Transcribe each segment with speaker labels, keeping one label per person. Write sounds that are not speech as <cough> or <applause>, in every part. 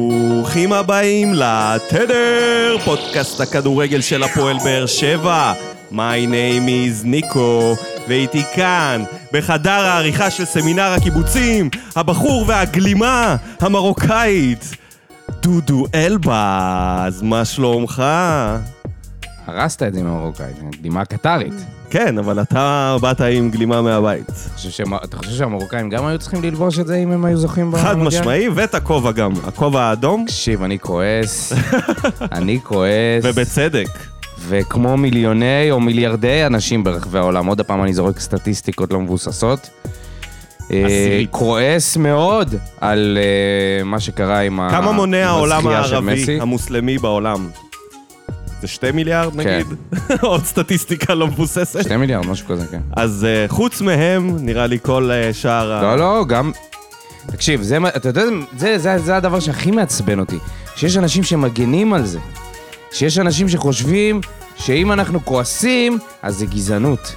Speaker 1: ברוכים הבאים לתדר, פודקאסט הכדורגל של הפועל באר שבע. My name is ניקו, ואיתי כאן, בחדר העריכה של סמינר הקיבוצים, הבחור והגלימה המרוקאית, דודו אלבז, מה שלומך?
Speaker 2: הרסת את זה עם המרוקאית, גלימה קטרית.
Speaker 1: כן, אבל אתה באת עם גלימה מהבית.
Speaker 2: אתה חושב שהם- אתה חושב שהמרוקאים גם היו צריכים ללבוש את זה אם הם היו זוכים במונדיאל?
Speaker 1: חד משמעי, ואת הכובע גם, הכובע האדום,
Speaker 2: תקשיב, אני
Speaker 1: <laughs>
Speaker 2: כועס, אני כועס,
Speaker 1: ובצדק.
Speaker 2: וכמו מיליוני או מיליארדי אנשים ברחבי העולם, עוד הפעם אני זורק סטטיסטיקות לא מבוססות. אה,
Speaker 1: עשירית.
Speaker 2: כועס מאוד על אה, מה שקרה עם ה-
Speaker 1: כמה
Speaker 2: עם
Speaker 1: מונה העולם
Speaker 2: הזכייה של
Speaker 1: הערבי
Speaker 2: מסי.
Speaker 1: המוסלמי בעולם? זה שתי מיליארד
Speaker 2: כן.
Speaker 1: נגיד? <laughs> עוד סטטיסטיקה לא מבוססת.
Speaker 2: שתי מיליארד, משהו כזה, כן.
Speaker 1: אז אה, חוץ מהם, נראה לי כל אה, שאר ה...
Speaker 2: לא, לא, גם... תקשיב, זה, מה- אתה יודע, זה, זה, זה הדבר שהכי מעצבן אותי, שיש אנשים שמגנים על זה. שיש אנשים שחושבים שאם אנחנו כועסים, אז זה גזענות.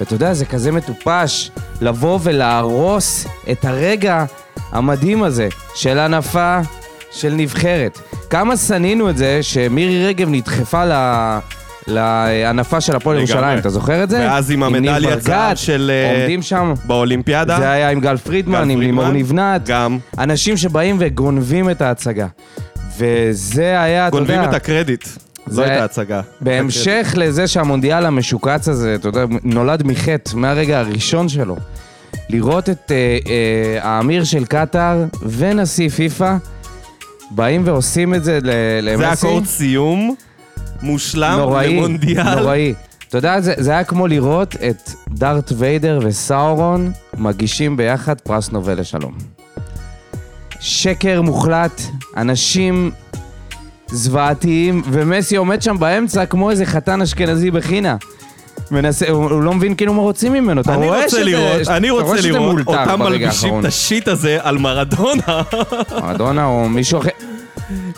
Speaker 2: ואתה יודע, זה כזה מטופש לבוא ולהרוס את הרגע המדהים הזה של הנפה של נבחרת. כמה שנאינו את זה שמירי רגב נדחפה ל... להנפה של הפועל
Speaker 1: לגמרי.
Speaker 2: ירושלים, אתה זוכר את זה?
Speaker 1: ואז עם
Speaker 2: ניב
Speaker 1: המדליית זהב
Speaker 2: ברקת,
Speaker 1: של... אה,
Speaker 2: עומדים שם.
Speaker 1: באולימפיאדה.
Speaker 2: זה היה עם גל
Speaker 1: גל
Speaker 2: פרידמן, עם
Speaker 1: פרידמן,
Speaker 2: לימור לבנת.
Speaker 1: גם.
Speaker 2: אנשים שבאים וגונבים את ההצגה. וזה היה, אתה יודע...
Speaker 1: גונבים את הקרדיט. זו
Speaker 2: זה-
Speaker 1: הייתה הצגה.
Speaker 2: בהמשך לזה שהמונדיאל המשוקץ הזה, אתה יודע, נולד מחטא מהרגע הראשון שלו. לראות את אה, אה, האמיר של קטאר ונשיא פיפ"א באים ועושים את זה ל- למסי.
Speaker 1: זה אקורד סיום מושלם
Speaker 2: נוראי,
Speaker 1: למונדיאל.
Speaker 2: נוראי. אתה יודע, זה, זה היה כמו לראות את דארט ויידר וסאורון מגישים ביחד פרס נובל לשלום. שקר מוחלט, אנשים זוועתיים, ומסי עומד שם באמצע כמו איזה חתן אשכנזי בחינה. מנסה, הוא, הוא לא מבין כאילו מה רוצים ממנו, אתה
Speaker 1: אני
Speaker 2: רואה
Speaker 1: רוצה
Speaker 2: שזה,
Speaker 1: לראות,
Speaker 2: אתה
Speaker 1: אני
Speaker 2: רואה
Speaker 1: רוצה
Speaker 2: שזה
Speaker 1: לראות
Speaker 2: מאולתר
Speaker 1: אותם
Speaker 2: ברגע
Speaker 1: מלבישים
Speaker 2: האחרון.
Speaker 1: את השיט הזה על מרדונה. <laughs>
Speaker 2: מרדונה או מישהו אחר,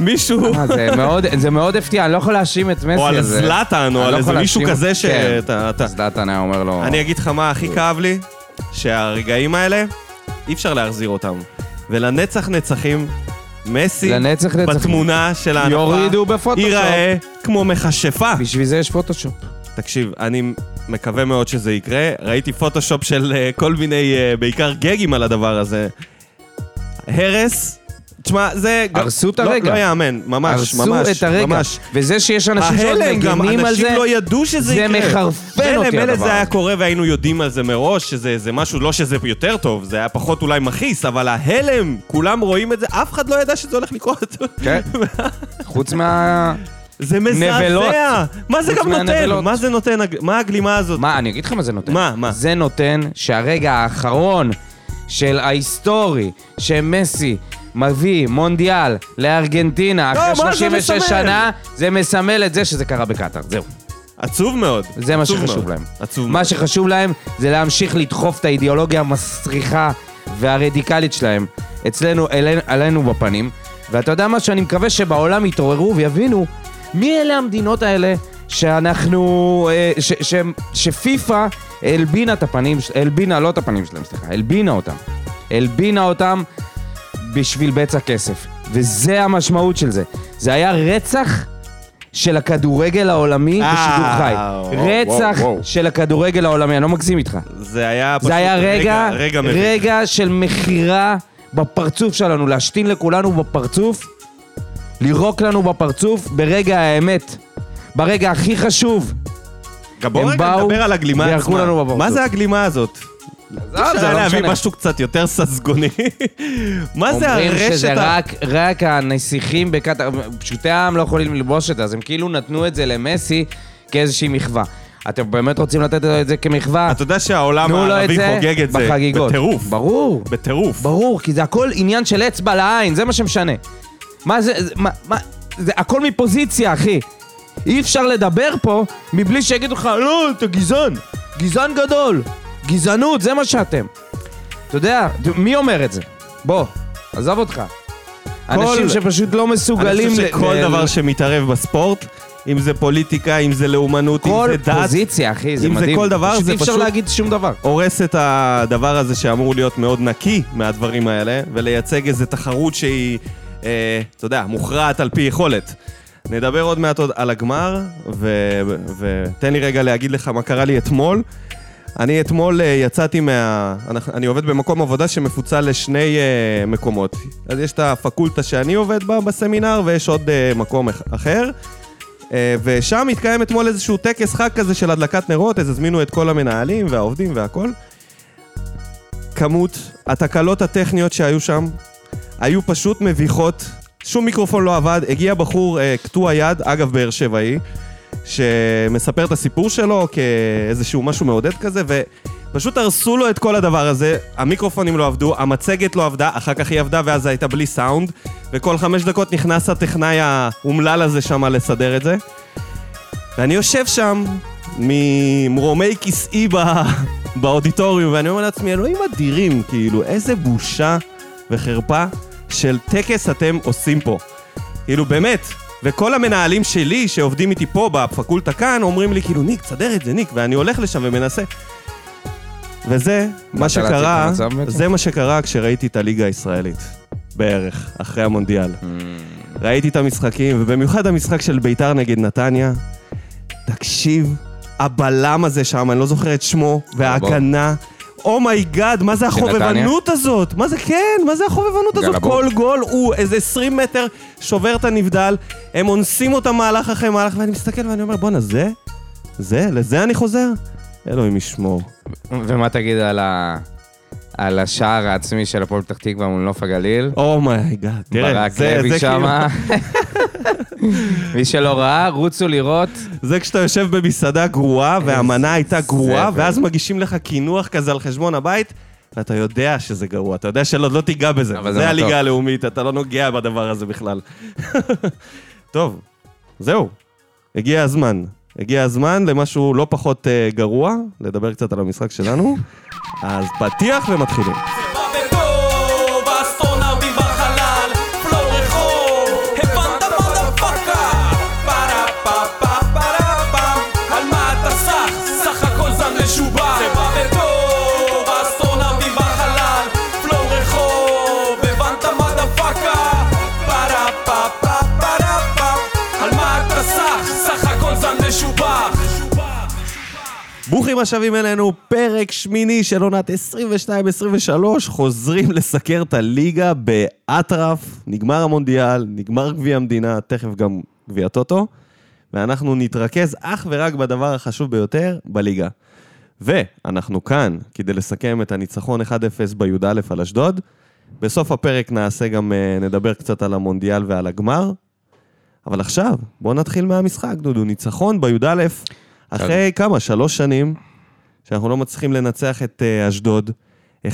Speaker 1: מישהו...
Speaker 2: אה, זה מאוד, זה מאוד הפתיע, אני לא יכול להאשים את מסי
Speaker 1: או על
Speaker 2: הזה.
Speaker 1: זלאטן, או
Speaker 2: אני
Speaker 1: על
Speaker 2: לא
Speaker 1: איזה
Speaker 2: יכול
Speaker 1: מישהו
Speaker 2: להאשים-
Speaker 1: כזה
Speaker 2: כן.
Speaker 1: שאתה... אתה-
Speaker 2: זלאטן היה אומר לו...
Speaker 1: אני אגיד לך מה הכי כאב לי, שהרגעים האלה, אי אפשר להחזיר אותם. ולנצח נצחים, מסי,
Speaker 2: לנצח נצחים.
Speaker 1: בתמונה של הענפה,
Speaker 2: יורידו בפוטושופ.
Speaker 1: ייראה כמו מכשפה.
Speaker 2: בשביל זה יש פוטושופ.
Speaker 1: תקשיב, אני מקווה מאוד שזה יקרה. ראיתי פוטושופ של אה, כל מיני, אה, בעיקר גגים על הדבר הזה. הרס, תשמע, זה... גם-
Speaker 2: הרסו את
Speaker 1: לא-
Speaker 2: הרגע.
Speaker 1: לא יאמן, ממש, ממש,
Speaker 2: הרסו את הרגע.
Speaker 1: ממש.
Speaker 2: וזה שיש אנשים שעוד
Speaker 1: ההלם גם,
Speaker 2: מגנים על
Speaker 1: אנשים
Speaker 2: זה,
Speaker 1: לא ידעו שזה
Speaker 2: זה
Speaker 1: יקרה.
Speaker 2: מחרפן
Speaker 1: מילא-
Speaker 2: אותי
Speaker 1: מילא
Speaker 2: הדבר
Speaker 1: זה היה
Speaker 2: הזה.
Speaker 1: קורה והיינו יודעים על זה מראש, שזה זה משהו, לא שזה יותר טוב, זה היה פחות אולי מכעיס, אבל ההלם, כולם רואים את זה, אף אחד לא ידע שזה הולך לקרות.
Speaker 2: כן. חוץ מה...
Speaker 1: <laughs> זה
Speaker 2: נבלות.
Speaker 1: מזעזע. מה זה
Speaker 2: חוץ
Speaker 1: גם נותן?
Speaker 2: מהנבלות.
Speaker 1: מה זה נותן? הג- מה הגלימה הזאת?
Speaker 2: מה, אני אגיד לך מה זה נותן.
Speaker 1: מה, מה?
Speaker 2: זה נותן שהרגע האחרון של ההיסטורי, שמסי מביא מונדיאל לארגנטינה
Speaker 1: לא, מה
Speaker 2: אחרי
Speaker 1: זה
Speaker 2: 36
Speaker 1: מסמל?
Speaker 2: שנה, זה מסמל את זה שזה קרה בקטאר. זהו.
Speaker 1: עצוב מאוד.
Speaker 2: זה מה
Speaker 1: עצוב
Speaker 2: שחשוב
Speaker 1: מאוד.
Speaker 2: להם.
Speaker 1: עצוב
Speaker 2: מה
Speaker 1: מאוד.
Speaker 2: שחשוב להם זה להמשיך לדחוף את האידיאולוגיה המסריחה והרדיקלית שלהם אצלנו, אלינו, עלינו בפנים. ואתה יודע מה שאני מקווה שבעולם יתעוררו ויבינו מי אלה המדינות האלה שאנחנו... אה, ש, ש, שפיפ"א הלבינה את הפנים, ש- הלבינה, לא את הפנים שלהם, סליחה, הלבינה אותם. הלבינה אותם בשביל בצע כסף. וזה המשמעות של זה. זה היה רצח של הכדורגל העולמי
Speaker 1: אה,
Speaker 2: בשידור חי.
Speaker 1: וואו,
Speaker 2: רצח
Speaker 1: וואו, וואו.
Speaker 2: של הכדורגל העולמי, אני לא מגזים איתך.
Speaker 1: זה היה פשוט
Speaker 2: זה היה רגע,
Speaker 1: רגע מביך.
Speaker 2: רגע של מכירה בפרצוף שלנו, להשתין לכולנו בפרצוף, לירוק לנו בפרצוף ברגע האמת. ברגע הכי חשוב.
Speaker 1: גם בואו
Speaker 2: הם
Speaker 1: רגע
Speaker 2: באו
Speaker 1: נדבר על הגלימה
Speaker 2: וירקו
Speaker 1: עצמה.
Speaker 2: לנו בפרצוף.
Speaker 1: מה זה הגלימה הזאת?
Speaker 2: זה
Speaker 1: אפשר
Speaker 2: לא
Speaker 1: להביא
Speaker 2: משנה.
Speaker 1: משהו קצת יותר ססגוני. <laughs> מה זה הרשת...
Speaker 2: אומרים שזה
Speaker 1: ה-
Speaker 2: רק, רק הנסיכים בקטר, פשוטי העם לא יכולים ללבוש את זה, אז הם כאילו נתנו את זה למסי כאיזושהי מחווה. אתם באמת רוצים לתת לו את זה כמחווה?
Speaker 1: אתה יודע שהעולם
Speaker 2: תנו לו את
Speaker 1: הערבי
Speaker 2: זה
Speaker 1: חוגג את זה
Speaker 2: בחגיגות.
Speaker 1: בטירוף.
Speaker 2: ברור,
Speaker 1: בטירוף.
Speaker 2: ברור, כי זה הכל עניין של אצבע לעין, זה מה שמשנה. מה זה, זה- מה, מה, זה הכל מפוזיציה, אחי. אי אפשר לדבר פה מבלי שיגידו לך, לא, אתה גזען, גזען גדול, גזענות, זה מה שאתם. אתה יודע, מי אומר את זה? בוא, עזב אותך. אנשים שפשוט לא
Speaker 1: אני
Speaker 2: מסוגלים...
Speaker 1: חושב
Speaker 2: ל-
Speaker 1: שכל
Speaker 2: ל-
Speaker 1: דבר שמתערב בספורט, אם זה פוליטיקה, אם זה לאומנות, אם
Speaker 2: כל
Speaker 1: זה דת,
Speaker 2: פוזיציה, אחי, זה
Speaker 1: אם זה
Speaker 2: מדהים.
Speaker 1: כל דבר, זה
Speaker 2: אי אפשר
Speaker 1: פשוט-
Speaker 2: להגיד שום דבר.
Speaker 1: הורס את הדבר הזה שאמור להיות מאוד נקי מהדברים האלה, ולייצג איזו תחרות שהיא... אה, אתה יודע, מוכרעת על פי יכולת. נדבר עוד מעט עוד על הגמר, ו- ותן לי רגע להגיד לך מה קרה לי אתמול. אני אתמול אה, יצאתי מה... אנחנו- אני עובד במקום עבודה שמפוצל לשני אה, מקומות. אז יש את הפקולטה שאני עובד בה בסמינר, ויש עוד אה, מקום אח- אחר. אה, ושם התקיים אתמול איזשהו טקס חג כזה של הדלקת נרות, אז הזמינו את כל המנהלים והעובדים והכל. כמות התקלות הטכניות שהיו שם היו פשוט מביכות, שום מיקרופון לא עבד, הגיע בחור אה, קטוע יד, אגב באר שבעי, שמספר את הסיפור שלו כאיזשהו משהו מעודד כזה, ופשוט הרסו לו את כל הדבר הזה, המיקרופונים לא עבדו, המצגת לא עבדה, אחר כך היא עבדה ואז הייתה בלי סאונד, וכל חמש דקות נכנס הטכנאי האומלל הזה שם לסדר את זה. ואני יושב שם ממרומי כיסאי ב- <laughs> באודיטוריום, ואני אומר לעצמי, אלוהים אדירים, כאילו, איזה בושה וחרפה של טקס אתם עושים פה. כאילו, באמת. וכל המנהלים שלי שעובדים איתי פה בפקולטה כאן, אומרים לי, כאילו, ניק, תסדר את זה, ניק, ואני הולך לשם ומנסה. וזה מה
Speaker 2: באת להציל את
Speaker 1: שקרה,
Speaker 2: המצב בעצם?
Speaker 1: זה מה שקרה כשראיתי את הליגה הישראלית, בערך, אחרי המונדיאל. ראיתי את המשחקים, ובמיוחד המשחק של ביתר נגד נתניה. תקשיב, הבלם הזה שם, אני לא זוכר את שמו, וההגנה. אומייגאד, מה זה
Speaker 2: אה, נתניה?
Speaker 1: החובבנות הזאת? מה זה, כן, מה זה החובבנות הזאת?
Speaker 2: גלבוע.
Speaker 1: כל גול הוא איזה 20 מטר, שובר את הנבדל, הם אונסים אותם מהלך אחרי מהלך, ואני מסתכל ואני אומר, בואנה, זה? זה? לזה אני חוזר? אלוהים ישמור.
Speaker 2: ומה תגיד על ה... על השער העצמי של הפועל פתח תקווה מול נוף הגליל?
Speaker 1: אומייגאד, Oh תראה,
Speaker 2: ברק
Speaker 1: זה,
Speaker 2: לוי
Speaker 1: זה כאילו...
Speaker 2: שמה. <laughs> מי שלא ראה, רוצו לראות.
Speaker 1: זה כשאתה יושב במסעדה גרועה, והמנה הייתה גרועה,
Speaker 2: זבל.
Speaker 1: ואז מגישים לך קינוח כזה על חשבון הבית, ואתה יודע שזה גרוע, אתה יודע שלא לא תיגע בזה.
Speaker 2: אבל זה
Speaker 1: זה
Speaker 2: מתוק.
Speaker 1: הליגה הלאומית, אתה לא נוגע בדבר הזה בכלל. <laughs> טוב, זהו. הגיע הזמן. הגיע הזמן למשהו לא פחות אה, גרוע, לדבר קצת על המשחק שלנו. אז פתיח ומתחילים.
Speaker 3: בטוב, האסטרונאוטים בחלל, פלו רחוב, הבנת מודפאקה. פרה פה פה פרה פם, על מה אתה סח? סך הכל זן משובח. זה בא בטוב, האסטרונאוטים בחלל, פלו רחוב, הבנת מודפאקה. פרה פה פה פרה פם, על מה אתה סח? סך הכל זן משובח.
Speaker 1: ברוכים השבים אלינו, פרק שמיני של עונת 22-23, חוזרים לסקר את הליגה באטרף, נגמר המונדיאל, נגמר גביע המדינה, תכף גם גביע טוטו, ואנחנו נתרכז אך ורק בדבר החשוב ביותר, בליגה. ואנחנו כאן כדי לסכם את הניצחון 1-0 בי"א על אשדוד. בסוף הפרק נעשה גם, אה, נדבר קצת על המונדיאל ועל הגמר. אבל עכשיו, בואו נתחיל מהמשחק, דודו. ניצחון בי"א, אחרי כמה? שלוש שנים, שאנחנו לא מצליחים לנצח את אה, אשדוד. 1-0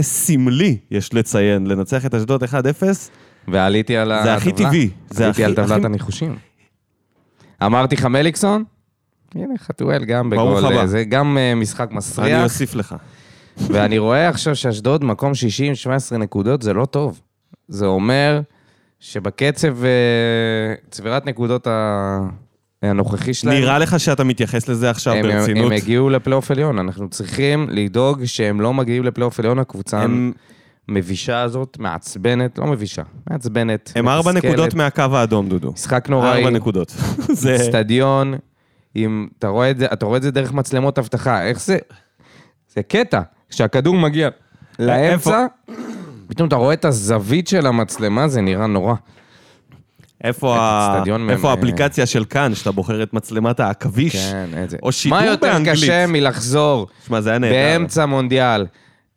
Speaker 1: סמלי, יש לציין, לנצח את אשדוד 1-0.
Speaker 2: ועליתי על הטבלה.
Speaker 1: הכי טבעי. זה
Speaker 2: עליתי
Speaker 1: הכי-
Speaker 2: על טבלת
Speaker 1: הכי-
Speaker 2: הניחושים. אמרתי לך מליקסון? הנה, חתואל גם
Speaker 1: ברוך
Speaker 2: בגול.
Speaker 1: הבא.
Speaker 2: אה, זה גם אה, משחק
Speaker 1: אני <laughs>
Speaker 2: מסריח.
Speaker 1: אוסיף לך.
Speaker 2: ואני רואה עכשיו שאשדוד מקום 60, 17 נקודות, זה לא טוב. זה אומר שבקצב אה, צבירת נקודות ה- הנוכחי שלהם...
Speaker 1: נראה לך שאתה מתייחס לזה עכשיו
Speaker 2: הם, הם,
Speaker 1: ברצינות?
Speaker 2: הם הגיעו לפלייאוף עליון, אנחנו צריכים לדאוג שהם לא מגיעים לפלייאוף עליון, הקבוצה
Speaker 1: הם-
Speaker 2: המבישה הזאת, מעצבנת, לא מבישה, מעצבנת.
Speaker 1: הם ארבע
Speaker 2: מתסכלת.
Speaker 1: נקודות מהקו האדום, דודו. ארבע
Speaker 2: משחק נוראי,
Speaker 1: נקודות. <laughs> זה...
Speaker 2: אצטדיון, עם, אתה רואה את זה, אתה רואה את זה דרך מצלמות אבטחה, איך זה, זה קטע, כשהכדור מגיע לאמצע, פתאום אתה רואה את הזווית של המצלמה, זה נראה נורא.
Speaker 1: כן, איפה ה-
Speaker 2: אצטדיון
Speaker 1: איפה
Speaker 2: מ-
Speaker 1: האפליקציה של כאן, שאתה בוחר את מצלמת העכביש?
Speaker 2: אה, כן, איזה...
Speaker 1: או שידור
Speaker 2: מה יותר
Speaker 1: באנגלית.
Speaker 2: קשה מלחזור
Speaker 1: שמע, זה היה נהדר.
Speaker 2: באמצע מונדיאל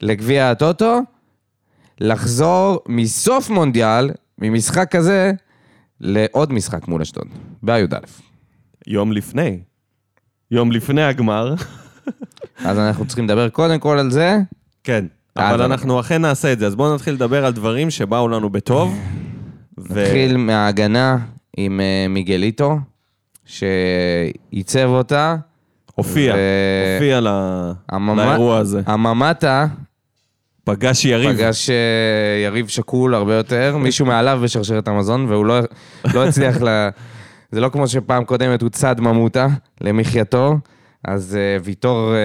Speaker 2: לגביע הטוטו, לחזור מסוף מונדיאל, ממשחק כזה, לעוד משחק מול אשדוד, בי"א.
Speaker 1: יום לפני. יום לפני הגמר.
Speaker 2: אז אנחנו צריכים לדבר קודם כל על זה.
Speaker 1: כן,
Speaker 2: אה,
Speaker 1: אבל
Speaker 2: זה-
Speaker 1: אנחנו אכן נעשה את זה. אז בואו נתחיל לדבר על דברים שבאו לנו בטוב. ו-
Speaker 2: נתחיל מההגנה עם אה, מיגליטו, שעיצב אותה.
Speaker 1: הופיע,
Speaker 2: ו-
Speaker 1: הופיע ל-
Speaker 2: הממה-
Speaker 1: לאירוע הזה.
Speaker 2: הממטה
Speaker 1: פגש יריב. כן.
Speaker 2: פגש אה, יריב שקול הרבה יותר, מישהו מעליו בשרשרת המזון, והוא לא, לא הצליח ל... זה לא כמו שפעם קודמת הוא צד ממוטה למחייתו, אז אה, ויטור אה,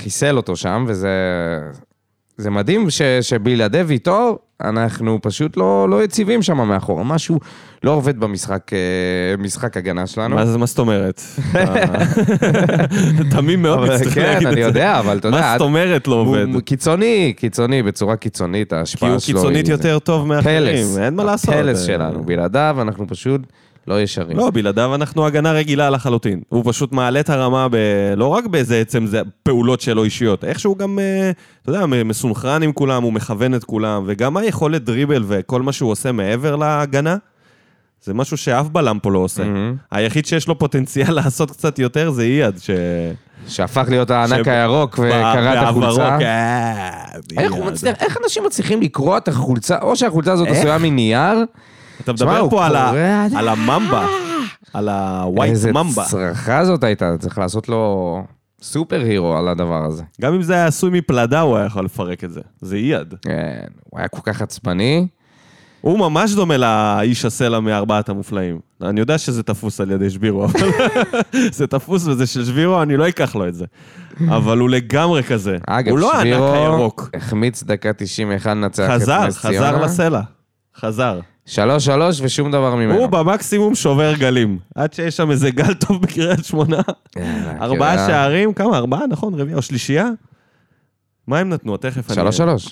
Speaker 2: חיסל אותו שם, וזה... זה מדהים ש, שבלעדי ויטור, אנחנו פשוט לא, לא יציבים שם מאחורה. משהו לא עובד במשחק אה, משחק הגנה שלנו.
Speaker 1: מה זה- מה זאת
Speaker 2: <laughs>
Speaker 1: אומרת? אתה תמים מאוד,
Speaker 2: אבל
Speaker 1: מצטער
Speaker 2: כן,
Speaker 1: להגיד את
Speaker 2: אני
Speaker 1: זה.
Speaker 2: יודע, אבל אתה יודע...
Speaker 1: לא מה
Speaker 2: עד-
Speaker 1: זאת אומרת לא
Speaker 2: הוא-
Speaker 1: עובד?
Speaker 2: הוא קיצוני, קיצוני, בצורה קיצונית,
Speaker 1: כי
Speaker 2: ההשפעה
Speaker 1: הוא
Speaker 2: שלו
Speaker 1: קיצונית
Speaker 2: היא-
Speaker 1: יותר טוב מאחרים,
Speaker 2: פלס.
Speaker 1: אין מה לעשות.
Speaker 2: לא הפלס
Speaker 1: אה,
Speaker 2: שלנו, בלעדיו אנחנו פשוט לא ישרים.
Speaker 1: לא, בלעדיו אנחנו הגנה רגילה לחלוטין. הוא פשוט מעלה את הרמה ב... לא רק באיזה עצם זה פעולות שלו אישיות, איך שהוא גם, אה, אתה יודע, מסונכרן עם כולם, הוא מכוון את כולם, וגם היכולת דריבל וכל מה שהוא עושה מעבר להגנה, זה משהו שאף בלם פה לא עושה.
Speaker 2: Mm.
Speaker 1: היחיד שיש לו פוטנציאל <laughs> לעשות קצת יותר זה אייד, ש...
Speaker 2: שהפך להיות הענק
Speaker 1: ש-
Speaker 2: הירוק וקרע את
Speaker 1: בעברו,
Speaker 2: החולצה.
Speaker 1: כן,
Speaker 2: איך הוא
Speaker 1: אייד.
Speaker 2: מצליח, איך אנשים מצליחים לקרוע את החולצה, או שהחולצה הזאת
Speaker 1: איך?
Speaker 2: עשויה מנייר,
Speaker 1: אתה
Speaker 2: תשמע,
Speaker 1: מדבר
Speaker 2: הוא
Speaker 1: פה על ה-
Speaker 2: קורע.
Speaker 1: על הממבה, על הווייט
Speaker 2: איזה
Speaker 1: ממבה.
Speaker 2: צרחה זאת הייתה, צריך לעשות לו סופר הירו על הדבר הזה.
Speaker 1: גם אם זה היה עשוי מפלדה, הוא היה יכול לפרק את זה. זה אייד.
Speaker 2: כן, הוא היה כל כך עצבני.
Speaker 1: הוא ממש דומה לאיש הסלע מארבעת המופלאים. אני יודע שזה תפוס על ידי שבירו, אבל <laughs> זה תפוס וזה של שבירו, אני לא אקח לו את זה. אבל הוא לגמרי כזה.
Speaker 2: אגב,
Speaker 1: הוא לא הענק
Speaker 2: שבירו
Speaker 1: הירוק.
Speaker 2: החמיץ דקה 91 לנצח את נס ציונה.
Speaker 1: חזר, חזר לסלע. חזר.
Speaker 2: שלוש שלוש ושום דבר ממנו.
Speaker 1: הוא במקסימום שובר גלים. עד שיש שם איזה גל טוב בקריית שמונה.
Speaker 2: יאללה,
Speaker 1: ארבעה
Speaker 2: כאילו,
Speaker 1: שערים, כמה? ארבעה, נכון? רביעייה או שלישייה? מה הם נתנו? תכף אני...
Speaker 2: שלוש שלוש.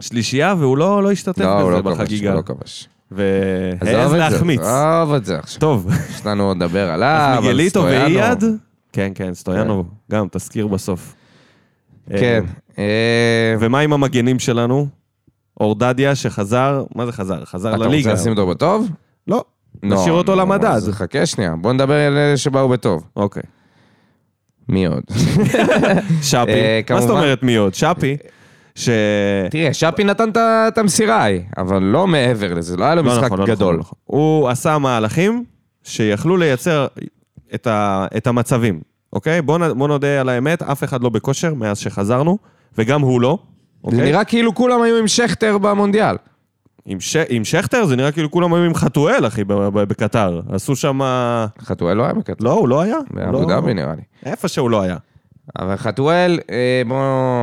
Speaker 1: שלישייה, והוא לא לא השתתף
Speaker 2: לא, הוא
Speaker 1: בזה
Speaker 2: לא כבש,
Speaker 1: בחגיגה.
Speaker 2: הוא לא כבש.
Speaker 1: והעז להחמיץ.
Speaker 2: עזוב את זה עכשיו.
Speaker 1: טוב.
Speaker 2: יש לנו עוד לדבר עליו,
Speaker 1: אז
Speaker 2: על
Speaker 1: מיגליטו
Speaker 2: אה, סטויאנוב.
Speaker 1: ואייד? כן, כן, סטויאנוב, גם, תזכיר בסוף.
Speaker 2: כן.
Speaker 1: אה,
Speaker 2: אה,
Speaker 1: ומה עם המגנים שלנו? אורדדיה שחזר, מה זה חזר? חזר
Speaker 2: אתה רוצה
Speaker 1: לליגה.
Speaker 2: לשים אותו בטוב?
Speaker 1: לא,
Speaker 2: לא,
Speaker 1: נשאיר אותו
Speaker 2: נו,
Speaker 1: למדד.
Speaker 2: אז חכה שנייה, בוא נדבר על אלה שבאו בטוב.
Speaker 1: אוקיי.
Speaker 2: מי עוד? אה,
Speaker 1: שפי, מה
Speaker 2: כמובן.
Speaker 1: זאת אומרת מי עוד? שפי, ש...
Speaker 2: <laughs> תראה, שפי נתן את ה- את המסירה ההיא, אבל לא מעבר לזה, לא היה לו
Speaker 1: לא
Speaker 2: משחק
Speaker 1: נכון, לא נכון,
Speaker 2: גדול.
Speaker 1: לא נכון. הוא עשה מהלכים שיכלו לייצר את ה- את המצבים, אוקיי? בוא נ- בוא נודה על האמת, אף אחד לא בכושר מאז שחזרנו, וגם הוא לא.
Speaker 2: זה
Speaker 1: אוקיי?
Speaker 2: נראה כאילו כולם היו עם שכטר במונדיאל.
Speaker 1: עם, ש... עם שכטר זה נראה כאילו כולם היו עם חתואל, אחי, ב- ב- בקטר. עשו שם... אה,
Speaker 2: חתואל לא היה בקטר,
Speaker 1: לא, הוא לא היה.
Speaker 2: באבו
Speaker 1: לא.
Speaker 2: דאבי נראה לי.
Speaker 1: איפה שהוא לא היה.
Speaker 2: אבל חתואל, אה, בוא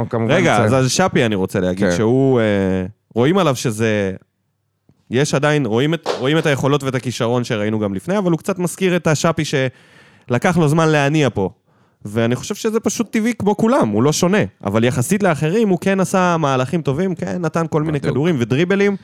Speaker 2: כמובן...
Speaker 1: רגע,
Speaker 2: נציין.
Speaker 1: אז על שפי אני רוצה להגיד,
Speaker 2: כן.
Speaker 1: שהוא... אה, רואים עליו שזה... יש עדיין, רואים את, רואים את היכולות ואת הכישרון שראינו גם לפני, אבל הוא קצת מזכיר את השאפי שלקח לו זמן להניע פה. ואני חושב שזה פשוט טבעי כמו כולם, הוא לא שונה. אבל יחסית לאחרים, הוא כן עשה מהלכים טובים, כן נתן כל מיני
Speaker 2: בדיוק.
Speaker 1: כדורים ודריבלים,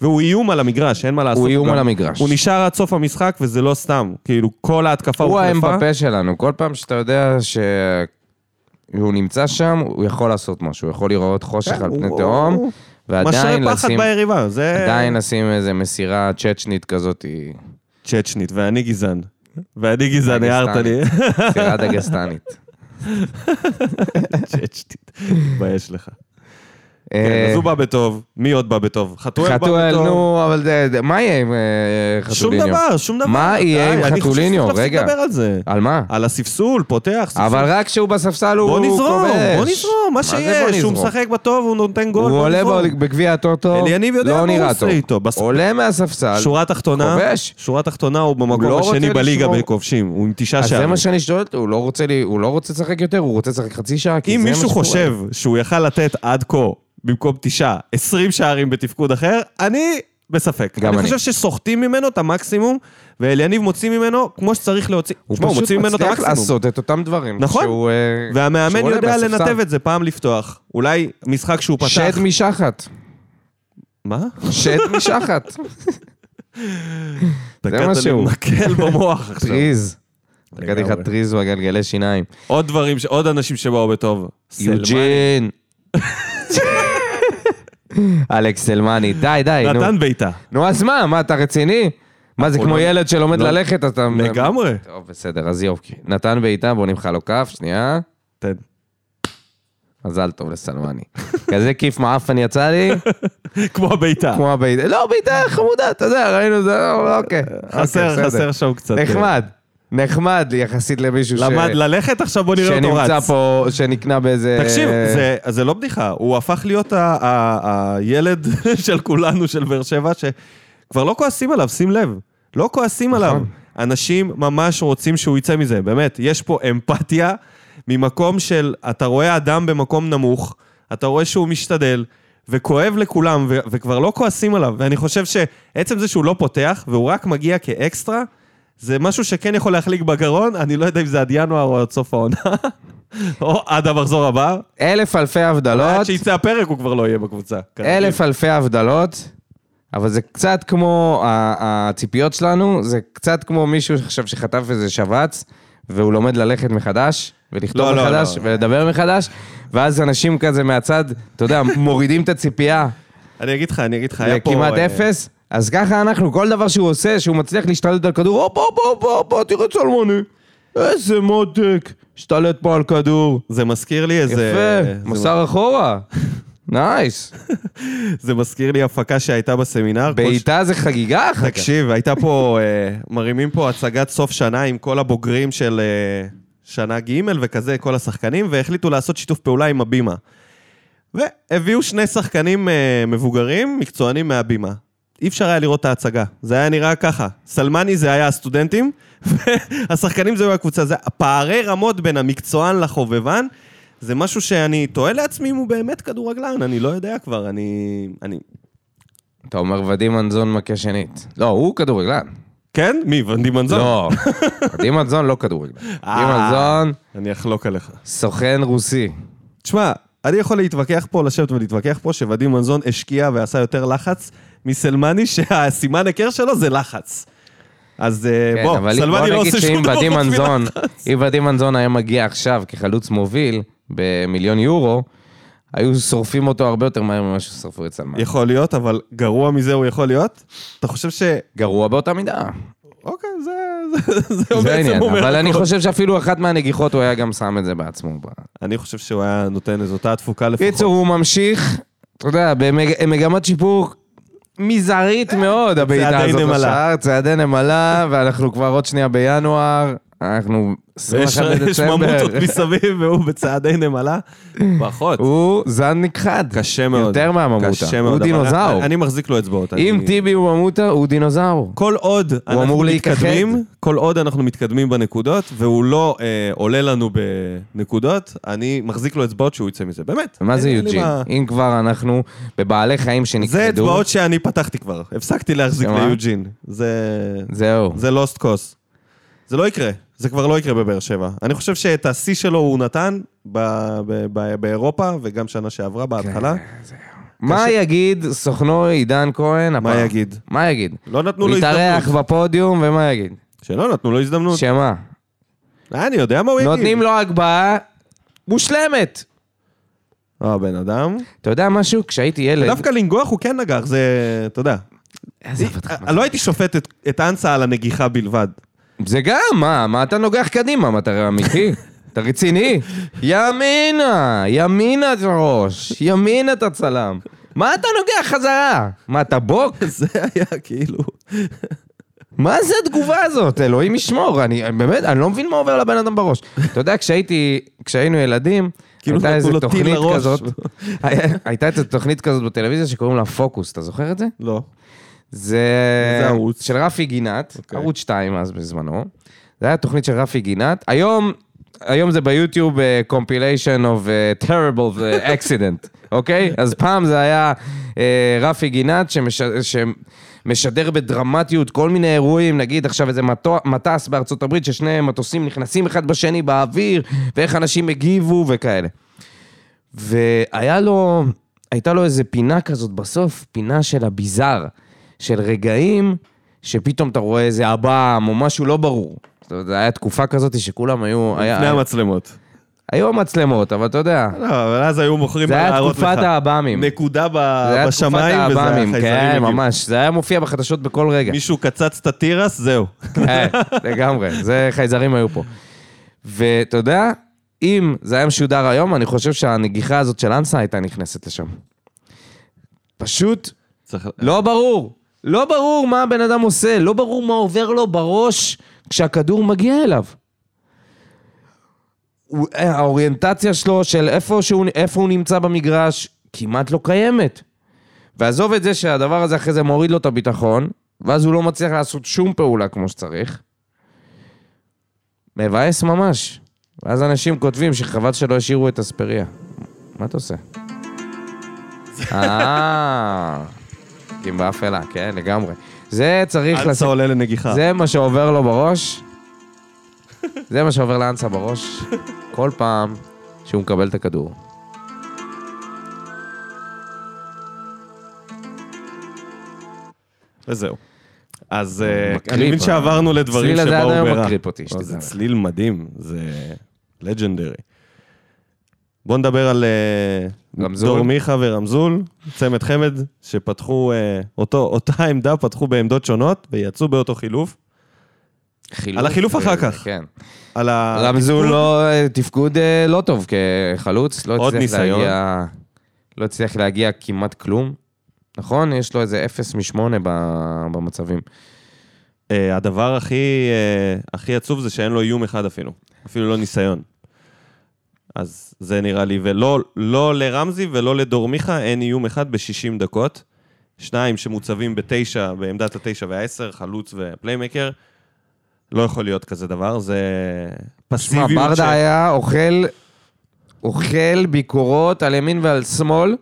Speaker 1: והוא איום על המגרש, אין מה לעשות.
Speaker 2: לא. הוא איום
Speaker 1: גם-
Speaker 2: על המגרש.
Speaker 1: הוא נשאר עד סוף המשחק, וזה לא סתם. כאילו, כל ההתקפה
Speaker 2: הוא
Speaker 1: הוחלפה. כן,
Speaker 2: האמבפה שלנו, כל פעם שאתה יודע שהוא נמצא שם, הוא יכול לעשות משהו, הוא יכול לראות חושך
Speaker 1: כן,
Speaker 2: על
Speaker 1: הוא-
Speaker 2: פני
Speaker 1: הוא-
Speaker 2: תהום,
Speaker 1: הוא-
Speaker 2: ועדיין
Speaker 1: משרה פחד
Speaker 2: לשים,
Speaker 1: ביריבה, זה...
Speaker 2: עדיין לשים איזה מסירה צ'צ'נית כזאת, היא-
Speaker 1: צ'צ'נית, ואני גזען. ואני גזען,
Speaker 2: דגסטנית.
Speaker 1: הערת לי. <laughs>
Speaker 2: מסירה דגסטנית.
Speaker 1: צ'צ'נית, מתבייש לך. כן,
Speaker 2: אה,
Speaker 1: אז הוא בא בטוב, מי עוד בא בטוב? חתואל בא
Speaker 2: חתואל,
Speaker 1: בטוב.
Speaker 2: נו, אבל זה- זה- מה יהיה עם
Speaker 1: שום
Speaker 2: אה, חתוליניו?
Speaker 1: דבר, שום דבר.
Speaker 2: מה
Speaker 1: די,
Speaker 2: יהיה עם חתוליניו?
Speaker 1: אני חושב שצריך
Speaker 2: רגע.
Speaker 1: להפסיק לדבר על זה.
Speaker 2: על מה?
Speaker 1: על הספסול, פותח, ספסול.
Speaker 2: אבל רק כשהוא בספסל הוא
Speaker 1: בוא
Speaker 2: כובש.
Speaker 1: נזרום, בוא נזרום, מה
Speaker 2: זה בוא
Speaker 1: שיש. הוא
Speaker 2: נזרום?
Speaker 1: משחק בטוב, הוא נותן גול.
Speaker 2: הוא
Speaker 1: בוא
Speaker 2: עולה
Speaker 1: נזרום.
Speaker 2: ב- בגביע הטוטו,
Speaker 1: אליניב יודע מה
Speaker 2: לא
Speaker 1: הוא
Speaker 2: נראה
Speaker 1: עושה
Speaker 2: טוב.
Speaker 1: איתו, בס-
Speaker 2: עולה מהספסל,
Speaker 1: שורה תחתונה,
Speaker 2: כובש.
Speaker 1: שורה תחתונה הוא במקום
Speaker 2: לא
Speaker 1: השני
Speaker 2: רוצה
Speaker 1: בליגה
Speaker 2: לשמור.
Speaker 1: בכובשים, הוא עם תשעה
Speaker 2: אז זה
Speaker 1: שערים.
Speaker 2: מה שאני שואל, אותו, הוא לא רוצה לי- הוא לא רוצה לשחק יותר, הוא רוצה לשחק חצי שעה, כי
Speaker 1: אם
Speaker 2: זה מה
Speaker 1: מישהו
Speaker 2: שקורה.
Speaker 1: חושב שהוא יכל לתת עד כה, במקום תשעה, עשרים שערים בתפקוד אחר, אני בספק.
Speaker 2: גם
Speaker 1: אני.
Speaker 2: אני.
Speaker 1: חושב שסוחטים ממנו את המקסימום, ואליניב מוציא ממנו כמו שצריך להוציא.
Speaker 2: הוא
Speaker 1: תשמע, הוא
Speaker 2: פשוט
Speaker 1: מוציא ממנו את
Speaker 2: מצליח
Speaker 1: המקסימום.
Speaker 2: לעשות את אותם דברים.
Speaker 1: נכון.
Speaker 2: שהוא, אה,
Speaker 1: והמאמן
Speaker 2: שהוא עולה
Speaker 1: יודע
Speaker 2: מהספסל.
Speaker 1: לנתב את זה, פעם לפתוח. אולי משחק שהוא פתח...
Speaker 2: שד משחת.
Speaker 1: מה? <laughs>
Speaker 2: שד משחת.
Speaker 1: תקעת
Speaker 2: מה
Speaker 1: לי
Speaker 2: שהוא.
Speaker 1: מקל במוח עכשיו.
Speaker 2: טריז. לקחתי לך
Speaker 1: לגמרי.
Speaker 2: טריז והגלגלי שיניים.
Speaker 1: עוד דברים, ש- עוד אנשים שבאו בטוב. סלמני. <laughs>
Speaker 2: יוג'ין. אלכס סלמני, די, די, נו.
Speaker 1: נתן בעיטה.
Speaker 2: נו, אז מה, מה, אתה רציני? מה, זה
Speaker 1: הוא
Speaker 2: כמו
Speaker 1: לא-
Speaker 2: ילד שלומד
Speaker 1: לא-
Speaker 2: ללכת, אז אתה...
Speaker 1: לגמרי.
Speaker 2: טוב, בסדר, אז יופי. נתן בעיטה, בוא נמחא לו כף, שנייה.
Speaker 1: תן.
Speaker 2: מזל טוב לסלמני. כזה כיף מעפן יצא לי,
Speaker 1: כמו הבעיטה.
Speaker 2: כמו הבעיטה. לא, בעיטה חמודה, אתה יודע, ראינו את זה, לא, אוקיי. אוקיי,
Speaker 1: חסר,
Speaker 2: בסדר.
Speaker 1: חסר שם קצת. אה.
Speaker 2: נחמד, נחמד יחסית למישהו ש-
Speaker 1: למד ללכת, עכשיו בוא נראה אותו רץ.
Speaker 2: שנמצא פה, שנקנה באיזה...
Speaker 1: תקשיב, זה, זה לא בדיחה, הוא הפך להיות ה- ה- הילד <laughs> של כולנו, של באר שבע, שכבר לא כועסים עליו, שים לב. לא כועסים עליו. אנשים ממש רוצים שהוא יצא מזה, באמת. יש פה אמפתיה ממקום של, אתה רואה אדם במקום נמוך, אתה רואה שהוא משתדל, וכואב לכולם, ו- וכבר לא כועסים עליו, ואני חושב שעצם זה שהוא לא פותח, והוא רק מגיע כאקסטרה, זה משהו שכן יכול להחליק בגרון, אני לא יודע אם זה עד ינואר או עד סוף העונה, <laughs> או עד המחזור הבא.
Speaker 2: אלף אלפי
Speaker 1: עד
Speaker 2: הבדלות,
Speaker 1: שיצא הפרק הוא כבר לא יהיה בקבוצה.
Speaker 2: אלף אלפי הבדלות, אבל זה קצת כמו ה- הציפיות שלנו, זה קצת כמו מישהו עכשיו שחטף איזה שבץ, והוא לומד ללכת מחדש, ולכתוב
Speaker 1: לא, לא,
Speaker 2: מחדש,
Speaker 1: לא.
Speaker 2: ולדבר מחדש, ואז אנשים כזה מהצד, אתה יודע, <laughs> מורידים את הציפייה
Speaker 1: אני אגיד לך, אני אגיד לך, היה פה...
Speaker 2: לכמעט
Speaker 1: אה,
Speaker 2: אפס. אז ככה אנחנו, כל דבר שהוא עושה, שהוא מצליח להשתלט על כדור, הופ, הופ, הופ, הופ, הופ, תראה צלמוני, איזה מותק, השתלט פה על כדור.
Speaker 1: זה מזכיר לי איזה...
Speaker 2: יפה,
Speaker 1: זה- <laughs>
Speaker 2: מסר אחורה. נייס.
Speaker 1: זה מזכיר לי הפקה שהייתה בסמינר. כל ש-
Speaker 2: בעיטה זה חגיגה אחר כך.
Speaker 1: תקשיב, הייתה פה, אה, מרימים פה הצגת סוף שנה עם כל הבוגרים של אה, שנה ג' וכזה, כל השחקנים, והחליטו לעשות שיתוף פעולה עם הבימה. והביאו שני שחקנים אה, מבוגרים, מקצוענים מהבימה. אי אפשר היה לראות את ההצגה, זה היה נראה ככה. סלמני זה היה הסטודנטים, <laughs> והשחקנים זה היו הקבוצה. זה פערי רמות בין המקצוען לחובבן, זה משהו שאני תוהה לעצמי אם הוא באמת כדורגלן, אני לא יודע כבר, אני... אני...
Speaker 2: אתה אומר ודים אנזון מכה שנית. לא, הוא כדורגלן.
Speaker 1: כן? מי? ונדי מנזון?
Speaker 2: לא, ודים אנזון לא כדורגלן. ודים
Speaker 1: אה.
Speaker 2: אנזון,
Speaker 1: אני אחלוק עליך.
Speaker 2: סוכן רוסי.
Speaker 1: אה, תשמע, אני יכול להתווכח פה, לשבת ולהתווכח פה, שוודים מנזון השקיע ועשה יותר לחץ מסלמני, שהסימן היכר שלו זה לחץ. אז אה,
Speaker 2: כן,
Speaker 1: בוא,
Speaker 2: אבל
Speaker 1: סלמני לא
Speaker 2: בוא נגיד
Speaker 1: עושה
Speaker 2: שאם
Speaker 1: שום דבר
Speaker 2: ודים
Speaker 1: חוץ
Speaker 2: אנזון,
Speaker 1: מלחץ.
Speaker 2: אם ודים אנזון היה מגיע עכשיו כחלוץ מוביל במיליון יורו, היו שורפים אותו הרבה יותר מהר ממה ששרפו את סלמן.
Speaker 1: יכול להיות, אבל גרוע מזה הוא יכול להיות? אתה חושב ש...
Speaker 2: גרוע באותה מידה.
Speaker 1: אוקיי, זה... זה- זה
Speaker 2: זה העניין.
Speaker 1: בעצם אומר...
Speaker 2: אבל אני
Speaker 1: הכל.
Speaker 2: חושב שאפילו אחת מהנגיחות הוא היה גם שם את זה בעצמו. ב-
Speaker 1: אני חושב שהוא היה נותן את אותה התפוקה לפחות.
Speaker 2: קיצור, הוא ממשיך, אתה יודע, במגמת שיפור מזערית מאוד, הבעיטה
Speaker 1: צעדי
Speaker 2: הזאת
Speaker 1: נמלה.
Speaker 2: לשער, צעדי נמלה, ואנחנו כבר עוד שנייה בינואר, אנחנו
Speaker 1: ויש
Speaker 2: 21
Speaker 1: יש ממוטות
Speaker 2: בדצמבר.
Speaker 1: מסביב והוא בצעדי נמלה. פחות.
Speaker 2: הוא זנניק חד.
Speaker 1: קשה מאוד.
Speaker 2: יותר מהממותה.
Speaker 1: קשה
Speaker 2: הוא
Speaker 1: מאוד. אבל
Speaker 2: דינוזאור.
Speaker 1: אני- אני מחזיק לו אצבעות.
Speaker 2: אם
Speaker 1: אני-
Speaker 2: טיבי הוא ממותה, הוא דינוזאור.
Speaker 1: כל עוד אנחנו
Speaker 2: אמור
Speaker 1: מתקדמים,
Speaker 2: להיכחד.
Speaker 1: כל עוד אנחנו מתקדמים בנקודות, והוא לא אה, עולה לנו בנקודות, אני מחזיק לו אצבעות שהוא יצא מזה, באמת.
Speaker 2: מה זה
Speaker 1: אין לי
Speaker 2: יוג'ין?
Speaker 1: מה-
Speaker 2: אם כבר אנחנו בבעלי חיים שנקדו...
Speaker 1: זה אצבעות שאני פתחתי כבר, הפסקתי להחזיק
Speaker 2: שמה?
Speaker 1: ליוג'ין. זה...
Speaker 2: זהו.
Speaker 1: זה לוסט קוס. זה לא יקרה, זה כבר לא יקרה בבאר שבע. אני חושב שאת השיא שלו הוא נתן ב- ב- ב- באירופה, וגם שנה שעברה בהתחלה.
Speaker 2: כן, מה יגיד סוכנו עידן כהן הפעם?
Speaker 1: מה יגיד?
Speaker 2: מה יגיד?
Speaker 1: לא נתנו
Speaker 2: הוא
Speaker 1: לו
Speaker 2: יתארח
Speaker 1: הזדמנות.
Speaker 2: בפודיום, ומה יגיד?
Speaker 1: שלא נתנו לו הזדמנות.
Speaker 2: שמה?
Speaker 1: אה, אני יודע מה הוא יגיד.
Speaker 2: נותנים לו הגבהה מושלמת.
Speaker 1: אה, בן אדם.
Speaker 2: אתה יודע משהו? כשהייתי ילד...
Speaker 1: דווקא לנגוח הוא כן נגח, זה... אתה יודע.
Speaker 2: עזוב אותך.
Speaker 1: אה, לא הייתי שופט את- את אנסה על הנגיחה בלבד.
Speaker 2: זה גם, מה? מה אתה נוגח קדימה? מה,
Speaker 1: <laughs>
Speaker 2: אתה אמיתי? אתה רציני? ימינה! ימינה את הראש! ימינה את הצלם! מה אתה נוגח חזרה? מה, אתה בוק?
Speaker 1: <laughs> זה היה כאילו...
Speaker 2: מה זה התגובה הזאת? אלוהים ישמור. אני אני באמת, אני לא מבין מה עובר לבן אדם בראש. אתה יודע, כשהייתי, כשהיינו ילדים,
Speaker 1: כאילו
Speaker 2: הייתה
Speaker 1: נתנו
Speaker 2: איזו
Speaker 1: לו טיל
Speaker 2: תוכנית
Speaker 1: לראש.
Speaker 2: כזאת, היה- הייתה איזו תוכנית כזאת בטלוויזיה שקוראים לה פוקוס, אתה זוכר את זה?
Speaker 1: לא.
Speaker 2: זה...
Speaker 1: איזה ערוץ?
Speaker 2: של רפי גינת, okay.
Speaker 1: אוקיי.
Speaker 2: ערוץ 2 אז בזמנו. זה היה תוכנית של רפי גינת. היום, היום זה ביוטיוב אה, קומפיליישן אוף טריבל
Speaker 1: <laughs>
Speaker 2: אקסידנט, אה, אוקיי? אז פעם זה היה uh, רפי גינת שמש, שמשדר בדרמטיות כל מיני אירועים, נגיד עכשיו איזה מטו- מטס בארצות הברית ששני מטוסים נכנסים אחד בשני באוויר, ואיך אנשים הגיבו וכאלה. והיה לו, הייתה לו איזה פינה כזאת בסוף, פינה של הביזאר, של רגעים שפתאום אתה רואה איזה עב"ם או משהו לא ברור. זאת אומרת, זו הייתה תקופה כזאת שכולם היו... היה-
Speaker 1: לפני המצלמות.
Speaker 2: היו מצלמות, אבל אתה יודע,
Speaker 1: לא, אבל אז היו מוכרים
Speaker 2: זה היה
Speaker 1: להראות לך.
Speaker 2: תקופת העב"מים.
Speaker 1: נקודה ב-
Speaker 2: זה היה תקופת
Speaker 1: בשמיים, וזה
Speaker 2: העב"מים,
Speaker 1: החייזרים.
Speaker 2: כן,
Speaker 1: הגיעו.
Speaker 2: ממש. זה היה מופיע בחדשות בכל רגע.
Speaker 1: מישהו קצץ את התירס, זהו.
Speaker 2: <laughs> כן, לגמרי, זה חייזרים היו פה. ואתה יודע, אם זה היה משודר היום, אני חושב שהנגיחה הזאת של אנסה הייתה נכנסת לשם. פשוט
Speaker 1: צריך-
Speaker 2: לא ברור. לא ברור מה הבן אדם עושה, לא ברור מה עובר לו בראש כשהכדור מגיע אליו. הוא- אה, האוריינטציה שלו של איפה, שהוא, איפה הוא נמצא במגרש כמעט לא קיימת. ועזוב את זה שהדבר הזה אחרי זה מוריד לו את הביטחון, ואז הוא לא מצליח לעשות שום פעולה כמו שצריך.
Speaker 1: <laughs>
Speaker 2: מבאס ממש. ואז אנשים כותבים שחבל שלא השאירו את אספריה. מה אתה עושה? אה, עם באפלה, כן, לגמרי. זה צריך
Speaker 1: אנסה
Speaker 2: לעשות,
Speaker 1: עולה לנגיחה.
Speaker 2: זה מה שעובר לו בראש. זה מה שעובר לאנסה בראש כל פעם שהוא מקבל את הכדור.
Speaker 1: וזהו. אז אה,
Speaker 2: מקריפ,
Speaker 1: אני מבין
Speaker 2: אה.
Speaker 1: שעברנו לדברים
Speaker 2: הצליל
Speaker 1: שבאו ברע.
Speaker 2: הזה עד היום מקריפ אותי, שתדע
Speaker 1: או, זה
Speaker 2: לך.
Speaker 1: צליל מדהים, זה לג'נדרי. בואו נדבר על אה,
Speaker 2: רמזול.
Speaker 1: דור מיכה ורמזול, צמד חמד, שפתחו, אה, אותו, אותה עמדה פתחו בעמדות שונות, ויצאו באותו חילוף. על החילוף
Speaker 2: אה,
Speaker 1: אחר כך.
Speaker 2: כן.
Speaker 1: על ה...
Speaker 2: רמזול לא, אה, תפקוד אה, לא טוב כחלוץ, לא
Speaker 1: עוד
Speaker 2: הצליח
Speaker 1: ניסיון.
Speaker 2: להגיע, לא הצליח להגיע כמעט כלום. נכון? יש לו איזה 0 מ-8 במצבים.
Speaker 1: אה, הדבר הכי, אה, הכי עצוב זה שאין לו איום אחד אפילו, אפילו לא ניסיון. אז זה נראה לי, ולא לא לרמזי ולא לדור מיכה אין איום אחד ב-60 דקות. שניים שמוצבים בתשע, בעמדת התשע והעשר, חלוץ ופליימקר. לא יכול להיות כזה דבר, זה
Speaker 2: שמע,
Speaker 1: פסיביות. ש-
Speaker 2: ברדה היה אוכל, אוכל ביקורות על ימין ועל שמאל,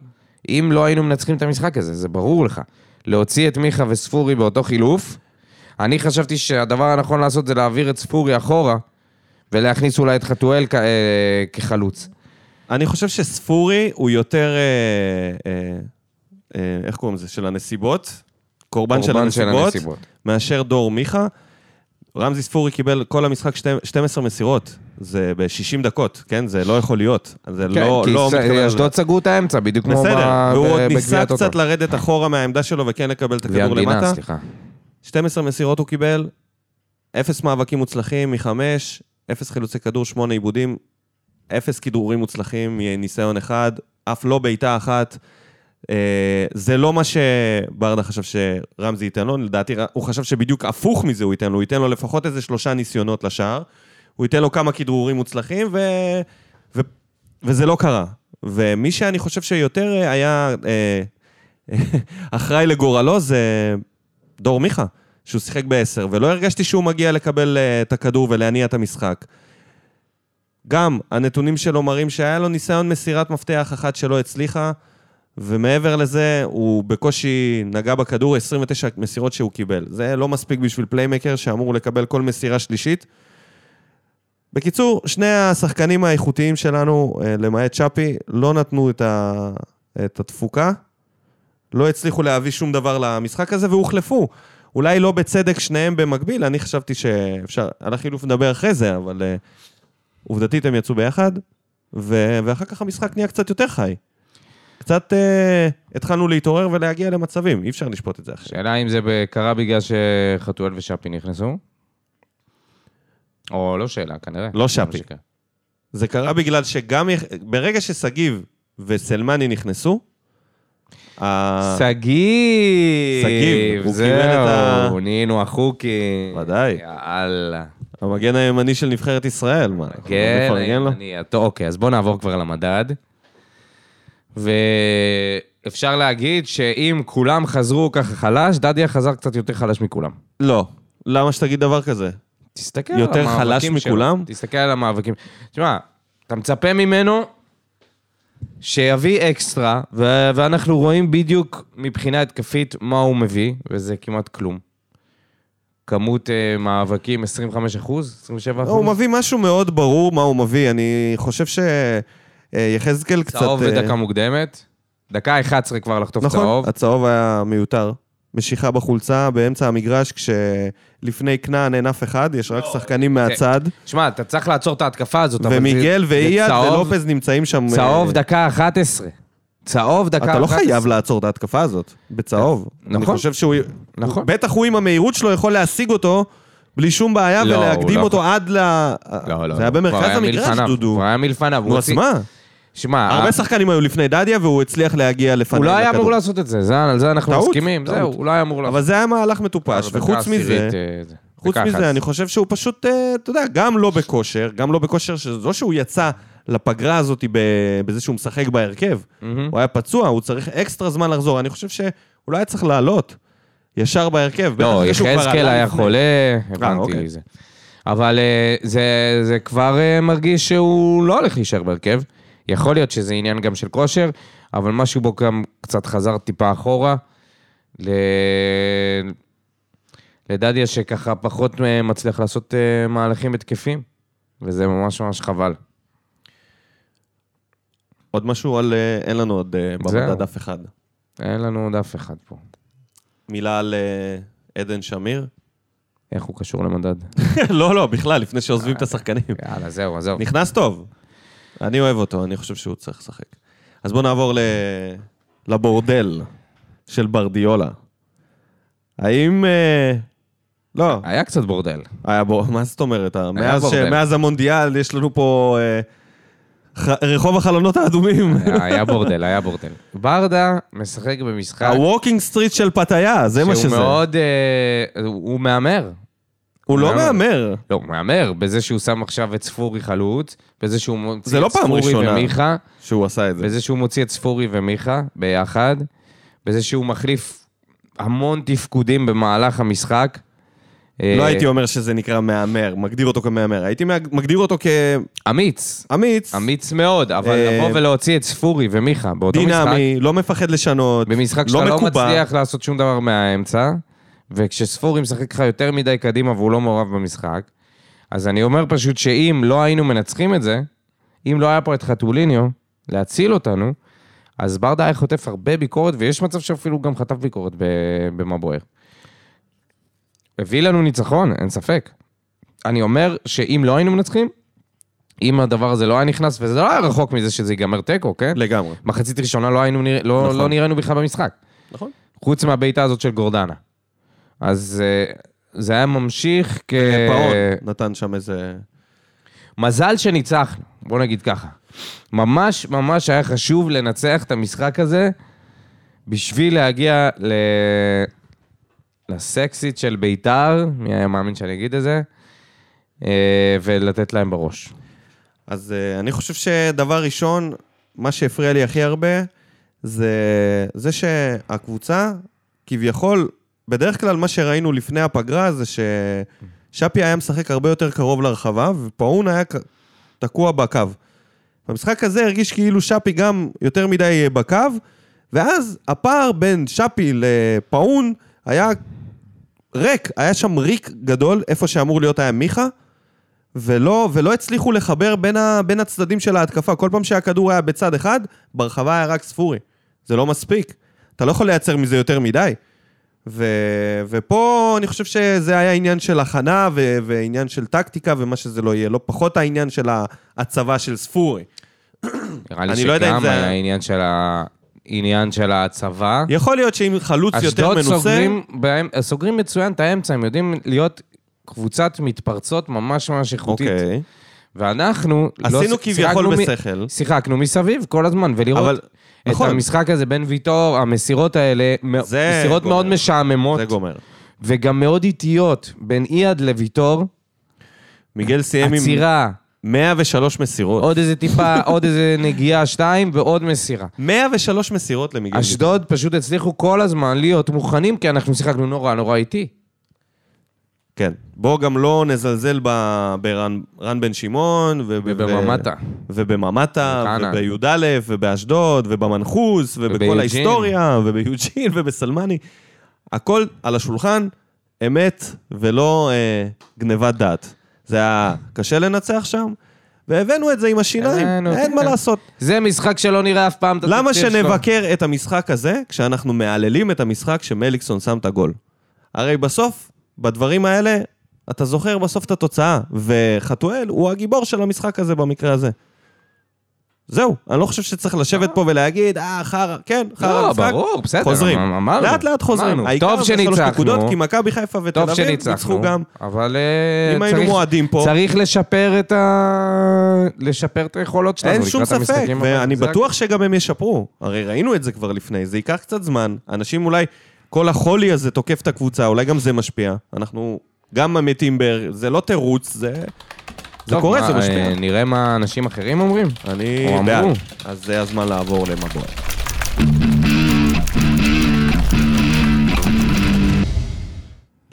Speaker 2: אם לא היינו מנצחים את המשחק הזה, זה ברור לך. להוציא את מיכה וספורי באותו חילוף, אני חשבתי שהדבר הנכון לעשות זה להעביר את ספורי אחורה, ולהכניס אולי את חתואל כ- אה, כחלוץ.
Speaker 1: אני חושב שספורי הוא יותר, אה, אה, אה, איך קוראים לזה? של הנסיבות? קורבן, של,
Speaker 2: קורבן של
Speaker 1: הנסיבות,
Speaker 2: הנסיבות.
Speaker 1: מאשר דור מיכה. רמזי ספורי קיבל כל המשחק שתי- 12 מסירות, זה ב-60 דקות, כן? זה לא יכול להיות. זה
Speaker 2: כן,
Speaker 1: לא,
Speaker 2: כי
Speaker 1: לא
Speaker 2: ס-
Speaker 1: מתקבל על
Speaker 2: אשדוד סגרו את האמצע, בדיוק כמו
Speaker 1: בסדר,
Speaker 2: ב-
Speaker 1: והוא
Speaker 2: ב-
Speaker 1: עוד ניסה
Speaker 2: בגביעת
Speaker 1: קצת
Speaker 2: אותו.
Speaker 1: לרדת אחורה מהעמדה שלו וכן לקבל את
Speaker 2: גביע
Speaker 1: הכדור
Speaker 2: המדינה,
Speaker 1: למטה.
Speaker 2: סליחה.
Speaker 1: 12 מסירות הוא קיבל, אפס מאבקים מוצלחים מחמש, אפס חילוצי כדור, שמונה עיבודים, אפס כידורים מוצלחים מניסיון אחד, אף לא בעיטה אחת. אה, זה לא מה שברדה חשב שרמזי ייתן לו, לדעתי ר- הוא חשב שבדיוק הפוך מזה הוא ייתן לו, הוא ייתן לו לפחות איזה שלושה ניסיונות לשער, הוא ייתן לו כמה כידורים מוצלחים, ו... ו... וזה לא קרה. ומי שאני חושב שיותר אה, היה אה, <laughs> אחראי לגורלו זה דור מיכה, שהוא שיחק בעשר, ולא הרגשתי שהוא מגיע לקבל אה, את הכדור ולהניע את המשחק. גם הנתונים שלו מראים שהיה לו ניסיון מסירת מפתח אחת שלא הצליחה, ומעבר לזה, הוא בקושי נגע בכדור 29 מסירות שהוא קיבל. זה לא מספיק בשביל פליימקר שאמור לקבל כל מסירה שלישית. בקיצור, שני השחקנים האיכותיים שלנו, אה, למעט צ'אפי, לא נתנו את, ה... את התפוקה, לא הצליחו להביא שום דבר למשחק הזה והוחלפו. אולי לא בצדק שניהם במקביל, אני חשבתי שאפשר, על החילוף נדבר אחרי זה, אבל אה, עובדתית הם יצאו ביחד, ו... ואחר כך המשחק נהיה קצת יותר חי. קצת אה, התחלנו להתעורר ולהגיע למצבים, אי אפשר לשפוט את זה עכשיו.
Speaker 2: שאלה אם זה ב- קרה בגלל שחתואל ושאפי נכנסו? או לא שאלה, כנראה.
Speaker 1: לא שפי. זה קרה בגלל שגם, יח- ברגע ששגיב וסלמני נכנסו, ה-
Speaker 2: שגיב!
Speaker 1: אה. שגיב, הוא קיבל את ה-
Speaker 2: זהו, נהיינו החוקי.
Speaker 1: ודאי.
Speaker 2: יאללה.
Speaker 1: המגן הימני של נבחרת ישראל, מה, אנחנו לא
Speaker 2: כן,
Speaker 1: נפרגן לו?
Speaker 2: אני... טוב, אוקיי, אז בואו נעבור כבר למדד. ואפשר להגיד שאם כולם חזרו ככה חלש, דדיה חזר קצת יותר חלש מכולם.
Speaker 1: לא. למה שתגיד דבר כזה?
Speaker 2: תסתכל
Speaker 1: יותר
Speaker 2: על המאבקים
Speaker 1: חלש
Speaker 2: שלו.
Speaker 1: מכולם?
Speaker 2: תסתכל על המאבקים. תשמע, אתה מצפה ממנו שיביא אקסטרה, ו- ואנחנו רואים בדיוק מבחינה התקפית מה הוא מביא, וזה כמעט כלום. כמות uh, מאבקים 25 אחוז? 27
Speaker 1: לא,
Speaker 2: אחוז?
Speaker 1: הוא מביא משהו מאוד ברור מה הוא מביא. אני חושב שיחזקאל קצת...
Speaker 2: צהוב
Speaker 1: אה,
Speaker 2: בדקה מוקדמת. דקה 11 כבר לחטוף צהוב.
Speaker 1: נכון, הצהוב היה מיותר. משיכה בחולצה באמצע המגרש, כשלפני כנען אין אף אחד, יש רק
Speaker 2: כן.
Speaker 1: שחקנים מהצד.
Speaker 2: שמע, אתה צריך לעצור את ההתקפה הזאת. אבל זה-
Speaker 1: ומיגל
Speaker 2: זה
Speaker 1: ואייד
Speaker 2: צהוב-
Speaker 1: ולופז נמצאים שם... אה,
Speaker 2: צהוב דקה 11. צהוב דקה 11.
Speaker 1: אתה לא חייב לעצור את ההתקפה הזאת, בצהוב. אני
Speaker 2: נכון.
Speaker 1: חושב שהוא...
Speaker 2: נכון.
Speaker 1: הוא- בטח הוא עם המהירות שלו יכול להשיג אותו בלי שום בעיה
Speaker 2: לא, הוא
Speaker 1: ולהקדים
Speaker 2: לא
Speaker 1: אותו
Speaker 2: יכול.
Speaker 1: עד ל...
Speaker 2: לא, לא.
Speaker 1: זה היה
Speaker 2: כבר
Speaker 1: במרכז המגרש,
Speaker 2: מלפניו,
Speaker 1: דודו.
Speaker 2: הוא היה מלפניו. הוא אה.
Speaker 1: נו, אז
Speaker 2: הוציא-
Speaker 1: מה?
Speaker 2: שמע,
Speaker 1: הרבה שחקנים היו לפני דדיה והוא הצליח להגיע לפניו.
Speaker 2: הוא לא היה אמור
Speaker 1: לכדור.
Speaker 2: לעשות את זה, זה, על זה אנחנו
Speaker 1: טעות,
Speaker 2: מסכימים,
Speaker 1: טעות.
Speaker 2: זהו, הוא לא היה אמור לעשות
Speaker 1: אבל
Speaker 2: את
Speaker 1: זה היה מהלך מטופש,
Speaker 2: זה.
Speaker 1: וחוץ
Speaker 2: בדקה
Speaker 1: מזה,
Speaker 2: העשירית, אה, זה.
Speaker 1: חוץ
Speaker 2: דקה אחת.
Speaker 1: מזה, אני חושב שהוא פשוט, אה, אתה יודע, גם לא בכושר, גם לא בכושר, שזה לא שהוא יצא לפגרה הזאת ב- בזה שהוא משחק בהרכב.
Speaker 2: מהמם.
Speaker 1: הוא היה פצוע, הוא צריך אקסטרה זמן לחזור. אני חושב שהוא לא היה צריך לעלות ישר בהרכב. בטח
Speaker 2: לא,
Speaker 1: אחרי שהוא כבר
Speaker 2: יחזקאל
Speaker 1: עלה
Speaker 2: היה
Speaker 1: לפני.
Speaker 2: חולה,
Speaker 1: אוקיי.
Speaker 2: הבנתי זה. אבל אה, זה- זה כבר אה, מרגיש שהוא לא הולך להישאר בהרכב. יכול להיות שזה עניין גם של כושר, אבל משהו בו גם קצת חזר טיפה אחורה. ל... לדדיה שככה פחות אה, מצליח לעשות אה, מהלכים התקפים, וזה ממש ממש חבל.
Speaker 1: עוד משהו על... אה, אין לנו עוד אה, במדד
Speaker 2: זהו.
Speaker 1: אף אחד.
Speaker 2: אין לנו עוד אף אחד פה.
Speaker 1: מילה על אה, עדן שמיר? <laughs>
Speaker 2: איך הוא קשור למדד?
Speaker 1: לא, לא, בכלל, לפני שעוזבים את השחקנים.
Speaker 2: יאללה, זהו, עזוב.
Speaker 1: נכנס טוב. אני אוהב אותו, אני חושב שהוא צריך לשחק. אז בואו נעבור ל... לבורדל של ברדיולה. האם... אה, לא,
Speaker 2: היה קצת בורדל.
Speaker 1: היה בו... מה זאת אומרת? מאז, ש...
Speaker 2: בורדל.
Speaker 1: מאז המונדיאל יש לנו פה אה, ח... רחוב החלונות האדומים.
Speaker 2: היה <laughs> היה בורדל, היה בורדל. ברדה משחק במשחק
Speaker 1: הווקינג סטריט של פתאיה, אה, זה מה
Speaker 2: שהוא
Speaker 1: שזה.
Speaker 2: מאוד... אה, הוא מהמר.
Speaker 1: הוא לא
Speaker 2: מאוד-
Speaker 1: מהמר.
Speaker 2: לא, הוא מהמר, בזה שהוא שם עכשיו את ספורי חלוץ, בזה שהוא מוציא
Speaker 1: זה לא
Speaker 2: את
Speaker 1: פעם
Speaker 2: ספורי
Speaker 1: ראשונה.
Speaker 2: ומיכה,
Speaker 1: שהוא עשה את זה.
Speaker 2: בזה שהוא מוציא את ספורי ומיכה ביחד, בזה שהוא מחליף המון תפקודים במהלך המשחק. אה,
Speaker 1: לא הייתי אומר שזה נקרא מהמר, מגדיר אותו כמהמר. הייתי מה- מגדיר אותו
Speaker 2: אמיץ,
Speaker 1: כאמיץ,
Speaker 2: אמיץ מאוד, אבל
Speaker 1: אה,
Speaker 2: לבוא ולהוציא את ספורי ומיכה באותו משחק,
Speaker 1: דינמי, לא מפחד לשנות,
Speaker 2: במשחק
Speaker 1: לא
Speaker 2: שאתה לא
Speaker 1: מקובע.
Speaker 2: מצליח לעשות שום דבר מהאמצע, וכשספורי משחק לך יותר מדי קדימה והוא לא מעורב במשחק, אז אני אומר פשוט שאם לא היינו מנצחים את זה, אם לא היה פה את חתוליניו להציל אותנו, אז ברדה היה חוטף הרבה ביקורת, ויש מצב שאפילו גם חטף ביקורת ב- במה בוער. הביא לנו ניצחון, אין ספק. אני אומר שאם לא היינו מנצחים, אם הדבר הזה לא היה נכנס, וזה לא היה רחוק מזה שזה ייגמר תיקו, כן?
Speaker 1: לגמרי.
Speaker 2: מחצית ראשונה לא, היינו נרא... לא,
Speaker 1: נכון.
Speaker 2: לא נראינו בכלל במשחק.
Speaker 1: נכון.
Speaker 2: חוץ מהבעיטה הזאת של גורדנה. אז uh, זה היה ממשיך כ...
Speaker 1: פאון כן, נתן שם איזה...
Speaker 2: מזל שניצחנו, בוא נגיד ככה. ממש ממש היה חשוב לנצח את המשחק הזה בשביל להגיע ל... לסקסית של בית"ר, מי היה מאמין שאני אגיד את זה, אה, ולתת להם בראש.
Speaker 1: אז אה, אני חושב שדבר ראשון, מה שהפריע לי הכי הרבה, זה זה שהקבוצה, כביכול, בדרך כלל מה שראינו לפני הפגרה זה ששאפי היה משחק הרבה יותר קרוב לרחבה, ופאון היה ק- תקוע בקו. במשחק הזה הרגיש כאילו שפי גם יותר מדי אה, בקו, ואז הפער בין שפי לפאון היה ריק, היה שם ריק גדול, איפה שאמור להיות היה מיכה, ולא, ולא הצליחו לחבר בין, ה, בין הצדדים של ההתקפה. כל פעם שהכדור היה בצד אחד, ברחבה היה רק ספורי. זה לא מספיק. אתה לא יכול לייצר מזה יותר מדי. ו, ופה אני חושב שזה היה עניין של הכנה ו, ועניין של טקטיקה ומה שזה לא יהיה, לא פחות העניין של ההצבה של ספורי.
Speaker 2: נראה
Speaker 1: אני
Speaker 2: לי
Speaker 1: לא יודע אם
Speaker 2: שגם
Speaker 1: זה
Speaker 2: היה
Speaker 1: היה-
Speaker 2: עניין של, ה... עניין של ההצבה.
Speaker 1: יכול להיות שאם חלוץ יותר
Speaker 2: אשדוד
Speaker 1: מנוסה...
Speaker 2: סוגרים, בהם, סוגרים מצוין את האמצע, הם יודעים להיות קבוצת מתפרצות ממש ממש איכותית. Okay.
Speaker 1: אוקיי.
Speaker 2: ואנחנו...
Speaker 1: עשינו
Speaker 2: ש-
Speaker 1: כביכול
Speaker 2: שיחקנו מ-
Speaker 1: בשכל.
Speaker 2: שיחקנו מסביב כל הזמן, ולראות
Speaker 1: אבל-
Speaker 2: אבל, את
Speaker 1: נכון.
Speaker 2: נכון. המשחק הזה בין ויטור, המסירות האלה, מ-
Speaker 1: זה
Speaker 2: מסירות
Speaker 1: גומר.
Speaker 2: מאוד משעממות,
Speaker 1: זה גומר.
Speaker 2: וגם מאוד איטיות, בין אייד לוויטור,
Speaker 1: מיגל סיים עם
Speaker 2: עצירה,
Speaker 1: 103 מסירות.
Speaker 2: עוד איזה
Speaker 1: <laughs>
Speaker 2: טיפה, עוד איזה נגיעה, שתיים, ועוד מסירה.
Speaker 1: 103 מסירות למיגל.
Speaker 2: אשדוד פשוט הצליחו כל הזמן להיות מוכנים, כי אנחנו שיחקנו נורא נורא איטי.
Speaker 1: כן. בואו גם לא נזלזל ב- ברן רן בן שמעון. וב-
Speaker 2: ובממטה.
Speaker 1: ובממטה,
Speaker 2: וכהנא.
Speaker 1: ובי"א, ובאשדוד, ובמנחוס, ובכל
Speaker 2: וביוג'ין.
Speaker 1: ההיסטוריה, וביוג'ין, <laughs> ובסלמני. הכל על השולחן, אמת ולא אה, גנבת דעת. זה היה קשה לנצח שם, והבאנו את זה עם השיניים,
Speaker 2: הבאנו,
Speaker 1: אין
Speaker 2: כן.
Speaker 1: מה לעשות.
Speaker 2: זה משחק שלא נראה אף פעם את
Speaker 1: למה
Speaker 2: התקציר שלו.
Speaker 1: שנבקר את המשחק הזה כשאנחנו מהללים את המשחק שמליקסון שם את הגול? הרי בסוף, בדברים האלה, אתה זוכר בסוף את התוצאה, וחתואל הוא הגיבור של המשחק הזה במקרה הזה. זהו, אני לא חושב שצריך לשבת פה ולהגיד, אה, חרא, כן, חרא
Speaker 2: לא,
Speaker 1: המשחק.
Speaker 2: ברור, בסדר, אמ,
Speaker 1: חוזרים.
Speaker 2: אמרנו.
Speaker 1: לאט לאט חוזרים.
Speaker 2: אמרנו.
Speaker 1: העיקר
Speaker 2: טוב
Speaker 1: זה שלוש
Speaker 2: שניצחנו.
Speaker 1: נקודות, כי מכבי חיפה ותל
Speaker 2: טוב
Speaker 1: אביב ניצחו
Speaker 2: שניצחנו,
Speaker 1: גם.
Speaker 2: אבל אה,
Speaker 1: אם היינו
Speaker 2: צריך-
Speaker 1: מועדים פה-
Speaker 2: צריך לשפר את ה... לשפר את היכולות שלנו.
Speaker 1: אין שום
Speaker 2: לקראת
Speaker 1: ספק,
Speaker 2: המשחקים הבאים.
Speaker 1: ואני
Speaker 2: זה
Speaker 1: בטוח שגם הם ישפרו. הרי ראינו את זה כבר לפני, זה ייקח קצת זמן. אנשים אולי, כל החולי הזה תוקף את הקבוצה, אולי גם זה משפיע. אנחנו גם מתים ב... זה לא תירוץ, זה...
Speaker 2: הכל.
Speaker 1: זה
Speaker 2: טוב,
Speaker 1: קורה,
Speaker 2: מה,
Speaker 1: זה משפיע.
Speaker 2: אה, נראה מה אנשים אחרים אומרים.
Speaker 1: אני
Speaker 2: או אמרו.
Speaker 1: בעד. אז זה הזמן לעבור למבוא.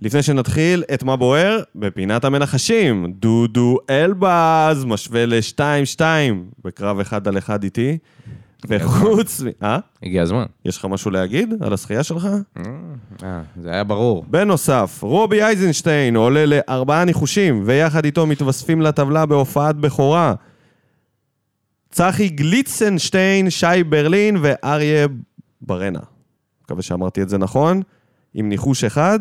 Speaker 1: לפני שנתחיל את מה בוער, בפינת המנחשים, דודו אלבז משווה ל-2-2 בקרב אחד על אחד איתי, וחוץ מ... אה?
Speaker 2: הגיע הזמן.
Speaker 1: יש לך משהו להגיד על הזכייה שלך?
Speaker 2: אה, זה היה ברור.
Speaker 1: בנוסף, רובי אייזנשטיין עולה לארבעה ניחושים, ויחד איתו מתווספים לטבלה בהופעת בכורה. צחי גליצנשטיין, שי ברלין ואריה ברנה. מקווה שאמרתי את זה נכון. עם ניחוש אחד,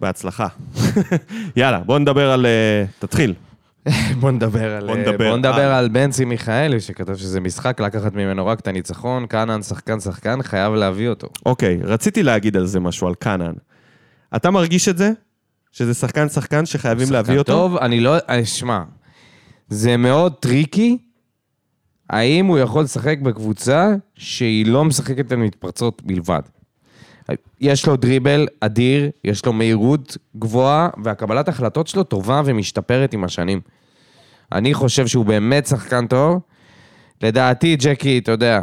Speaker 1: בהצלחה. <laughs> יאללה, בוא נדבר על... אה, תתחיל.
Speaker 2: <laughs> בוא נדבר על... אה,
Speaker 1: בוא נדבר
Speaker 2: בוא
Speaker 1: על.
Speaker 2: נדבר על בנצי מיכאלי, שכתב שזה משחק, לקחת ממנו רק את הניצחון, כהנן שחקן שחקן, חייב להביא אותו.
Speaker 1: אוקיי, רציתי להגיד על זה משהו, על קאנן. אתה מרגיש את זה? שזה שחקן שחקן שחייבים להביא אותו?
Speaker 2: טוב, אני לא... אה, שמע, זה מאוד טריקי, האם הוא יכול לשחק בקבוצה שהיא לא משחקת על מתפרצות בלבד. יש לו דריבל אדיר, יש לו מהירות גבוהה, והקבלת החלטות שלו טובה ומשתפרת עם השנים. אני חושב שהוא באמת שחקן טוב. לדעתי, ג'קי, אתה יודע,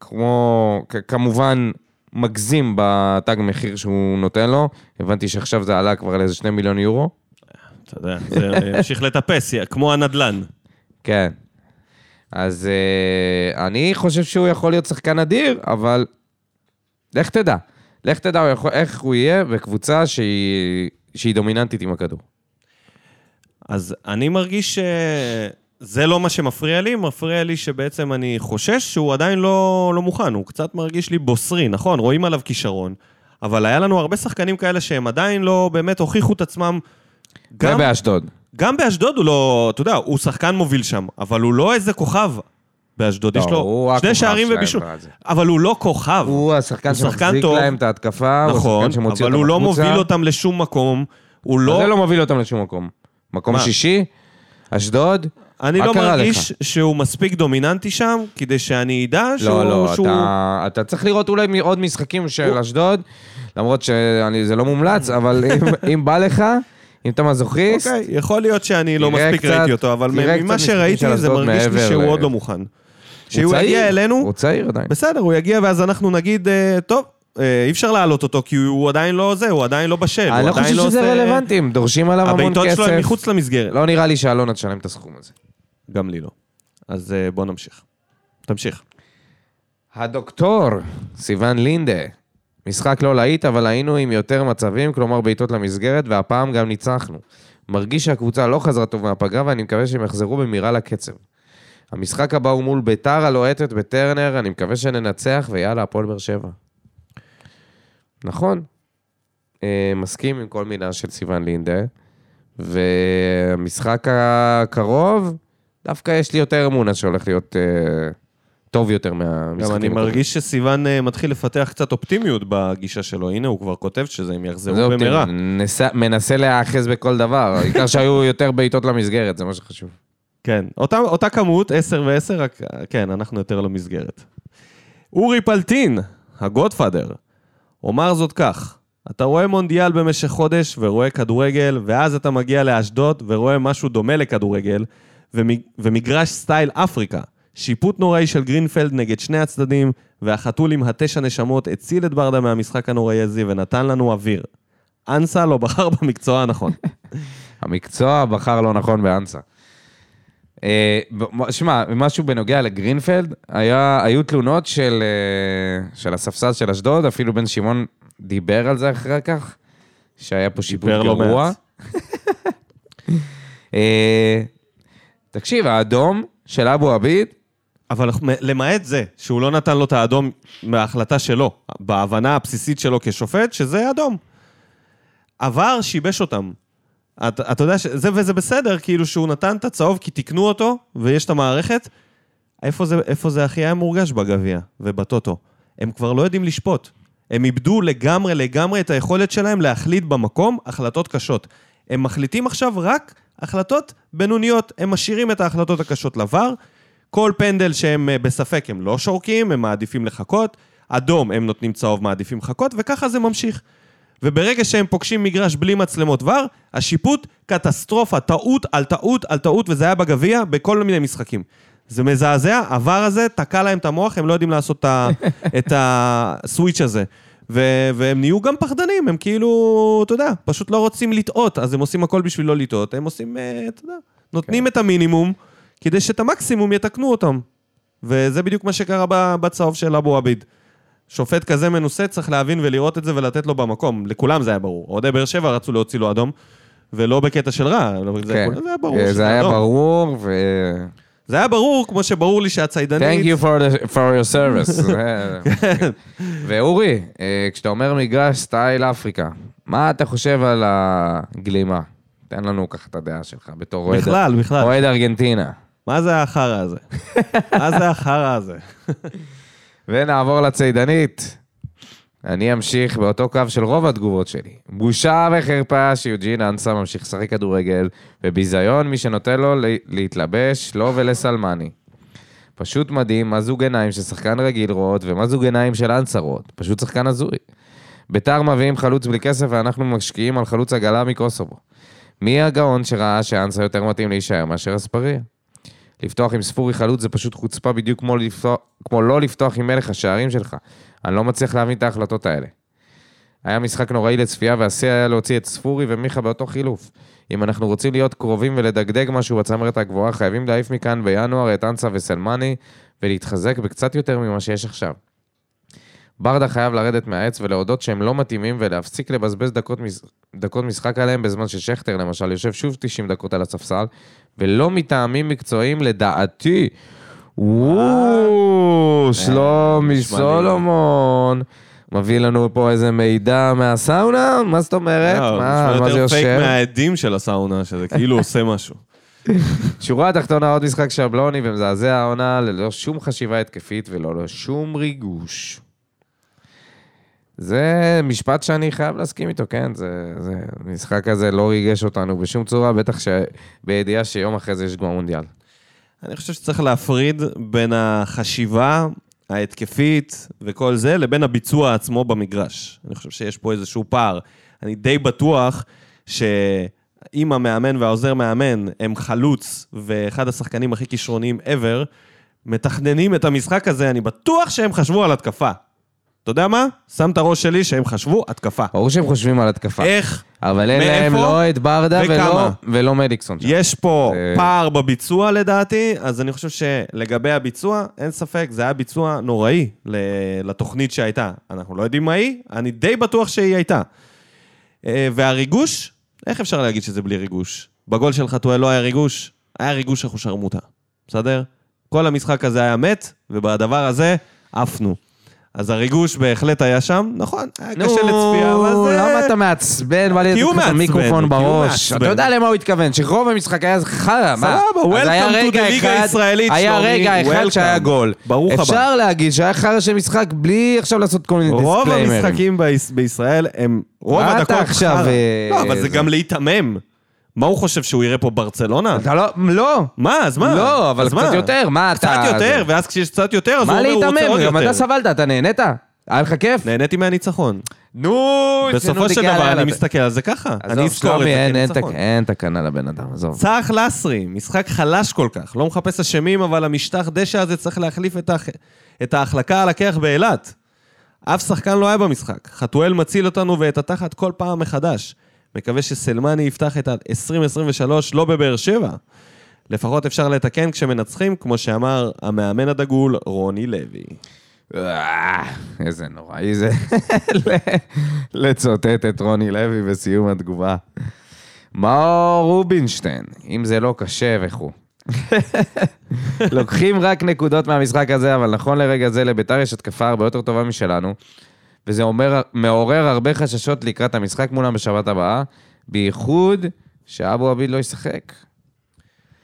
Speaker 2: כמו, כ- כמובן, מגזים בתג מחיר שהוא נותן לו. הבנתי שעכשיו זה עלה כבר לאיזה שני מיליון יורו.
Speaker 1: אתה יודע, זה ימשיך לטפס, כמו הנדלן.
Speaker 2: כן. אז uh, אני חושב שהוא יכול להיות שחקן אדיר, אבל לך תדע. לך תדע הוא יכול, איך הוא יהיה בקבוצה שהיא, שהיא דומיננטית עם הכדור.
Speaker 1: אז אני מרגיש שזה לא מה שמפריע לי, מפריע לי שבעצם אני חושש שהוא עדיין לא, לא מוכן, הוא קצת מרגיש לי בוסרי, נכון, רואים עליו כישרון, אבל היה לנו הרבה שחקנים כאלה שהם עדיין לא באמת הוכיחו את עצמם.
Speaker 2: זה
Speaker 1: גם,
Speaker 2: באשדוד.
Speaker 1: גם באשדוד הוא לא, אתה יודע, הוא שחקן מוביל שם, אבל הוא לא איזה כוכב. באשדוד
Speaker 2: לא,
Speaker 1: יש לו
Speaker 2: הוא הכוכב
Speaker 1: שני שערים
Speaker 2: שלהם
Speaker 1: ובישול,
Speaker 2: כבר, זה.
Speaker 1: אבל הוא לא כוכב.
Speaker 2: הוא השחקן
Speaker 1: הוא שחקן
Speaker 2: שמחזיק
Speaker 1: טוב.
Speaker 2: להם את ההתקפה, הוא
Speaker 1: נכון,
Speaker 2: השחקן שמוציא
Speaker 1: אבל
Speaker 2: אותם
Speaker 1: הוא לא
Speaker 2: החוצה.
Speaker 1: מוביל אותם לשום מקום, הוא
Speaker 2: אבל
Speaker 1: לא...
Speaker 2: זה לא מוביל אותם לשום מקום. מקום
Speaker 1: מה?
Speaker 2: שישי, אשדוד,
Speaker 1: אני
Speaker 2: מה
Speaker 1: לא
Speaker 2: קרה
Speaker 1: מרגיש שהוא מספיק דומיננטי שם, כדי שאני אדע שהוא...
Speaker 2: לא, לא,
Speaker 1: שהוא...
Speaker 2: אתה, אתה צריך לראות אולי מ- עוד משחקים של אשדוד, למרות שזה לא מומלץ,
Speaker 1: <laughs>
Speaker 2: אבל אם, אם בא לך, אם אתה מזוכיסט,
Speaker 1: אוקיי, יכול להיות שאני לא
Speaker 2: תראה
Speaker 1: מספיק
Speaker 2: קצת-
Speaker 1: ראיתי אותו, אבל
Speaker 2: תראה
Speaker 1: ממה
Speaker 2: קצת משחקים של
Speaker 1: שראיתי זה
Speaker 2: אשדוד
Speaker 1: מרגיש לי
Speaker 2: מעבר
Speaker 1: שהוא
Speaker 2: ל-
Speaker 1: עוד לא מוכן. שהוא
Speaker 2: צעיר,
Speaker 1: יגיע אלינו,
Speaker 2: הוא צעיר עדיין.
Speaker 1: בסדר, הוא יגיע ואז אנחנו נגיד, אה, טוב, אה, אי אפשר להעלות אותו כי הוא עדיין לא זה, הוא עדיין לא בשל, הוא
Speaker 2: אני לא
Speaker 1: עדיין
Speaker 2: חושב שזה
Speaker 1: עושה-
Speaker 2: רלוונטי, הם דורשים עליו המון
Speaker 1: הבעיטות שלו הן
Speaker 2: כסף.
Speaker 1: מחוץ למסגרת.
Speaker 2: לא נראה לי שאלונה תשלם את הסכום הזה.
Speaker 1: גם לי לא. אז אה, בוא נמשיך. תמשיך.
Speaker 2: הדוקטור, סיון לינדה. משחק לא להיט, אבל היינו עם יותר מצבים, כלומר בעיטות למסגרת, והפעם גם ניצחנו. מרגיש שהקבוצה לא חזרה טוב מהפגרה, ואני מקווה שהם יחזרו במהירה לקצב. המשחק הבא הוא מול ביתר הלוהטת בטרנר, אני מקווה שננצח, ויאללה, הפועל באר שבע. נכון. אה, מסכים עם כל מילה של סיון לינדה, והמשחק הקרוב, דווקא יש לי יותר אמונה שהולך להיות אה, טוב יותר מהמשחקים
Speaker 1: גם אני
Speaker 2: הקודמים.
Speaker 1: מרגיש שסיון אה, מתחיל לפתח קצת אופטימיות בגישה שלו. הנה, הוא כבר כותב שזה, הם יחזרו
Speaker 2: עזוב אותי,
Speaker 1: במהרה.
Speaker 2: נס- מנסה להיאחז בכל דבר, <laughs> העיקר שהיו יותר בעיטות למסגרת, זה מה שחשוב.
Speaker 1: כן, אותה, אותה כמות, 10 ו-10, רק כן, אנחנו יותר לא מסגרת. אורי פלטין, הגודפאדר, אומר זאת כך, אתה רואה מונדיאל במשך חודש ורואה כדורגל, ואז אתה מגיע לאשדוד ורואה משהו דומה לכדורגל, ומג, ומגרש סטייל אפריקה. שיפוט נוראי של גרינפלד נגד שני הצדדים, והחתול עם התשע נשמות הציל את ברדה מהמשחק הנוראי הזה ונתן לנו אוויר. אנסה לא בחר במקצוע הנכון.
Speaker 2: המקצוע בחר לא נכון באנסה. אה, ב- שמע, משהו בנוגע לגרינפלד, היה, היו תלונות של, אה, של הספסל של אשדוד, אפילו בן שמעון דיבר על זה אחר כך, שהיה פה שיפוט
Speaker 1: דיבר לא
Speaker 2: גרוע.
Speaker 1: מעט.
Speaker 2: <laughs> אה, תקשיב, האדום של אבו עביד,
Speaker 1: אבל למעט זה שהוא לא נתן לו את האדום מההחלטה שלו, בהבנה הבסיסית שלו כשופט, שזה אדום. עבר שיבש אותם. אתה אתה יודע, ש- זה וזה בסדר, כאילו שהוא נתן את הצהוב כי תיקנו אותו, ויש את המערכת. איפה זה, איפה זה הכי היה מורגש בגביע ובטוטו? הם כבר לא יודעים לשפוט. הם איבדו לגמרי לגמרי את היכולת שלהם להחליט במקום החלטות קשות. הם מחליטים עכשיו רק החלטות בינוניות. הם משאירים את ההחלטות הקשות לבר. כל פנדל שהם אה, בספק הם לא שורקים, הם מעדיפים לחכות. אדום הם נותנים צהוב, מעדיפים לחכות, וככה זה ממשיך. וברגע שהם פוגשים מגרש בלי מצלמות ור, השיפוט קטסטרופה, טעות על טעות על טעות, וזה היה בגביע בכל מיני משחקים. זה מזעזע, הוואר הזה תקע להם את המוח, הם לא יודעים לעשות את ה- את הסוויץ' הזה. ו- והם נהיו גם פחדנים, הם כאילו, אתה יודע, פשוט לא רוצים לטעות, אז הם עושים הכל בשביל לא לטעות, הם עושים, אה, אתה יודע, נותנים את המינימום, כדי שאת המקסימום יתקנו אותם. וזה בדיוק מה שקרה ב- בצהוב של אבו עביד. שופט כזה מנוסה צריך להבין ולראות את זה ולתת לו במקום. לכולם זה היה ברור. אוהדי באר שבע רצו להוציא לו אדום, ולא בקטע של רע. אבל זה,
Speaker 2: כן.
Speaker 1: כול- זה היה ברור.
Speaker 2: אה,
Speaker 1: שזה
Speaker 2: זה היה
Speaker 1: אדום.
Speaker 2: ברור, ו...
Speaker 1: זה היה ברור, כמו שברור לי שהציידנית...
Speaker 2: Thank you for, the, for your service. זה- ואורי, אה, כשאתה אומר מגרש סטייל אפריקה, מה אתה חושב על הגלימה? תן לנו ככה את הדעה שלך בתור אוהד-
Speaker 1: בכלל, בכלל.
Speaker 2: אוהד ארגנטינה.
Speaker 1: מה זה החרא
Speaker 2: <laughs>
Speaker 1: הזה? מה זה החרא הזה?
Speaker 2: ונעבור לצידנית. אני אמשיך באותו קו של רוב התגובות שלי. בושה וחרפה שיוג'ין אנסה ממשיך לשחק כדורגל, וביזיון מי שנותן לו ל- להתלבש, לו ולסלמני. פשוט מדהים מה זוג עיניים ששחקן רגיל רואות, ומה זוג עיניים של אנסה רואות. פשוט שחקן הזוי. ביתר מביאים חלוץ בלי כסף, ואנחנו משקיעים על חלוץ עגלה מקוסובו. מי הגאון שראה שאנסה יותר מתאים להישאר מאשר אספריה? לפתוח עם ספורי חלוץ זה פשוט חוצפה בדיוק כמו, לפתוח, כמו לא לפתוח עם מלך השערים שלך. אני לא מצליח להבין את ההחלטות האלה. היה משחק נוראי לצפייה והשיא היה להוציא את ספורי ומיכה באותו חילוף. אם אנחנו רוצים להיות קרובים ולדגדג משהו בצמרת הגבוהה, חייבים להעיף מכאן בינואר את אנסה וסלמני ולהתחזק בקצת יותר ממה שיש עכשיו. ברדה חייב לרדת מהעץ ולהודות שהם לא מתאימים ולהפסיק לבזבז דקות, מש... דקות משחק עליהם בזמן ששכטר למשל יושב שוב 90 דקות על הספסל ולא מטעמים מקצועיים לדעתי. אה, וואו, שלומי
Speaker 1: נשמע לי-
Speaker 2: סולומון מביא לנו פה איזה מידע מהסאונה? אה, מה זאת אומרת?
Speaker 1: לא,
Speaker 2: מה
Speaker 1: נשמע
Speaker 2: מה זה
Speaker 1: יותר פייק
Speaker 2: יושב?
Speaker 1: מהעדים של הסאונה, שזה כאילו עושה משהו.
Speaker 2: שורה התחתונה, עוד משחק שבלוני ומזעזע העונה, ללא שום חשיבה התקפית וללא שום ריגוש. זה משפט שאני חייב להסכים איתו, כן? זה, זה, המשחק הזה לא ריגש אותנו בשום צורה, בטח ש... בידיעה שיום אחרי זה יש גמר מונדיאל.
Speaker 1: אני חושב שצריך להפריד בין החשיבה ההתקפית וכל זה, לבין הביצוע עצמו במגרש. אני חושב שיש פה איזשהו פער. אני די בטוח שאם המאמן והעוזר מאמן הם חלוץ ואחד השחקנים הכי כישרוניים ever, מתכננים את המשחק הזה, אני בטוח שהם חשבו על התקפה. אתה יודע מה? שם את הראש שלי שהם חשבו התקפה.
Speaker 2: ברור שהם חושבים על התקפה,
Speaker 1: איך
Speaker 2: אבל אין
Speaker 1: אה, מאיפה
Speaker 2: להם לא את ברדה ולא,
Speaker 1: וכמה?
Speaker 2: ולא מדיקסון. שם.
Speaker 1: יש פה
Speaker 2: זה-
Speaker 1: פער בביצוע לדעתי, אז אני חושב שלגבי הביצוע, אין ספק, זה היה ביצוע נוראי ל- לתוכנית שהייתה. אנחנו לא יודעים מה היא, אני די בטוח שהיא הייתה. אה, והריגוש, איך אפשר להגיד שזה בלי ריגוש? בגול של חתואל לא היה ריגוש, היה ריגוש אחושרמוטה, בסדר? כל המשחק הזה היה מת, ובדבר הזה עפנו. אז הריגוש בהחלט היה שם, נכון, היה קשה לצפייה, אבל
Speaker 2: נו,
Speaker 1: זה...
Speaker 2: למה אתה מעצבן? בא לי
Speaker 1: כי הוא
Speaker 2: לתת לך את
Speaker 1: מעצבן, כי
Speaker 2: המיקרופון
Speaker 1: הוא
Speaker 2: בראש.
Speaker 1: מעצבן.
Speaker 2: אתה יודע למה הוא התכוון, שרוב המשחק היה חרא, מה?
Speaker 1: סבבה,
Speaker 2: אז היה
Speaker 1: Welcome to
Speaker 2: רגע
Speaker 1: the ליגה
Speaker 2: אחד-
Speaker 1: הישראלית,
Speaker 2: היה
Speaker 1: שלומי,
Speaker 2: רגע אחד
Speaker 1: welcome.
Speaker 2: שהיה גול.
Speaker 1: ברוך הבא.
Speaker 2: אפשר להגיד שהיה חרא של משחק בלי עכשיו לעשות כל מיני דיסקליימרים.
Speaker 1: רוב המשחקים ביש- בישראל הם... רוב
Speaker 2: מה אתה
Speaker 1: הדקות
Speaker 2: עכשיו,
Speaker 1: חרא.
Speaker 2: אה,
Speaker 1: לא, אבל זה
Speaker 2: זה-
Speaker 1: גם להיתמם. מה הוא חושב, שהוא יראה פה ברצלונה?
Speaker 2: אתה לא, לא.
Speaker 1: מה, אז מה?
Speaker 2: לא, אבל
Speaker 1: אז מה?
Speaker 2: קצת יותר, מה אתה...
Speaker 1: קצת יותר,
Speaker 2: זה-
Speaker 1: ואז כשיש קצת יותר, אז הוא
Speaker 2: מה
Speaker 1: אומר, הוא רוצה עוד
Speaker 2: להיתמם? גם
Speaker 1: יותר.
Speaker 2: אתה סבלת, אתה נהנית? היה לך כיף?
Speaker 1: נהניתי מהניצחון.
Speaker 2: נו,
Speaker 1: בסופו של דבר, אני מסתכל על זה ככה. אני אזכור את זה כניצחון.
Speaker 2: אין תקנה לבן אדם, עזוב.
Speaker 1: צח לסרי, משחק חלש כל כך. לא מחפש אשמים, אבל המשטח דשא הזה צריך להחליף את, הח... את ההחלקה על הקרח באילת. אף שחקן לא היה במשחק. חתואל מציל אותנו ואת התחת כל פעם מחדש. מקווה שסלמני יפתח את ה-2023 לא בבאר שבע. לפחות אפשר לתקן כשמנצחים, כמו שאמר המאמן הדגול רוני לוי.
Speaker 2: אה, איזה נוראי זה <laughs> ל- לצוטט את רוני לוי בסיום התגובה. מאור רובינשטיין, אם זה לא קשה וכו'. <laughs> לוקחים רק נקודות מהמשחק הזה, אבל נכון לרגע זה לביתר יש התקפה הרבה יותר טובה משלנו, וזה אומר, מעורר הרבה חששות לקראת המשחק מולם בשבת הבאה, בייחוד שאבו עביד לא ישחק.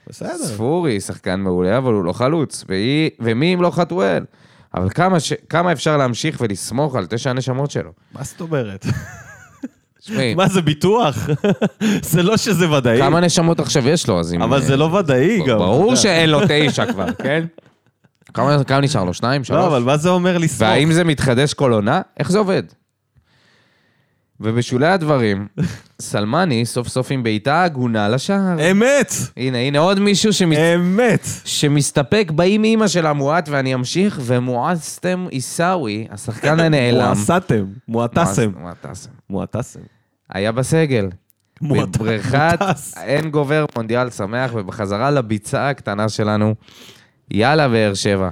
Speaker 1: בסדר.
Speaker 2: ספורי, שחקן מעולה, אבל הוא לא חלוץ. והיא, ומי אם לא חתואל? אבל כמה, ש... כמה אפשר להמשיך ולסמוך על תשע הנשמות שלו?
Speaker 1: מה זאת אומרת?
Speaker 2: תשמעי,
Speaker 1: מה זה ביטוח? <laughs> זה לא שזה ודאי.
Speaker 2: כמה נשמות עכשיו יש לו, אז אם... אה,
Speaker 1: אבל זה לא ודאי גם. אתה
Speaker 2: ברור
Speaker 1: יודע.
Speaker 2: שאין לו תשע
Speaker 1: <laughs>
Speaker 2: כבר, כן? כמה, כמה נשאר לו? שניים? שלוש?
Speaker 1: לא, אבל מה זה אומר לסמוך?
Speaker 2: והאם זה מתחדש כל עונה? איך זה עובד? ובשולי
Speaker 1: <laughs>
Speaker 2: הדברים, סלמני סוף סוף עם בעיטה הגונה לשער.
Speaker 1: אמת!
Speaker 2: הנה, הנה עוד מישהו שמת...
Speaker 1: אמת!
Speaker 2: שמסתפק באם אימא שלה מועט, ואני אמשיך, ומועצתם עיסאווי, השחקן הנעלם.
Speaker 1: מועסתם, מועטסם.
Speaker 2: מועצ- מועטסם.
Speaker 1: מועטסם.
Speaker 2: היה בסגל.
Speaker 1: מועט-
Speaker 2: בבריכת
Speaker 1: מועטס.
Speaker 2: אין גובר, מונדיאל שמח, ובחזרה לביצה הקטנה שלנו. יאללה, באר שבע.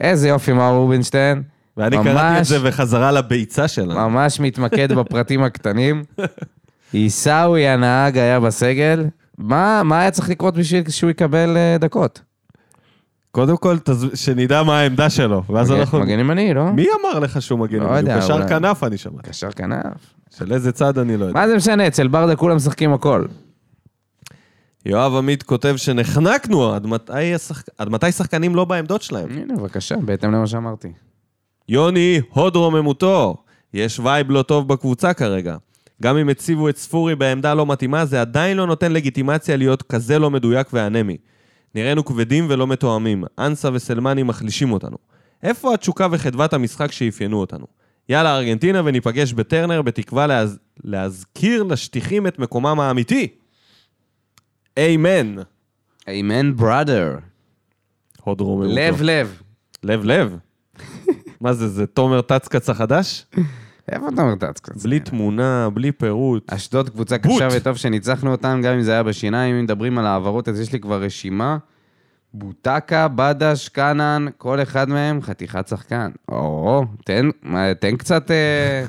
Speaker 2: איזה יופי, מאור רובינשטיין.
Speaker 1: ואני קראתי את זה וחזרה לביצה שלנו.
Speaker 2: ממש מתמקד בפרטים
Speaker 1: <laughs>
Speaker 2: הקטנים. עיסאווי הנהג היה בסגל. מה, מה היה צריך לקרות בשביל שהוא יקבל אה, דקות?
Speaker 1: קודם כל, תז- שנדע מה העמדה שלו, ואז אנחנו...
Speaker 2: מגן ימני, לא?
Speaker 1: מי אמר לך שהוא מגן?
Speaker 2: לא
Speaker 1: ימני?
Speaker 2: יודע,
Speaker 1: הוא קשר
Speaker 2: אולי.
Speaker 1: כנף, אני שמעתי.
Speaker 2: קשר כנף.
Speaker 1: של איזה צד אני לא יודע.
Speaker 2: מה זה משנה, אצל ברדה כולם משחקים הכל.
Speaker 1: יואב עמית כותב שנחנקנו, עד מתי, השחק... עד מתי שחקנים לא בעמדות שלהם?
Speaker 2: הנה, בבקשה, בהתאם למה שאמרתי.
Speaker 1: יוני, הוד רוממותו, יש וייב לא טוב בקבוצה כרגע. גם אם הציבו את ספורי בעמדה לא מתאימה, זה עדיין לא נותן לגיטימציה להיות כזה לא מדויק ואנמי. נראינו כבדים ולא מתואמים, אנסה וסלמני מחלישים אותנו. איפה התשוקה וחדוות המשחק שאפיינו אותנו? יאללה ארגנטינה וניפגש בטרנר בתקווה להז... להזכיר לשטיחים את מקומם האמיתי. איימן.
Speaker 2: אמן בראדר.
Speaker 1: הוד רוממותו.
Speaker 2: לב לב.
Speaker 1: לב לב? מה זה, זה תומר טצקץ החדש?
Speaker 2: איפה אתה מרתץ קצת?
Speaker 1: בלי תמונה, בלי פירוט.
Speaker 2: אשדוד קבוצה
Speaker 1: בוט.
Speaker 2: קשה וטוב שניצחנו אותם, גם אם זה היה בשיניים. אם מדברים על העברות, אז יש לי כבר רשימה. בוטקה, בדש, קאנן, כל אחד מהם חתיכת שחקן. או, תן, מה, תן
Speaker 1: <laughs>
Speaker 2: קצת... אה,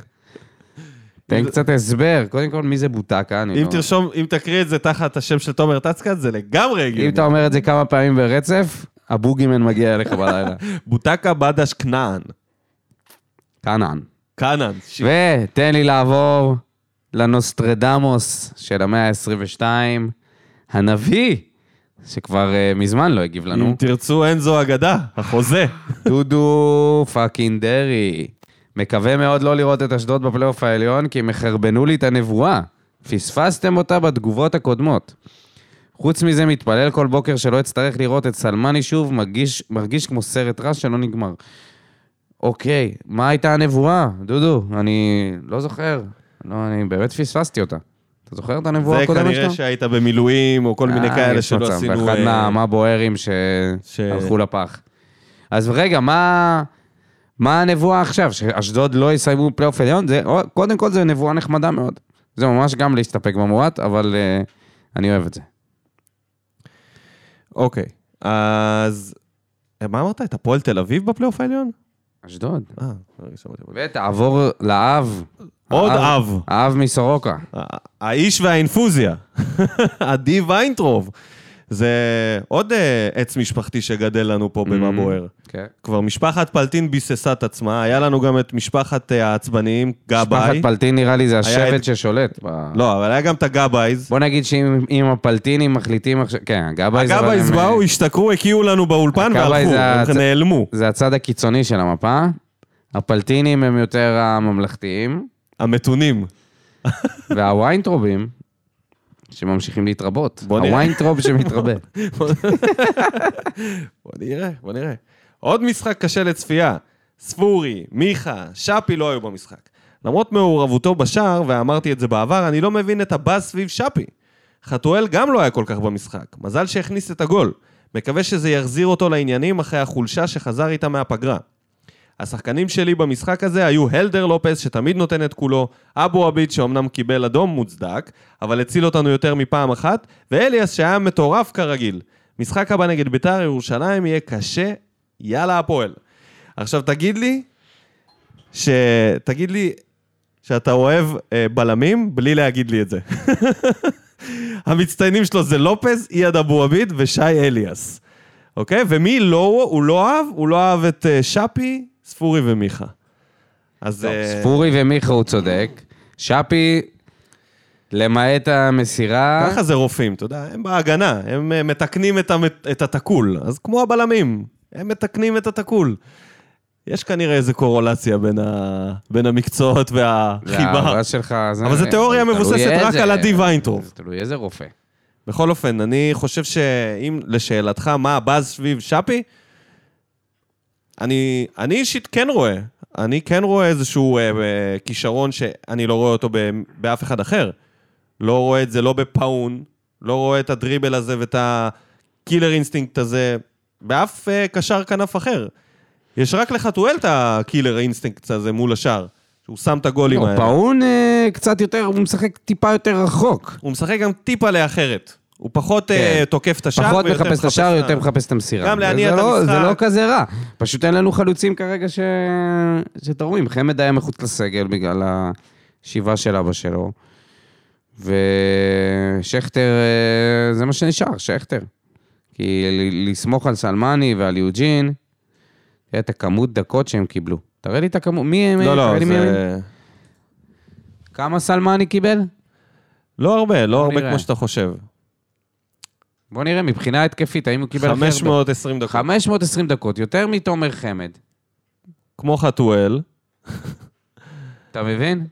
Speaker 2: תן קצת הסבר. קודם כל, מי זה בוטקה? אני
Speaker 1: אם
Speaker 2: לא-
Speaker 1: תרשום, אם תקריא את זה תחת השם של תומר טצקץ, זה לגמרי
Speaker 2: אם
Speaker 1: הגיוני.
Speaker 2: אתה אומר את זה כמה פעמים ברצף, הבוגימן מגיע אליך
Speaker 1: <laughs>
Speaker 2: בלילה.
Speaker 1: בוטקה בדש כנען.
Speaker 2: קאנן.
Speaker 1: כנען. ש-
Speaker 2: ותן לי לעבור לנוסטרדמוס של המאה ה-22, הנביא, שכבר אה, מזמן לא הגיב
Speaker 1: אם
Speaker 2: לנו,
Speaker 1: תרצו, אין זו אגדה, החוזה.
Speaker 2: דודו פאקינג דרעי. מקווה מאוד לא לראות את אשדוד בפלייאוף העליון, כי הם יחרבנו לי את הנבואה. פספסתם אותה בתגובות הקודמות. חוץ מזה, מתפלל כל בוקר שלא אצטרך לראות את סלמני שוב, מרגיש, מרגיש כמו סרט רע שלא נגמר. אוקיי, מה הייתה הנבואה, דודו? אני לא זוכר. לא, אני באמת פספסתי אותה. אתה זוכר את הנבואה
Speaker 1: זה
Speaker 2: הקודמת
Speaker 1: כנראה שהיית במילואים, או כל מיני
Speaker 2: אה,
Speaker 1: כאלה
Speaker 2: יש
Speaker 1: שלא
Speaker 2: מצב,
Speaker 1: עשינו...
Speaker 2: ואחד
Speaker 1: אה,
Speaker 2: מהבוערים
Speaker 1: ש-
Speaker 2: שהלכו לפח. אז רגע, מה... מה הנבואה עכשיו? שאשדוד לא יסיימו פלייאוף עליון? זה, או- קודם כל זו נבואה נחמדה מאוד. זה ממש גם להסתפק במועט, אבל אה, אני אוהב את זה.
Speaker 1: אוקיי, אז... אה, מה אמרת? את הפועל תל אביב בפלייאוף העליון?
Speaker 2: אשדוד.
Speaker 1: אה, רגע, שמעתי.
Speaker 2: ותעבור לאב.
Speaker 1: עוד
Speaker 2: אה,
Speaker 1: אב.
Speaker 2: האב מסורוקה.
Speaker 1: הא- האיש והאינפוזיה, <laughs> עדי ויינטרוב. זה עוד אה, עץ משפחתי שגדל לנו פה במה בוער.
Speaker 2: כן.
Speaker 1: כבר משפחת פלטין ביססה את עצמה, היה לנו גם את משפחת אה, העצבניים,
Speaker 2: משפחת
Speaker 1: גבאי.
Speaker 2: פלטין נראה לי זה
Speaker 1: את-
Speaker 2: השבט ששולט. ב-
Speaker 1: לא, אבל היה גם את הגבאיז.
Speaker 2: בוא נגיד שאם אם הפלטינים מחליטים עכשיו... כן, הגבאי זה... אבל
Speaker 1: הגבאיז
Speaker 2: הם-
Speaker 1: באו, השתכרו, הקיאו לנו באולפן
Speaker 2: הגבאי
Speaker 1: והלכו,
Speaker 2: זה
Speaker 1: הם
Speaker 2: הצ-
Speaker 1: נעלמו.
Speaker 2: זה הצד הקיצוני של המפה. הפלטינים הם יותר
Speaker 1: <laughs>
Speaker 2: הממלכתיים,
Speaker 1: המתונים.
Speaker 2: והוויינטרובים, שממשיכים להתרבות.
Speaker 1: בוא נראה. <laughs>
Speaker 2: הוויינטרוב שמתרבה.
Speaker 1: בוא נראה, בוא נראה. עוד משחק קשה לצפייה. ספורי, מיכה, שפי לא היו במשחק. למרות מעורבותו בשער, ואמרתי את זה בעבר, אני לא מבין את הבאז סביב שפי. חתואל גם לא היה כל כך במשחק. מזל שהכניס את הגול. מקווה שזה יחזיר אותו לעניינים אחרי החולשה שחזר איתה מהפגרה. השחקנים שלי במשחק הזה היו הלדר לופס, שתמיד נותן את כולו, אבו עביד, שאומנם קיבל אדום מוצדק, אבל הציל אותנו יותר מפעם אחת, ואליאס, שהיה מטורף כרגיל. משחק הבא נגד ביתר ירושלים יהיה קשה, יאללה הפועל. עכשיו תגיד לי, ש... תגיד לי שאתה אוהב אה, בלמים בלי להגיד לי את זה. <laughs> המצטיינים שלו זה לופז, אייד אבו עביד ושי אליאס. אוקיי? ומי לא, הוא לא אהב? הוא לא אהב את אה, שפי, ספורי ומיכה. אז... אה,
Speaker 2: לא, ספורי ומיכה הוא צודק. שפי, למעט המסירה,
Speaker 1: ככה זה רופאים, אתה יודע, הם בהגנה, הם אה, מתקנים את, המת... את התקול. אז כמו הבלמים, הם מתקנים את התקול. יש כנראה איזו קורולציה בין, ה... בין המקצועות והחיבה.
Speaker 2: והאהבה שלך...
Speaker 1: אבל זו תיאוריה
Speaker 2: תלוי
Speaker 1: מבוססת
Speaker 2: איזה-
Speaker 1: רק על עדי ויינטרוב.
Speaker 2: זה תלוי איזה רופא.
Speaker 1: בכל אופן, אני חושב שאם לשאלתך מה הבאז סביב שפי, אני, אני אישית כן רואה. אני כן רואה איזשהו אה, אה, כישרון שאני לא רואה אותו ב, באף אחד אחר. לא רואה את זה לא בפאון, לא רואה את הדריבל הזה ואת הקילר אינסטינקט הזה, באף אה, קשר כנף אחר. יש רק לחתואל את הקילר אינסטינקט הזה מול השאר, שהוא שם את הגולים
Speaker 2: לא,
Speaker 1: האלה.
Speaker 2: פאון אה, קצת יותר, הוא משחק טיפה יותר רחוק.
Speaker 1: הוא משחק גם טיפה לאחרת. הוא פחות
Speaker 2: כן.
Speaker 1: אה, תוקף את השער
Speaker 2: פחות
Speaker 1: ויותר
Speaker 2: מחפש את השער, יותר מחפש את המסירה.
Speaker 1: גם להניע
Speaker 2: וזה
Speaker 1: את
Speaker 2: לא- זה
Speaker 1: המשחק.
Speaker 2: לא כזה רע. פשוט אין לנו חלוצים כרגע ש... שתורמים. חמד היה מחוץ לסגל בגלל השבעה של אבא שלו. ושכטר, אה, זה מה שנשאר, שכטר. כי ל- לסמוך על סלמני ועל יוג'ין, תראה את הכמות דקות שהם קיבלו. תראה לי את הכמות, מי הם?
Speaker 1: לא,
Speaker 2: תראה
Speaker 1: לא,
Speaker 2: לי מי הם.
Speaker 1: זה...
Speaker 2: כמה סלמני קיבל?
Speaker 1: לא הרבה, לא הרבה
Speaker 2: נראה.
Speaker 1: כמו שאתה חושב.
Speaker 2: בוא נראה, מבחינה התקפית, האם הוא קיבל הכי הרבה?
Speaker 1: 520 דקות.
Speaker 2: 520 דקות, יותר מתומר חמד.
Speaker 1: כמו חתואל.
Speaker 2: אתה מבין?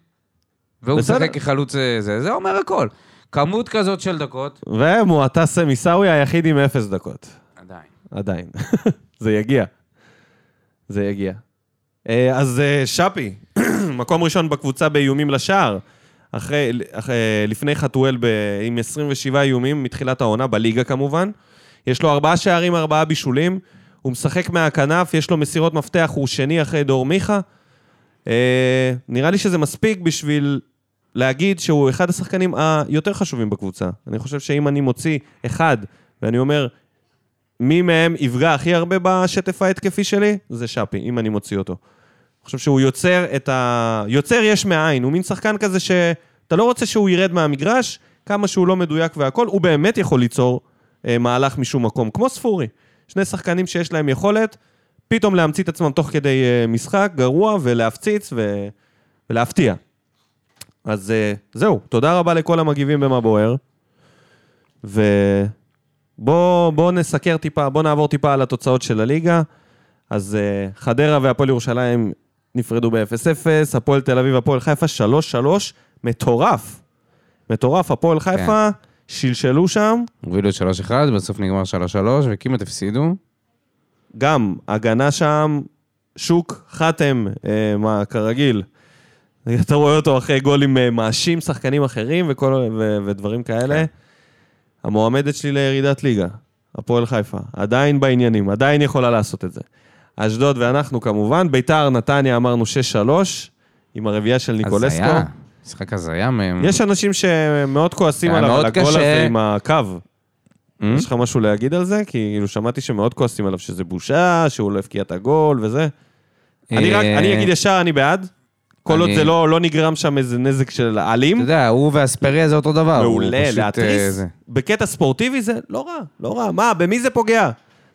Speaker 2: והוא
Speaker 1: בסדר.
Speaker 2: משחק כחלוץ אה, זה, זה אומר הכל. כמות כזאת של דקות,
Speaker 1: ומועטס עיסאווי היחיד עם אפס דקות.
Speaker 2: עדיין.
Speaker 1: עדיין. <laughs> זה יגיע. זה יגיע. אה, אז אה, שפי, <clears throat> מקום ראשון בקבוצה באיומים לשער. אחרי, אח- אה, לפני חתואל ב, עם 27 איומים מתחילת העונה, בליגה כמובן. יש לו ארבעה שערים, ארבעה בישולים. הוא משחק מהכנף, יש לו מסירות מפתח, הוא שני אחרי דור מיכה. אה, נראה לי שזה מספיק בשביל להגיד שהוא אחד השחקנים היותר חשובים בקבוצה. אני חושב שאם אני מוציא אחד, ואני אומר, מי מהם יפגע הכי הרבה בשטף ההתקפי שלי? זה שפי, אם אני מוציא אותו. אני חושב שהוא יוצר את ה... יוצר יש מאין, הוא מין שחקן כזה שאתה לא רוצה שהוא ירד מהמגרש, כמה שהוא לא מדויק והכול, הוא באמת יכול ליצור אה, מהלך משום מקום, כמו ספורי. שני שחקנים שיש להם יכולת, פתאום להמציא את עצמם תוך כדי אה, משחק גרוע ולהפציץ ו... ולהפתיע. אז אה, זהו, תודה רבה לכל המגיבים במה בוער. ו... בואו בוא נסקר טיפה, בואו נעבור טיפה על התוצאות של הליגה. אז uh, חדרה והפועל ירושלים נפרדו ב-0-0, הפועל תל אביב, הפועל חיפה 3-3, מטורף. מטורף, הפועל חיפה, שלשלו שם,
Speaker 2: הובילו 3-1, בסוף נגמר 3-3, וכמעט הפסידו.
Speaker 1: גם הגנה שם, שוק, חתם, אה, מה, כרגיל. אתה רואה אותו אחרי גולים אה, מאשים שחקנים אחרים וכל, ו, ודברים כאלה. המועמדת שלי לירידת ליגה, הפועל חיפה, עדיין בעניינים, עדיין יכולה לעשות את זה. אשדוד ואנחנו כמובן, ביתר, נתניה אמרנו 6-3, עם הרביעייה של ניקולסקו.
Speaker 2: הזיה. משחק הזיה מהם.
Speaker 1: יש אנשים שמאוד כועסים
Speaker 2: Mm. היה
Speaker 1: עליו, על
Speaker 2: מאוד
Speaker 1: הגול
Speaker 2: קשה.
Speaker 1: הזה עם הקו.
Speaker 2: Hmm?
Speaker 1: יש לך משהו להגיד על זה? כי כאילו שמעתי שמאוד כועסים עליו שזה בושה, שהוא לא הבקיע את הגול וזה. אני רק,
Speaker 2: אה,
Speaker 1: אני אגיד ישר, אני בעד. כל עוד
Speaker 2: אני-
Speaker 1: זה לא לא נגרם שם איזה נזק של
Speaker 2: אתה
Speaker 1: אלים.
Speaker 2: יודע, הוא והספריה זה אותו דבר. הוא
Speaker 1: מעולה,
Speaker 2: פשוט, אה,
Speaker 1: להתריס.
Speaker 2: זה.
Speaker 1: בקטע ספורטיבי זה לא רע, לא רע. מה, במי זה פוגע?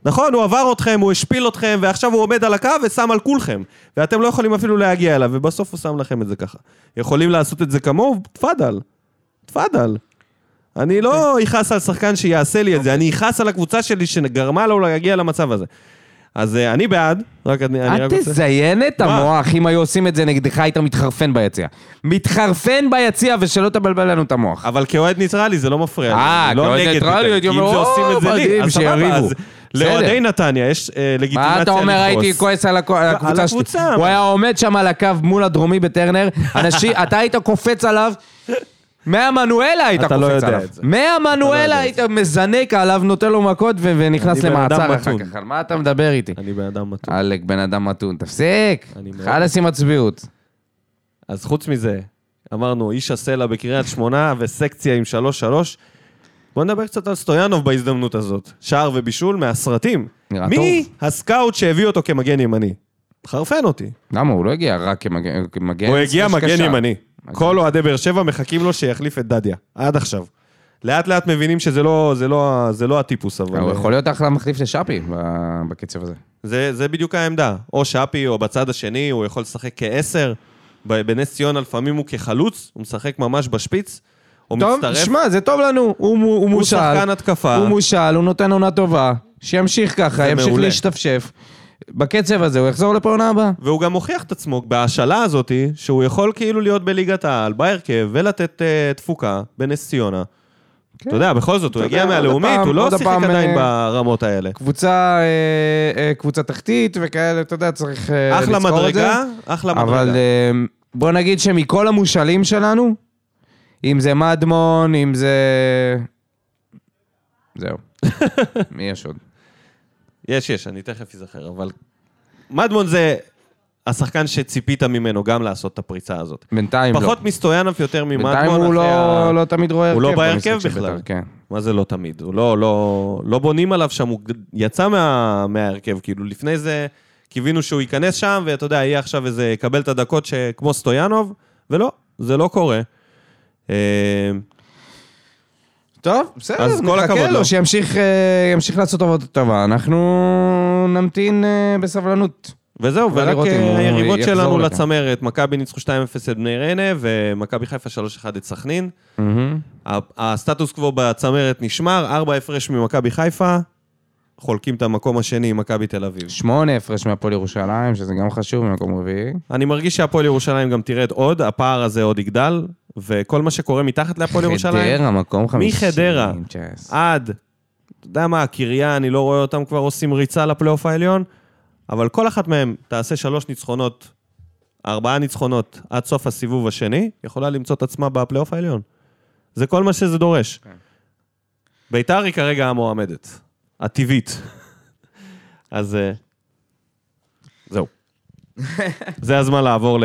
Speaker 1: נכון, הוא עבר אתכם, הוא השפיל אתכם, ועכשיו הוא עומד על הקו ושם על כולכם. ואתם לא יכולים אפילו להגיע אליו, ובסוף הוא שם לכם את זה ככה. יכולים לעשות את זה כמוהו? תפאדל. תפאדל. אני
Speaker 2: כן.
Speaker 1: לא אכעס על שחקן שיעשה לי את זה,
Speaker 2: אוקיי.
Speaker 1: אני אכעס על הקבוצה שלי שגרמה לו להגיע למצב הזה. אז אה, אני בעד, רק אני אני
Speaker 2: אל
Speaker 1: רק רוצה...
Speaker 2: תזיין את
Speaker 1: מה?
Speaker 2: המוח, אם היו עושים את זה נגדך, היית מתחרפן ביציע. מתחרפן ביציע, ושלא תבלבל לנו את המוח.
Speaker 1: אבל כאוהד ניטרלי זה לא מפריע. לי,
Speaker 2: אה,
Speaker 1: אני לא
Speaker 2: כאוהד
Speaker 1: נגד
Speaker 2: ניטרלי,
Speaker 1: ניטרלי,
Speaker 2: הייתי
Speaker 1: כי אם
Speaker 2: אומר,
Speaker 1: זה
Speaker 2: "או,
Speaker 1: עושים את זה לי,
Speaker 2: מדהים,
Speaker 1: אז סבבה,
Speaker 2: שיריבו."
Speaker 1: אז
Speaker 2: בסדר.
Speaker 1: לאוהדי נתניה יש אה, לגיטימציה לכעוס.
Speaker 2: מה
Speaker 1: לא,
Speaker 2: אתה אומר, הייתי כועס על הכ- על הקבוצה שלי.
Speaker 1: הקבוצה.
Speaker 2: הוא היה עומד שם על הקו מול הדרומי בטרנר,
Speaker 1: <laughs>
Speaker 2: אנשים, אתה היית קופץ עליו, מהמנואלה היית קופץ
Speaker 1: אתה לא
Speaker 2: עליו.
Speaker 1: יודע את זה. אתה לא יודע
Speaker 2: מהמנואלה
Speaker 1: את
Speaker 2: היית מזנק עליו, נותן לו מכות ו- ונכנס
Speaker 1: אני בן אדם
Speaker 2: למעצר אחר
Speaker 1: מתון.
Speaker 2: כך. על מה אתה מדבר איתי?
Speaker 1: אני בן אדם מתון.
Speaker 2: עלק, בן אדם מתון, תפסיק.
Speaker 1: אני מאוד-
Speaker 2: חלאס עם הצביעות.
Speaker 1: אז חוץ מזה, אמרנו, איש הסלע בקריית שמונה וסקציה עם 3-3. בוא נדבר קצת על סטויאנוב בהזדמנות הזאת. שער ובישול מהסרטים.
Speaker 2: נראה
Speaker 1: מי הסקאוט שהביא אותו כמגן ימני? מחרפן אותי.
Speaker 2: למה? הוא לא הגיע רק כמגן כמגן
Speaker 1: הוא הגיע
Speaker 2: סלש
Speaker 1: מגן
Speaker 2: קשר.
Speaker 1: ימני.
Speaker 2: מגן.
Speaker 1: כל אוהדי באר שבע מחכים לו שיחליף את דדיה, עד עכשיו. לאט לאט מבינים שזה לא, זה לא, זה לא הטיפוס, אבל...
Speaker 2: הוא יכול להיות אחלה מחליף לשאפי ב- בקצב הזה.
Speaker 1: זה, זה בדיוק העמדה. או שפי, או בצד השני, הוא יכול לשחק כעשר. ב- בנס ציונה לפעמים הוא כחלוץ, הוא משחק ממש בשפיץ. הוא
Speaker 2: טוב,
Speaker 1: מצטרף,
Speaker 2: שמע, זה טוב לנו. הוא מו- הוא
Speaker 1: הוא
Speaker 2: מושל.
Speaker 1: שחקן התקפה.
Speaker 2: הוא מושל, הוא נותן עונה טובה. שימשיך ככה,
Speaker 1: זה
Speaker 2: ימשיך
Speaker 1: מעולה.
Speaker 2: להשתפשף. בקצב הזה הוא יחזור לפה עונה הבאה.
Speaker 1: והוא גם הוכיח את עצמו בהשאלה הזאת, שהוא יכול כאילו להיות בליגת העל, בהרכב, ולתת אה, תפוקה בנס ציונה.
Speaker 2: כן.
Speaker 1: אתה יודע, בכל זאת, הוא
Speaker 2: אתה
Speaker 1: הגיע
Speaker 2: יודע, עוד
Speaker 1: מהלאומית,
Speaker 2: הפעם-
Speaker 1: הוא לא
Speaker 2: עוד
Speaker 1: שיחק
Speaker 2: הפעם,
Speaker 1: עדיין
Speaker 2: אה,
Speaker 1: ברמות האלה.
Speaker 2: קבוצה, אה, אה, קבוצה תחתית וכאלה, אתה יודע, צריך אה,
Speaker 1: אחלה
Speaker 2: לזכור את זה.
Speaker 1: מדרגה, אחלה
Speaker 2: אבל
Speaker 1: מדרגה.
Speaker 2: אה, בוא נגיד שמכל המושאלים שלנו, אם זה מדמון, אם זה...
Speaker 1: <laughs>
Speaker 2: זהו. מי יש עוד?
Speaker 1: יש, יש, אני תכף אזכר, אבל... מדמון זה השחקן שציפית ממנו גם לעשות את הפריצה הזאת.
Speaker 2: בינתיים לא.
Speaker 1: פחות מסטויאנוף, יותר ממדמון.
Speaker 2: בינתיים הוא
Speaker 1: אחרי
Speaker 2: לא,
Speaker 1: ה-
Speaker 2: לא תמיד רואה
Speaker 1: הוא
Speaker 2: הרכב.
Speaker 1: לא בהרכב
Speaker 2: במשחק של
Speaker 1: בכלל.
Speaker 2: בית"ר, כן.
Speaker 1: מה זה לא תמיד? הוא לא, לא, לא בונים עליו שם, הוא יצא מה, מההרכב, כאילו לפני זה קיווינו שהוא ייכנס שם, ואתה יודע, יהיה עכשיו איזה, יקבל את הדקות שכמו סטויאנוב, ולא, זה לא קורה. אה,
Speaker 2: טוב, בסדר,
Speaker 1: אז כל הכבוד
Speaker 2: נחכה
Speaker 1: לו.
Speaker 2: לו שימשיך אה, ימשיך לעשות עבודה טובה. אנחנו נמתין אה, בסבלנות.
Speaker 1: וזהו,
Speaker 2: אבל
Speaker 1: ורק
Speaker 2: לראות אם
Speaker 1: אה,
Speaker 2: הוא
Speaker 1: היריבות
Speaker 2: יחזור
Speaker 1: שלנו
Speaker 2: לכאן.
Speaker 1: לצמרת, מכבי ניצחו 2-0 את בני ריינה, ומכבי חיפה 3-1 את סכנין. ה- הסטטוס קוו בצמרת נשמר, ארבע הפרש ממכבי חיפה, חולקים את המקום השני עם מכבי תל אביב.
Speaker 2: שמונה הפרש מהפועל ירושלים, שזה גם חשוב ממקום רביעי.
Speaker 1: אני מרגיש שהפועל ירושלים גם תרד עוד, הפער הזה עוד יגדל, וכל מה שקורה מתחת להפועל
Speaker 2: <laughs>
Speaker 1: ירושלים,
Speaker 2: חדרה, מקום חמישי.
Speaker 1: מחדרה.
Speaker 2: צ'ס.
Speaker 1: עד, אתה יודע מה, הקריה, אני לא רואה אותם כבר עושים ריצה לפלייאוף העליון, אבל כל אחת מהם תעשה שלוש ניצחונות, ארבעה ניצחונות עד סוף הסיבוב השני, יכולה למצוא את עצמה בפלייאוף העליון. זה כל מה שזה דורש. ביתר היא כרגע המועמדת, הטבעית. אז אה, זהו. זה הזמן לעבור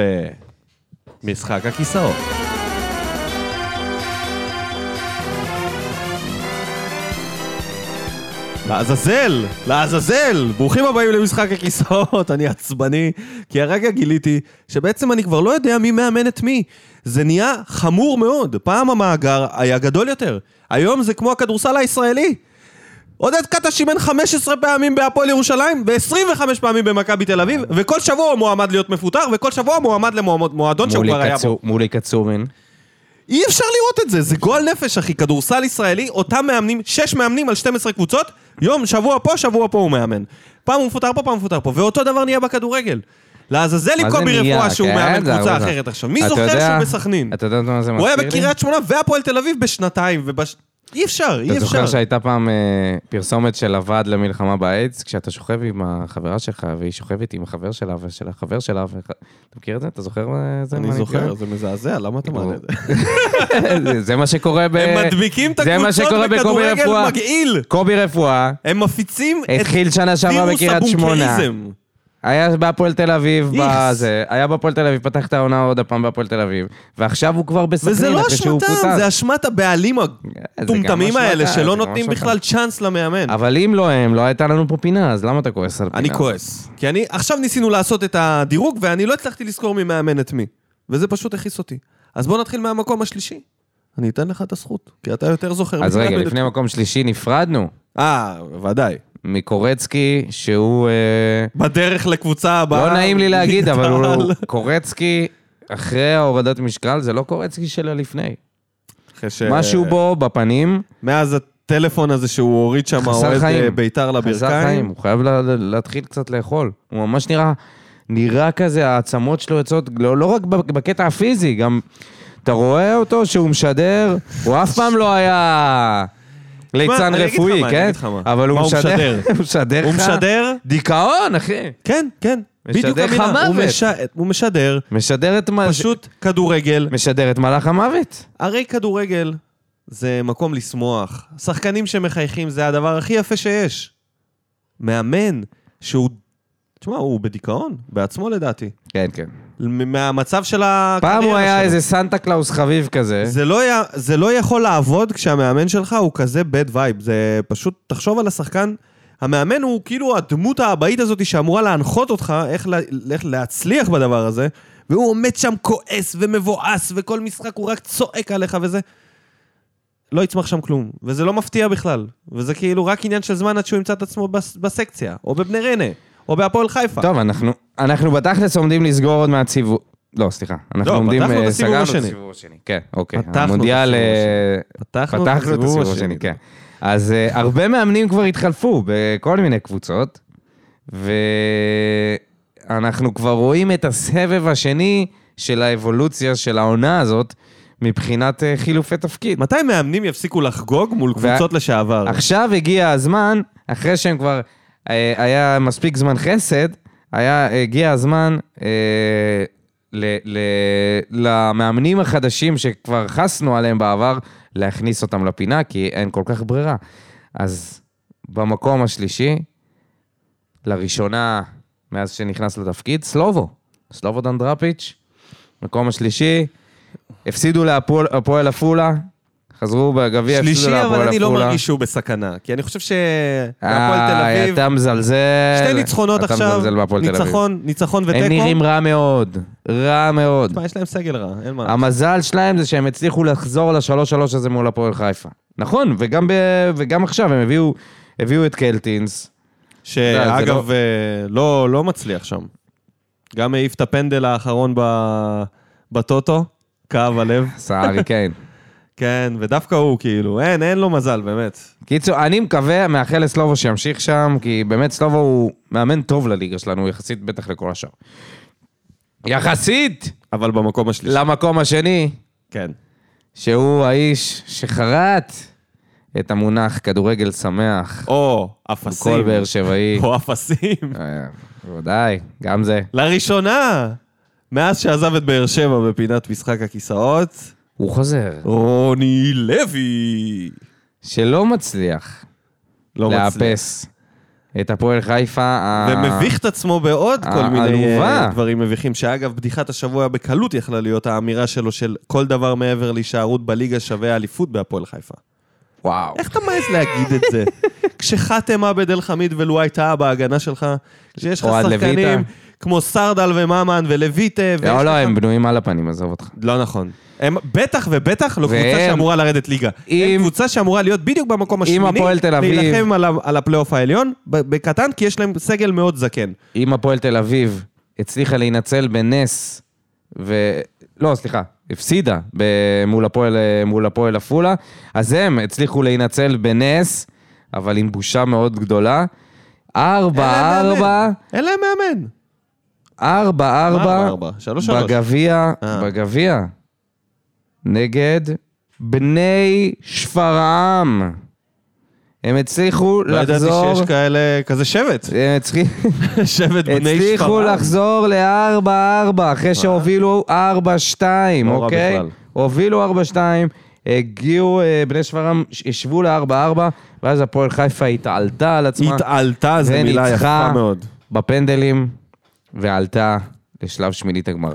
Speaker 1: למשחק הכיסאות. לעזאזל, לעזאזל, ברוכים הבאים למשחק הכיסאות, <laughs> אני עצבני, כי הרגע גיליתי שבעצם אני כבר לא יודע מי מאמן את מי. זה נהיה חמור מאוד, פעם המאגר היה גדול יותר, היום זה כמו הכדורסל הישראלי. עודד קטש אימן 15 פעמים בהפועל ירושלים ו-25 פעמים במכבי תל אביב, וכל שבוע הוא מועמד להיות מפוטר, וכל שבוע הוא מועמד למועדון שהוא
Speaker 2: מולי
Speaker 1: כבר היה בו.
Speaker 2: קצו- מולי קצורין.
Speaker 1: אי אפשר לראות את זה, זה גועל נפש, אחי. כדורסל ישראלי, אותם מאמנים, שש מאמנים על 12 קבוצות, יום, שבוע פה, שבוע פה הוא מאמן. פעם הוא מפוטר פה, פעם הוא מפוטר פה, ואותו דבר נהיה בכדורגל. לעזאזל עם
Speaker 2: מה זה
Speaker 1: קובי
Speaker 2: נהיה?
Speaker 1: רפואה שהוא
Speaker 2: כן,
Speaker 1: מאמן
Speaker 2: זה
Speaker 1: קבוצה
Speaker 2: הרבה
Speaker 1: אחרת
Speaker 2: זמן.
Speaker 1: עכשיו. מי
Speaker 2: אתה
Speaker 1: זוכר
Speaker 2: יודע-
Speaker 1: שהוא בסכנין?
Speaker 2: אתה יודע מה זה מזכיר לי?
Speaker 1: הוא היה בקריית שמונה והפועל תל אביב בשנתיים, ובש... אי אפשר, אי
Speaker 2: אתה
Speaker 1: אפשר.
Speaker 2: זוכר שהייתה פעם אה, פרסומת של הוועד למלחמה באיידס, כשאתה שוכב עם החברה שלך, והיא שוכבת עם החבר שלה ושל החבר שלה, וח- אתה מכיר את זה? אתה זוכר מה זה? מה
Speaker 1: אני זוכר,
Speaker 2: מתכוון?
Speaker 1: זה מזעזע, למה אתה מעלה את זה?
Speaker 2: זה- זה מה שקורה ב...
Speaker 1: הם מדביקים את
Speaker 2: אה, זה מה
Speaker 1: הקבוצות
Speaker 2: שקורה בקובי
Speaker 1: בכדורגל
Speaker 2: רפואה.
Speaker 1: מגעיל.
Speaker 2: קובי רפואה
Speaker 1: הם מפיצים את
Speaker 2: התחיל שנה שעברה
Speaker 1: וירוס
Speaker 2: בקריית שמונה.
Speaker 1: הבונקריזם.
Speaker 2: היה בהפועל תל אביב,
Speaker 1: איכס.
Speaker 2: בזה, היה בהפועל תל אביב, פתח את העונה עוד הפעם בהפועל תל אביב, ועכשיו הוא כבר בסכנין,
Speaker 1: וזה לא
Speaker 2: אחרי שהוא
Speaker 1: אשמתם,
Speaker 2: פוטר.
Speaker 1: זה אשמת הבעלים
Speaker 2: גם
Speaker 1: הטומטמים
Speaker 2: אשמת
Speaker 1: האלה,
Speaker 2: ה-
Speaker 1: שלא
Speaker 2: זה גם
Speaker 1: נותנים
Speaker 2: אשמת
Speaker 1: בכלל צ'אנס למאמן.
Speaker 2: אבל אם לא הם, לא הייתה לנו פה פינה, אז למה אתה כועס על פינה?
Speaker 1: אני כועס. כי אני, עכשיו ניסינו לעשות את הדירוג, ואני לא הצלחתי לזכור מי מאמן את מי. וזה פשוט הכעיס אותי. אז בוא נתחיל מהמקום השלישי. אני אתן לך את הזכות, כי אתה יותר זוכר.
Speaker 2: אז
Speaker 1: מי
Speaker 2: רגע,
Speaker 1: מאמן את-
Speaker 2: לפני מקום שלישי נפרדנו
Speaker 1: אה, ודאי.
Speaker 2: מקורצקי, שהוא... אה,
Speaker 1: בדרך לקבוצה הבאה.
Speaker 2: לא נעים לי
Speaker 1: <laughs>
Speaker 2: להגיד, אבל הוא
Speaker 1: ליגת
Speaker 2: הוא-
Speaker 1: העל.
Speaker 2: קורצקי, אחרי ההורדת משקל, זה לא קורצקי של לפני.
Speaker 1: אחרי ש-
Speaker 2: משהו בו בפנים,
Speaker 1: מאז הטלפון הזה שהוא הוריד שם,
Speaker 2: חסר
Speaker 1: אוהד
Speaker 2: חיים.
Speaker 1: אה, בית"ר
Speaker 2: חסר חיים,
Speaker 1: לברכיים.
Speaker 2: הוא חייב לה- להתחיל קצת לאכול. הוא ממש נראה, נראה כזה, העצמות שלו יוצאות, לא לא רק ב- בקטע הפיזי, גם אתה רואה אותו שהוא משדר, הוא אף פעם לא היה... ליצן
Speaker 1: אני אגיד לך מה,
Speaker 2: רפואי,
Speaker 1: אני
Speaker 2: כן?
Speaker 1: אגיד לך מה.
Speaker 2: אבל הוא
Speaker 1: מה הוא משדר?
Speaker 2: משדר, <laughs> הוא משדר
Speaker 1: הוא
Speaker 2: לך
Speaker 1: משדר,
Speaker 2: דיכאון, אחי.
Speaker 1: כן, כן.
Speaker 2: משדר
Speaker 1: בדיוק המילה. הוא
Speaker 2: חמוות.
Speaker 1: מש- הוא משדר,
Speaker 2: משדר את מה...
Speaker 1: פשוט כדורגל.
Speaker 2: משדר את מלאך המוות.
Speaker 1: הרי כדורגל זה מקום לשמוח. שחקנים שמחייכים זה הדבר הכי יפה שיש. מאמן שהוא... תשמע, הוא בדיכאון, בעצמו לדעתי.
Speaker 2: כן, כן.
Speaker 1: מ- מהמצב של הקריירה
Speaker 2: פעם הוא היה
Speaker 1: שלו.
Speaker 2: איזה סנטה קלאוס חביב כזה.
Speaker 1: זה לא, היה, זה לא יכול לעבוד כשהמאמן שלך הוא כזה bad vibe. זה פשוט, תחשוב על השחקן, המאמן הוא כאילו הדמות האבאית הזאת שאמורה להנחות אותך איך, לה, איך להצליח בדבר הזה, והוא עומד שם כועס ומבואס, וכל משחק הוא רק צועק עליך וזה. לא יצמח שם כלום, וזה לא מפתיע בכלל. וזה כאילו רק עניין של זמן עד שהוא ימצא את עצמו בס, בסקציה, או בבני ריינה, או בהפועל חיפה.
Speaker 2: טוב, אנחנו, אנחנו בתכלס עומדים לסגור עוד מהסיבוב... לא, סליחה. אנחנו
Speaker 1: לא,
Speaker 2: עומדים...
Speaker 1: פתחנו את
Speaker 2: אה,
Speaker 1: הסיבוב
Speaker 2: סגרנו
Speaker 1: השני.
Speaker 2: השני. כן, אוקיי.
Speaker 1: פתחנו את הסיבוב
Speaker 2: המונדיאל...
Speaker 1: השני.
Speaker 2: אה,
Speaker 1: פתחנו את
Speaker 2: פתחנו את
Speaker 1: הסיבוב
Speaker 2: הסיבוב
Speaker 1: השני.
Speaker 2: השני, כן. אז אה, הרבה מאמנים כבר התחלפו בכל מיני קבוצות, ואנחנו כבר רואים את הסבב השני של האבולוציה של העונה הזאת מבחינת אה, חילופי תפקיד.
Speaker 1: מתי מאמנים יפסיקו לחגוג מול קבוצות לשעבר?
Speaker 2: עכשיו הגיע הזמן, אחרי שהם כבר... אה, היה מספיק זמן חסד, היה, הגיע הזמן אה, ל, ל, למאמנים החדשים שכבר חסנו עליהם בעבר, להכניס אותם לפינה, כי אין כל כך ברירה. אז במקום השלישי, לראשונה מאז שנכנס לתפקיד, סלובו. סלובו דנדרפיץ', מקום השלישי. הפסידו להפועל הפועל עפולה, חזרו בגביע, הפסידו
Speaker 1: שלישי,
Speaker 2: להפועל
Speaker 1: אבל אני לא
Speaker 2: עפולה.
Speaker 1: מרגיש שהוא בסכנה, כי אני חושב שהפועל תל
Speaker 2: איי,
Speaker 1: אביב,
Speaker 2: אתה מזלזל.
Speaker 1: שתי ניצחונות
Speaker 2: אתה
Speaker 1: עכשיו,
Speaker 2: מזלזל בהפועל תל אביב.
Speaker 1: ניצחון, ניצחון
Speaker 2: הם
Speaker 1: ותיקו.
Speaker 2: נראים רע מאוד. רע מאוד.
Speaker 1: תשמע, יש להם סגל רע, אין
Speaker 2: אה,
Speaker 1: מה.
Speaker 2: המזל שלהם זה שהם הצליחו לחזור לשלוש-שלוש הזה מול הפועל חיפה. נכון, וגם, ב... וגם עכשיו הם הביאו, הביאו את קלטינס. זה
Speaker 1: שאגב,
Speaker 2: לא-
Speaker 1: אה, לא, לא מצליח שם. גם העיף את הפנדל האחרון ב- בטוטו, כאב
Speaker 2: <laughs>
Speaker 1: הלב. <laughs>
Speaker 2: עשה ארי קיין.
Speaker 1: כן, ודווקא הוא, כאילו, אין, אין לו מזל, באמת.
Speaker 2: קיצור, אני מקווה, מאחל לסלובו שימשיך שם, כי באמת סלובו הוא מאמן טוב לליגה שלנו, יחסית בטח לכל השאר. יחסית
Speaker 1: אבל במקום השלישי.
Speaker 2: למקום השני,
Speaker 1: כן.
Speaker 2: שהוא האיש שחרט את המונח כדורגל שמח.
Speaker 1: או אפסים.
Speaker 2: כל באר שבעי.
Speaker 1: או
Speaker 2: <laughs>
Speaker 1: אפסים.
Speaker 2: אה, בוודאי, גם זה.
Speaker 1: לראשונה, מאז שעזב את באר שבע בפינת משחק הכיסאות,
Speaker 2: הוא חוזר,
Speaker 1: רוני לוי.
Speaker 2: שלא מצליח
Speaker 1: לא מצליח.
Speaker 2: לאפס את הפועל חיפה. אה, ה-
Speaker 1: ומביך את עצמו בעוד כל
Speaker 2: ה-
Speaker 1: מיני
Speaker 2: העלובה.
Speaker 1: אה, דברים מביכים, שאגב, בדיחת השבוע בקלות יכלה להיות האמירה שלו של כל דבר מעבר להישארות בליגה שווה האליפות בהפועל חיפה.
Speaker 2: וואו.
Speaker 1: איך אתה מעז להגיד את
Speaker 2: <laughs>
Speaker 1: זה? כשחאתם עבד אל חמיד ולואי טאה בהגנה שלך, כשיש לך
Speaker 2: אוהד
Speaker 1: שחקנים
Speaker 2: לויטה.
Speaker 1: כמו סרדל וממן ולויטה, ויש
Speaker 2: לא, לא,
Speaker 1: לך-
Speaker 2: הם בנויים על הפנים, עזוב אותך.
Speaker 1: לא נכון. הם בטח ובטח לא
Speaker 2: והם-
Speaker 1: קבוצה שאמורה לרדת ליגה.
Speaker 2: אם-
Speaker 1: הם קבוצה שאמורה להיות בדיוק במקום השמיני,
Speaker 2: הפועל תל אביב-
Speaker 1: להילחם על ה- על הפלייאוף העליון, ב- בקטן, כי יש להם סגל מאוד זקן.
Speaker 2: אם הפועל תל אביב הצליחה להינצל בנס, ו... לא, סליחה, הפסידה ב- מול הפועל, מול הפועל עפולה, אז הם הצליחו להינצל בנס, אבל עם בושה מאוד גדולה. ארבע,
Speaker 1: אין להם
Speaker 2: ארבע,
Speaker 1: מאמן. אין להם מאמן.
Speaker 2: ארבע,
Speaker 1: ארבע,
Speaker 2: ארבע,
Speaker 1: ארבע, שלוש, שלוש.
Speaker 2: בגביע,
Speaker 1: אה.
Speaker 2: בגביע, נגד בני שפרעם. הם הצליחו
Speaker 1: לא ידעתי
Speaker 2: לחזור,
Speaker 1: שיש כאלה, כזה
Speaker 2: <laughs>
Speaker 1: שבט.
Speaker 2: הם הצליחו...
Speaker 1: שבט בני שפרעם.
Speaker 2: הצליחו לחזור ל-4-4, אחרי שהובילו 4-2,
Speaker 1: לא רע
Speaker 2: אוקיי?
Speaker 1: בכלל.
Speaker 2: הובילו 4-2, הגיעו, אה, בני שפרעם ש- השוו ל-4-4, ואז הפועל חיפה התעלתה על עצמה
Speaker 1: התעלתה, זו מילה
Speaker 2: וניצחה.
Speaker 1: יפה מאוד.
Speaker 2: בפנדלים, ועלתה לשלב שמינית הגמר.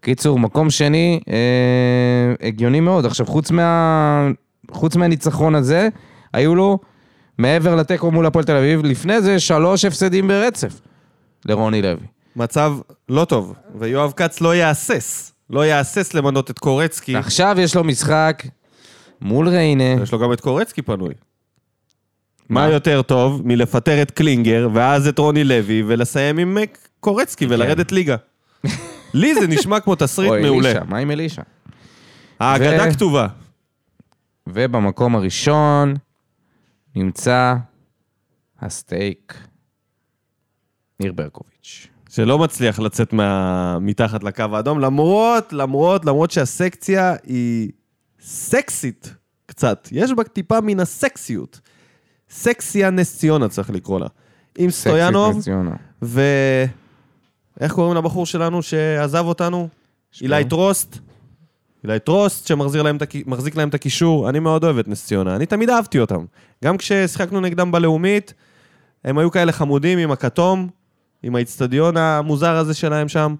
Speaker 2: קיצור, מקום שני, אה, הגיוני מאוד. עכשיו, חוץ, מה, חוץ מהניצחון הזה, היו לו, מעבר לתיקו מול הפועל תל אביב, לפני זה שלוש הפסדים ברצף לרוני לוי.
Speaker 1: מצב לא טוב, ויואב כץ לא יהסס. לא יהסס למנות את קורצקי.
Speaker 2: עכשיו יש לו משחק מול ריינה.
Speaker 1: יש לו גם את קורצקי פנוי. מה יותר טוב מלפטר את קלינגר, ואז את רוני לוי, ולסיים עם אה, קורצקי ולרדת ליגה. לי זה נשמע כמו תסריט
Speaker 2: או
Speaker 1: מעולה.
Speaker 2: אלישע, מה עם אלישע?
Speaker 1: האגדה
Speaker 2: ו-
Speaker 1: כתובה.
Speaker 2: ובמקום הראשון נמצא הסטייק, ניר ברקוביץ'.
Speaker 1: שלא מצליח לצאת מה... מתחת לקו האדום, למרות, למרות, למרות שהסקציה היא סקסית קצת. יש בה טיפה מן הסקסיות. סקסיה נס ציונה צריך לקרוא לה. עם סטויאנוב
Speaker 2: סקסית מציונה.
Speaker 1: ו... איך קוראים לבחור שלנו שעזב אותנו?
Speaker 2: שנייה.
Speaker 1: אילי טרוסט. אילי טרוסט שמחזיק להם, את הכי- מחזיק להם את הקישור. אני מאוד אוהב את נס ציונה, אני תמיד אהבתי אותם. גם כששיחקנו נגדם בלאומית, הם היו כאלה חמודים עם הכתום, עם האיצטדיון המוזר הזה שלהם שם.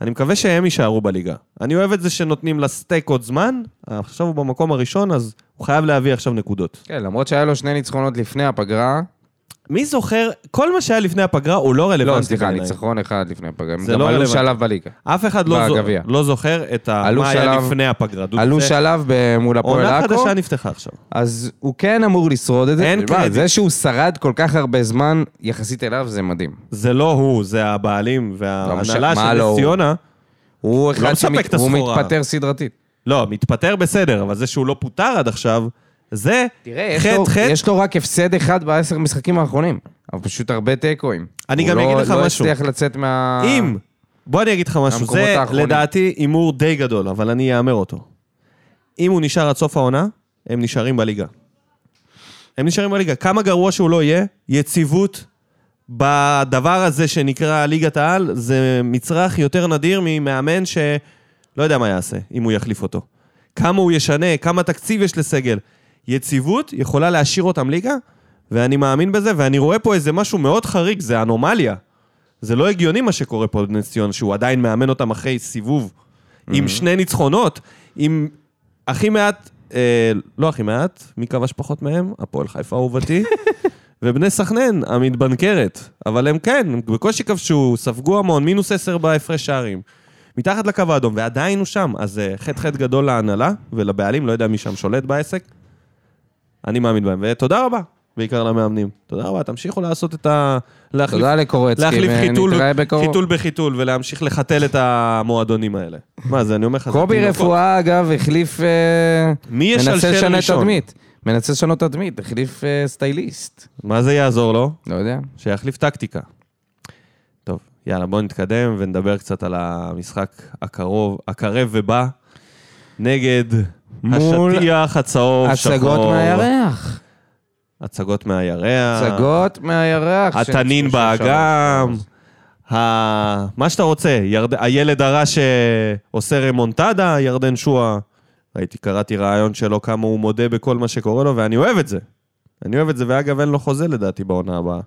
Speaker 1: אני מקווה שהם יישארו בליגה. אני אוהב את זה שנותנים לסטייק עוד זמן, עכשיו הוא במקום הראשון, אז הוא חייב להביא עכשיו נקודות.
Speaker 2: כן, למרות שהיה לו שני ניצחונות לפני הפגרה.
Speaker 1: מי זוכר, כל מה שהיה לפני הפגרה הוא לא רלוונטי
Speaker 2: לא, סליחה,
Speaker 1: בעיניי.
Speaker 2: ניצחון אחד לפני הפגרה. הם
Speaker 1: זה
Speaker 2: גם
Speaker 1: לא
Speaker 2: עלו
Speaker 1: רלוונטי.
Speaker 2: שלב בליגה.
Speaker 1: אף אחד לא, זו,
Speaker 2: בגביע.
Speaker 1: לא זוכר את ה...
Speaker 2: עלו
Speaker 1: מה היה
Speaker 2: שלב-
Speaker 1: לפני הפגרה. דודו.
Speaker 2: עלו
Speaker 1: זה-
Speaker 2: שלב ב- מול הפועל
Speaker 1: עונה
Speaker 2: עכו,
Speaker 1: חדשה נפתחה עכשיו.
Speaker 2: אז הוא כן אמור לשרוד את זה.
Speaker 1: אין
Speaker 2: מה,
Speaker 1: קרדיט.
Speaker 2: זה שהוא שרד כל כך הרבה זמן יחסית אליו זה מדהים.
Speaker 1: זה לא הוא, זה הבעלים
Speaker 2: לא משנה,
Speaker 1: וההנהלה
Speaker 2: מה
Speaker 1: של נס
Speaker 2: לא הוא?
Speaker 1: ציונה. לא
Speaker 2: הוא אחד
Speaker 1: מספק את
Speaker 2: הוא
Speaker 1: הסחורה.
Speaker 2: מתפטר סדרתית.
Speaker 1: לא, מתפטר בסדר, אבל זה שהוא לא פוטר עד עכשיו, זה
Speaker 2: תראה, יש,
Speaker 1: חטא
Speaker 2: לו,
Speaker 1: חטא.
Speaker 2: יש לו רק הפסד אחד בעשר משחקים האחרונים, אבל פשוט הרבה תיקואים.
Speaker 1: אני
Speaker 2: הוא
Speaker 1: גם
Speaker 2: לא,
Speaker 1: אגיד לך משהו.
Speaker 2: לא הצליח לצאת מה...
Speaker 1: אם, בוא אני אגיד לך משהו,
Speaker 2: מהמקומות
Speaker 1: זה
Speaker 2: האחרונים.
Speaker 1: לדעתי הימור די גדול, אבל אני אהמר אותו. אם הוא נשאר עד סוף העונה, הם נשארים בליגה. הם נשארים בליגה. כמה גרוע שהוא לא יהיה, יציבות בדבר הזה שנקרא ליגת העל, זה מצרך יותר נדיר ממאמן שלא יודע מה יעשה אם הוא יחליף אותו. כמה הוא ישנה, כמה תקציב יש לסגל. יציבות יכולה להשאיר אותם ליגה, ואני מאמין בזה, ואני רואה פה איזה משהו מאוד חריג, זה אנומליה. זה לא הגיוני מה שקורה פה בנס ציונה, שהוא עדיין מאמן אותם אחרי סיבוב, עם שני ניצחונות, עם הכי מעט אה, לא הכי מעט, מי כבש פחות מהם? הפועל חיפה אהובתי. ובני סכנן, המתבנקרת. אבל הם כן, הם בקושי כבשו, ספגו המון, מינוס עשר בהפרש שערים. מתחת לקו האדום, ועדיין הוא שם. אז אה, חטא חטא גדול להנהלה ולבעלים, לא יודע מי שם שולט בעסק. אני מאמין בהם, ותודה רבה, בעיקר למאמנים. תודה רבה, תמשיכו לעשות את ה... להחליף-
Speaker 2: תודה לקורצקי,
Speaker 1: להחליף
Speaker 2: ונתראה
Speaker 1: חיתול,
Speaker 2: אה, בקרוב.
Speaker 1: חיתול בחיתול, ולהמשיך לחתל את המועדונים האלה. מה זה, אני אומר לך... זה
Speaker 2: קובי
Speaker 1: תינוקות.
Speaker 2: רפואה, אגב, החליף... אה,
Speaker 1: מי ישלשל
Speaker 2: מנסה לשנות
Speaker 1: ראשון?
Speaker 2: תדמית. מנסה לשנות תדמית, החליף אה, סטייליסט.
Speaker 1: מה זה יעזור לו?
Speaker 2: לא יודע.
Speaker 1: שיחליף טקטיקה. טוב, יאללה, בואו נתקדם ונדבר קצת על המשחק הקרוב, הקרב ובא, נגד
Speaker 2: מול
Speaker 1: השטיח הצהוב שחור.
Speaker 2: הצגות מהירח.
Speaker 1: הצגות מהירח.
Speaker 2: הצגות מהירח.
Speaker 1: אה. התנין
Speaker 2: שנצפו שם
Speaker 1: באגם.
Speaker 2: שלוש.
Speaker 1: ה... מה שאתה רוצה, ירד... הילד הרע שעושה רמונטדה, ירדן שואה. ראיתי, קראתי ראיון שלו, כמה הוא מודה בכל מה שקורה לו, ואני אוהב את זה. אני אוהב את זה, ואגב, אין לו חוזה לדעתי בעונה הבאה.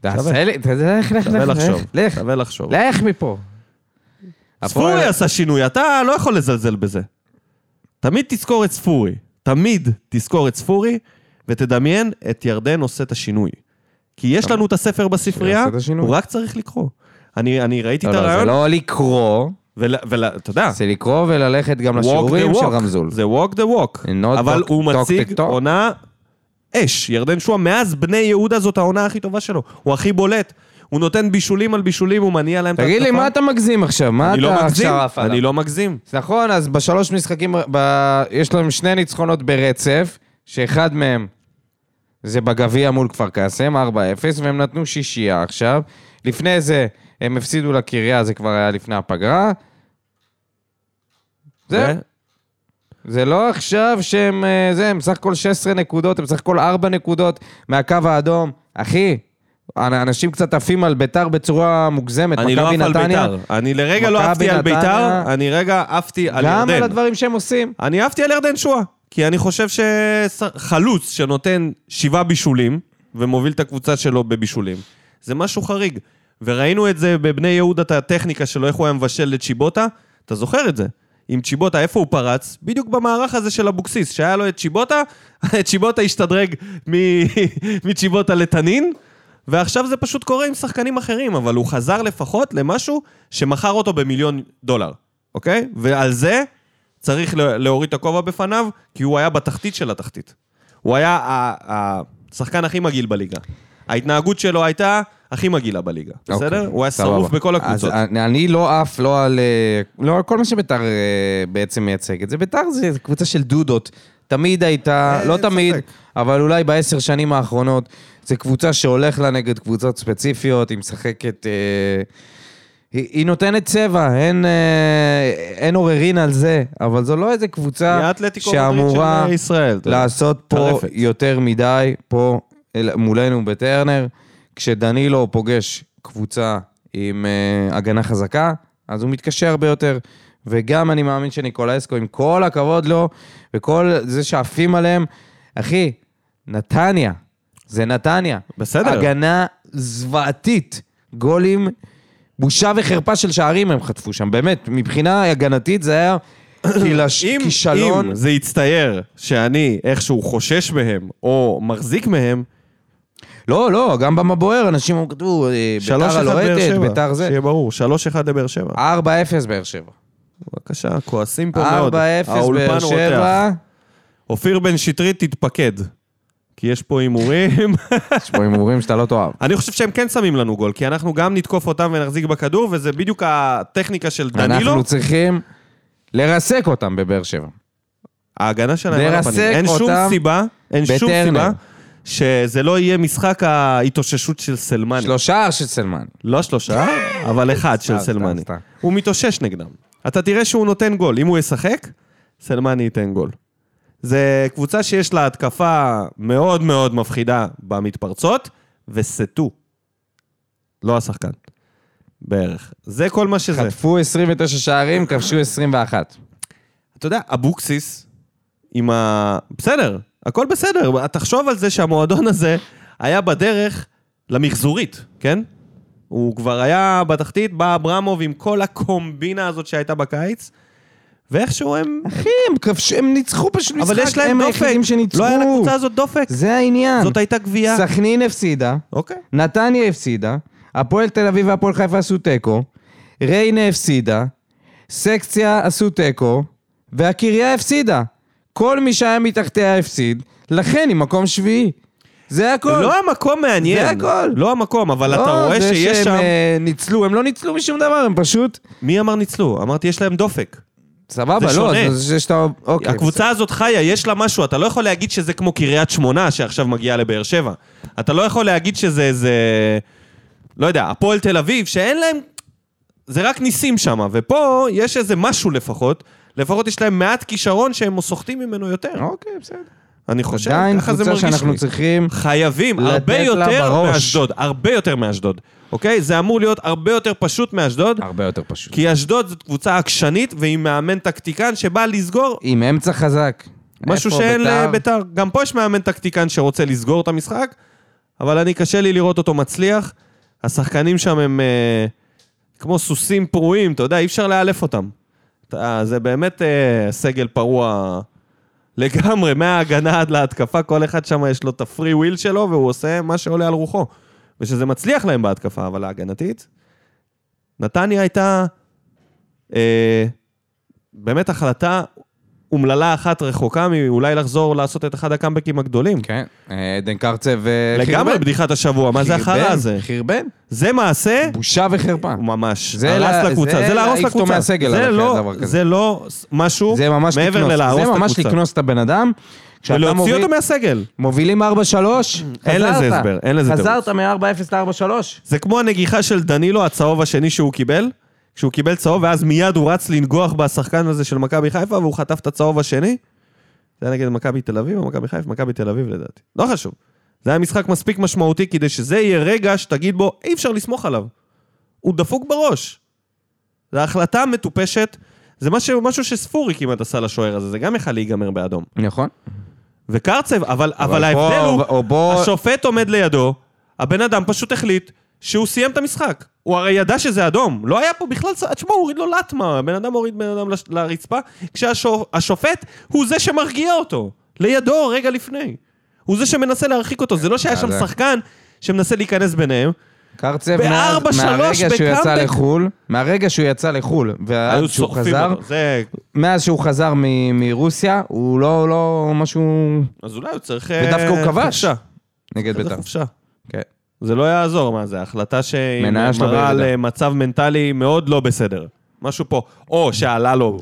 Speaker 2: תעשה לי, תעשה- לך, לך,
Speaker 1: שווה
Speaker 2: לך,
Speaker 1: לחשוב.
Speaker 2: לך,
Speaker 1: שווה לחשוב.
Speaker 2: לך מפה.
Speaker 1: ספורי
Speaker 2: הפועל-
Speaker 1: עשה שינוי, אתה לא יכול לזלזל בזה. תמיד תזכור את ספורי. תמיד תזכור את ספורי, ותדמיין את ירדן עושה את השינוי. כי יש לנו את הספר בספרייה,
Speaker 2: שיעשה את השינוי.
Speaker 1: הוא רק צריך לקרוא. אני, אני ראיתי את
Speaker 2: לא, לא, זה
Speaker 1: הרעיון,
Speaker 2: לא לקרוא,
Speaker 1: ואתה יודע,
Speaker 2: זה לקרוא וללכת גם
Speaker 1: אה. walk the
Speaker 2: לשיעורים של
Speaker 1: walk.
Speaker 2: רמזול.
Speaker 1: זה walk the walk.
Speaker 2: Not
Speaker 1: אבל
Speaker 2: talk-
Speaker 1: הוא
Speaker 2: talk
Speaker 1: מציג
Speaker 2: the talk.
Speaker 1: עונה אש. ירדן שועה, מאז בני יהודה זאת העונה הכי טובה שלו. הוא הכי בולט. הוא נותן בישולים על בישולים, הוא מניע להם את ההתקפה.
Speaker 2: תגיד לי, מה אתה מגזים עכשיו? מה
Speaker 1: נכון. אני לא
Speaker 2: אתה
Speaker 1: מגזים,
Speaker 2: עכשיו עף עליו?
Speaker 1: אני לא מגזים.
Speaker 2: נכון, אז בשלוש משחקים, ב... יש להם שני ניצחונות ברצף, שאחד מהם זה בגביע מול כפר קאסם, 4-0, והם נתנו שישייה עכשיו. לפני זה הם הפסידו לקריה, זה כבר היה לפני הפגרה. זה,
Speaker 1: ו-
Speaker 2: זה לא עכשיו שהם... אה, זה, הם סך הכל 16 נקודות, הם סך הכל 4 נקודות מהקו האדום. אחי, אנ- אנשים קצת עפים על ביתר בצורה מוגזמת.
Speaker 1: אני לא
Speaker 2: מכבי
Speaker 1: עף על
Speaker 2: נתניה,
Speaker 1: ביתר. אני לרגע לא
Speaker 2: מכבי
Speaker 1: עפתי על
Speaker 2: נתניה.
Speaker 1: ביתר, אני רגע עפתי על
Speaker 2: גם על
Speaker 1: ירדן.
Speaker 2: הדברים שהם עושים.
Speaker 1: אני עפתי על ירדן שואה, כי אני חושב שחלוץ שנותן שבעה בישולים ומוביל את הקבוצה שלו בבישולים, זה משהו חריג. וראינו את זה בבני יהודה, את הטכניקה שלו, איך הוא היה מבשל לצ'יבוטה, אתה זוכר את זה. עם צ'יבוטה, איפה הוא פרץ? בדיוק במערך הזה של אבוקסיס, שהיה לו את צ'יבוטה, <laughs> צ'יבוטה השתדרג מ- <laughs> מצ'יבוטה לתנין, ועכשיו זה פשוט קורה עם שחקנים אחרים, אבל הוא חזר לפחות למשהו שמכר אותו במיליון דולר, אוקיי? ועל זה צריך לה- להוריד את הכובע בפניו, כי הוא היה בתחתית של התחתית. הוא היה ה- ה- השחקן הכי מגעיל בליגה. ההתנהגות שלו הייתה הכי מגעילה בליגה, בסדר?
Speaker 2: אוקיי,
Speaker 1: הוא היה שרוף
Speaker 2: סבבה.
Speaker 1: בכל הקבוצות.
Speaker 2: אז אני- אני לא עף, לא על... אה, לא על כל מה שביתר אה, בעצם מייצגת. זה ביתר זה קבוצה של דודות. תמיד הייתה,
Speaker 1: אה,
Speaker 2: לא תמיד, אבל אולי בעשר שנים האחרונות, זו קבוצה שהולך לה נגד קבוצות ספציפיות, היא משחקת... אה, היא, היא נותנת צבע, אין, אה, אין עוררין על זה, אבל זו לא איזה
Speaker 1: היא
Speaker 2: קבוצה
Speaker 1: האתלטיקו
Speaker 2: שאמורה
Speaker 1: מדריד של ישראל, אתה יודע.
Speaker 2: לעשות פה
Speaker 1: טרפת.
Speaker 2: יותר מדי, פה אל- מולנו בטרנר. כשדנילו פוגש קבוצה עם אה, הגנה חזקה, אז הוא מתקשה הרבה יותר. וגם אני מאמין שניקולסקו, עם כל הכבוד לו, וכל זה שעפים עליהם, אחי, נתניה, זה נתניה.
Speaker 1: בסדר.
Speaker 2: הגנה זוועתית, גולים, בושה וחרפה של שערים הם חטפו שם, באמת, מבחינה הגנתית זה היה קילש-
Speaker 1: אם,
Speaker 2: כישלון.
Speaker 1: אם זה יצטייר שאני איכשהו חושש מהם, או מחזיק מהם,
Speaker 2: לא, לא, גם במבוער אנשים כתבו, אה,
Speaker 1: שלוש
Speaker 2: ביתר
Speaker 1: אחד באר
Speaker 2: הלוהטת,
Speaker 1: שבע.
Speaker 2: ביתר זה.
Speaker 1: שיהיה ברור, שלוש אחד לבאר שבע.
Speaker 2: 4-0 באר שבע.
Speaker 1: אה, בבקשה, כועסים
Speaker 2: 4-0
Speaker 1: פה מאוד.
Speaker 2: באר
Speaker 1: האולפן רותח.
Speaker 2: שבע.
Speaker 1: אופיר בן שטרית, תתפקד. כי יש פה הימורים.
Speaker 2: יש פה הימורים שאתה לא תאהב.
Speaker 1: <laughs> אני חושב שהם כן שמים לנו גול, כי אנחנו גם נתקוף אותם ונחזיק בכדור, וזה בדיוק הטכניקה של דנילו.
Speaker 2: אנחנו צריכים לרסק אותם בבאר שבע.
Speaker 1: ההגנה שלהם על
Speaker 2: לרסק
Speaker 1: הפנים. אין שום
Speaker 2: אותם
Speaker 1: סיבה, אין שום
Speaker 2: בטרנר.
Speaker 1: סיבה, שזה לא יהיה משחק ההתאוששות של סלמני.
Speaker 2: שלושה של סלמן.
Speaker 1: לא שלושה, אבל אחד של
Speaker 2: סתם,
Speaker 1: סלמני.
Speaker 2: סתם.
Speaker 1: הוא מתאושש נגדם. אתה תראה שהוא נותן גול. אם הוא ישחק, סלמני ייתן גול. זה קבוצה שיש לה התקפה מאוד מאוד מפחידה במתפרצות, וסטו. לא השחקן. בערך. זה כל מה שזה.
Speaker 2: חטפו 29 שערים, כבשו 21.
Speaker 1: אתה יודע, אבוקסיס עם ה... בסדר, הכל בסדר. תחשוב על זה שהמועדון הזה היה בדרך למחזורית, כן? הוא כבר היה בתחתית, בא אברמוב עם כל הקומבינה הזאת שהייתה בקיץ, ואיכשהו הם...
Speaker 2: אחי, הם כבשו, הם ניצחו פשוט משחק,
Speaker 1: אבל יש להם
Speaker 2: הם
Speaker 1: דופק.
Speaker 2: היחידים שניצחו.
Speaker 1: לא היה לקבוצה הזאת דופק.
Speaker 2: זה העניין.
Speaker 1: זאת הייתה גבייה.
Speaker 2: סכנין הפסידה,
Speaker 1: אוקיי.
Speaker 2: נתניה הפסידה, הפועל תל אביב והפועל חיפה עשו תיקו, ריינה הפסידה, סקציה עשו תיקו, והקריה הפסידה. כל מי שהיה מתחתיה הפסיד, לכן היא מקום שביעי. זה הכל.
Speaker 1: לא המקום מעניין.
Speaker 2: זה הכל.
Speaker 1: לא המקום, אבל אתה
Speaker 2: לא,
Speaker 1: רואה
Speaker 2: זה
Speaker 1: שיש
Speaker 2: שהם,
Speaker 1: שם...
Speaker 2: אה, ניצלו, הם לא ניצלו משום דבר, הם פשוט...
Speaker 1: מי אמר ניצלו? אמרתי, יש להם דופק.
Speaker 2: סבבה,
Speaker 1: זה
Speaker 2: לא,
Speaker 1: שונה.
Speaker 2: זה- זה שאתה... אוקיי.
Speaker 1: הקבוצה הזאת חיה, יש לה משהו, אתה לא יכול להגיד שזה כמו קריית שמונה שעכשיו מגיעה לבאר שבע. אתה לא יכול להגיד שזה איזה... לא יודע, הפועל תל אביב, שאין להם... זה רק ניסים שם, ופה יש איזה משהו לפחות. לפחות יש להם מעט כישרון שהם סוחטים ממנו יותר.
Speaker 2: אוקיי, בסדר.
Speaker 1: אני חושב,
Speaker 2: עדיין
Speaker 1: ככה זה
Speaker 2: קבוצה
Speaker 1: מרגיש לי.
Speaker 2: שאנחנו צריכים...
Speaker 1: חייבים,
Speaker 2: לתת
Speaker 1: הרבה
Speaker 2: לה
Speaker 1: יותר
Speaker 2: בראש.
Speaker 1: מאשדוד, הרבה יותר מאשדוד, אוקיי? זה אמור להיות הרבה יותר פשוט מאשדוד,
Speaker 2: הרבה יותר פשוט.
Speaker 1: כי אשדוד זאת קבוצה עקשנית, והיא מאמן טקטיקן שבא לסגור
Speaker 2: עם אמצע חזק.
Speaker 1: משהו
Speaker 2: איפה
Speaker 1: שאין אה,
Speaker 2: בית"ר?
Speaker 1: לביתר. גם פה יש מאמן טקטיקן שרוצה לסגור את המשחק, אבל אני, קשה לי לראות אותו מצליח. השחקנים שם הם אה, כמו סוסים פרועים, אתה יודע, אי אפשר לאלף אותם. אתה, זה באמת אה, סגל פרוע לגמרי, מההגנה עד להתקפה, כל אחד שם יש לו את הפרי וויל שלו, והוא עושה מה שעולה על רוחו. ושזה מצליח להם בהתקפה, אבל ההגנתית... נתניה הייתה אה, באמת החלטה אומללה אחת רחוקה מאולי לחזור לעשות את אחד הקאמבקים הגדולים.
Speaker 2: כן, אה, עדן קרצב אה,
Speaker 1: לגמרי בדיחת השבוע, מה זה החרא
Speaker 2: חרבן,
Speaker 1: הזה?
Speaker 2: חרבן,
Speaker 1: זה מעשה,
Speaker 2: בושה וחרפה.
Speaker 1: הוא ממש
Speaker 2: זה
Speaker 1: הרס
Speaker 2: לה-
Speaker 1: לקבוצה,
Speaker 2: זה
Speaker 1: זה להרוס
Speaker 2: להעיף אותו
Speaker 1: לקבוצה.
Speaker 2: מהסגל,
Speaker 1: זה
Speaker 2: אבל
Speaker 1: לא-
Speaker 2: דבר כזה.
Speaker 1: זה לא ס- משהו
Speaker 2: זה ממש
Speaker 1: מעבר
Speaker 2: לקנוס,
Speaker 1: ללהרוס
Speaker 2: זה
Speaker 1: את
Speaker 2: ממש
Speaker 1: הקבוצה.
Speaker 2: לקנוס את הבן אדם. כשאתה
Speaker 1: ולהוציא
Speaker 2: מוביל-
Speaker 1: אותו מהסגל.
Speaker 2: מובילים 4-3,
Speaker 1: אין
Speaker 2: חזרת.
Speaker 1: לזה הסבר, אין לזה
Speaker 2: חזרת מ-4-0 ל-4-3.
Speaker 1: זה כמו הנגיחה של דנילו, הצהוב השני שהוא קיבל, כשהוא קיבל צהוב, ואז מיד הוא רץ לנגוח בשחקן הזה של מכבי חיפה, והוא חטף את הצהוב השני. זה היה נגד מכבי תל אביב או מכבי חיפה? מכבי תל אביב לדעתי. לא חשוב. זה היה משחק מספיק משמעותי כדי שזה יהיה רגע שתגיד בו, אי אפשר לסמוך עליו. הוא דפוק בראש. זו החלטה מטופשת. זה משהו, משהו שספורי כמעט עשה לשוער הזה, זה גם יכל להיגמר באדום.
Speaker 2: נכון.
Speaker 1: וקרצב, אבל, אבל, אבל
Speaker 2: אבל פה-
Speaker 1: ההבדל הוא,
Speaker 2: או בוא-
Speaker 1: השופט עומד לידו, הבן אדם פשוט החליט שהוא סיים את המשחק. הוא הרי ידע שזה אדום, לא היה פה בכלל, ס- תשמע, הוא הוריד לו לטמה, הבן אדם הוריד בן אדם לש- לרצפה, כשהשופט הוא זה שמרגיע אותו, לידו רגע לפני. הוא זה שמנסה להרחיק אותו, זה לא שהיה שם
Speaker 2: אה, זה-
Speaker 1: שחקן שמנסה להיכנס ביניהם.
Speaker 2: אה, קרצב,
Speaker 1: בארבע,
Speaker 2: מאז-
Speaker 1: שלוש,
Speaker 2: מהרגע שהוא יצא
Speaker 1: בקאמבק.
Speaker 2: לחו"ל, מהרגע שהוא יצא לחו"ל, ועד
Speaker 1: היו
Speaker 2: שהוא
Speaker 1: שורפים
Speaker 2: חזר,
Speaker 1: אותו. זה...
Speaker 2: מאז שהוא חזר מ- מרוסיה, הוא לא, לא משהו
Speaker 1: אז אולי הוא צריך...
Speaker 2: ודווקא הוא
Speaker 1: אה,
Speaker 2: כבש.
Speaker 1: חופשה.
Speaker 2: נגד
Speaker 1: זה
Speaker 2: בית"ר.
Speaker 1: חופשה.
Speaker 2: כן.
Speaker 1: זה לא יעזור, מה זה, החלטה שהיא
Speaker 2: מניה שלו
Speaker 1: מראה על
Speaker 2: בירידה.
Speaker 1: אה, מצב מנטלי מאוד לא בסדר. משהו פה, או שעלה
Speaker 2: לא,
Speaker 1: לו.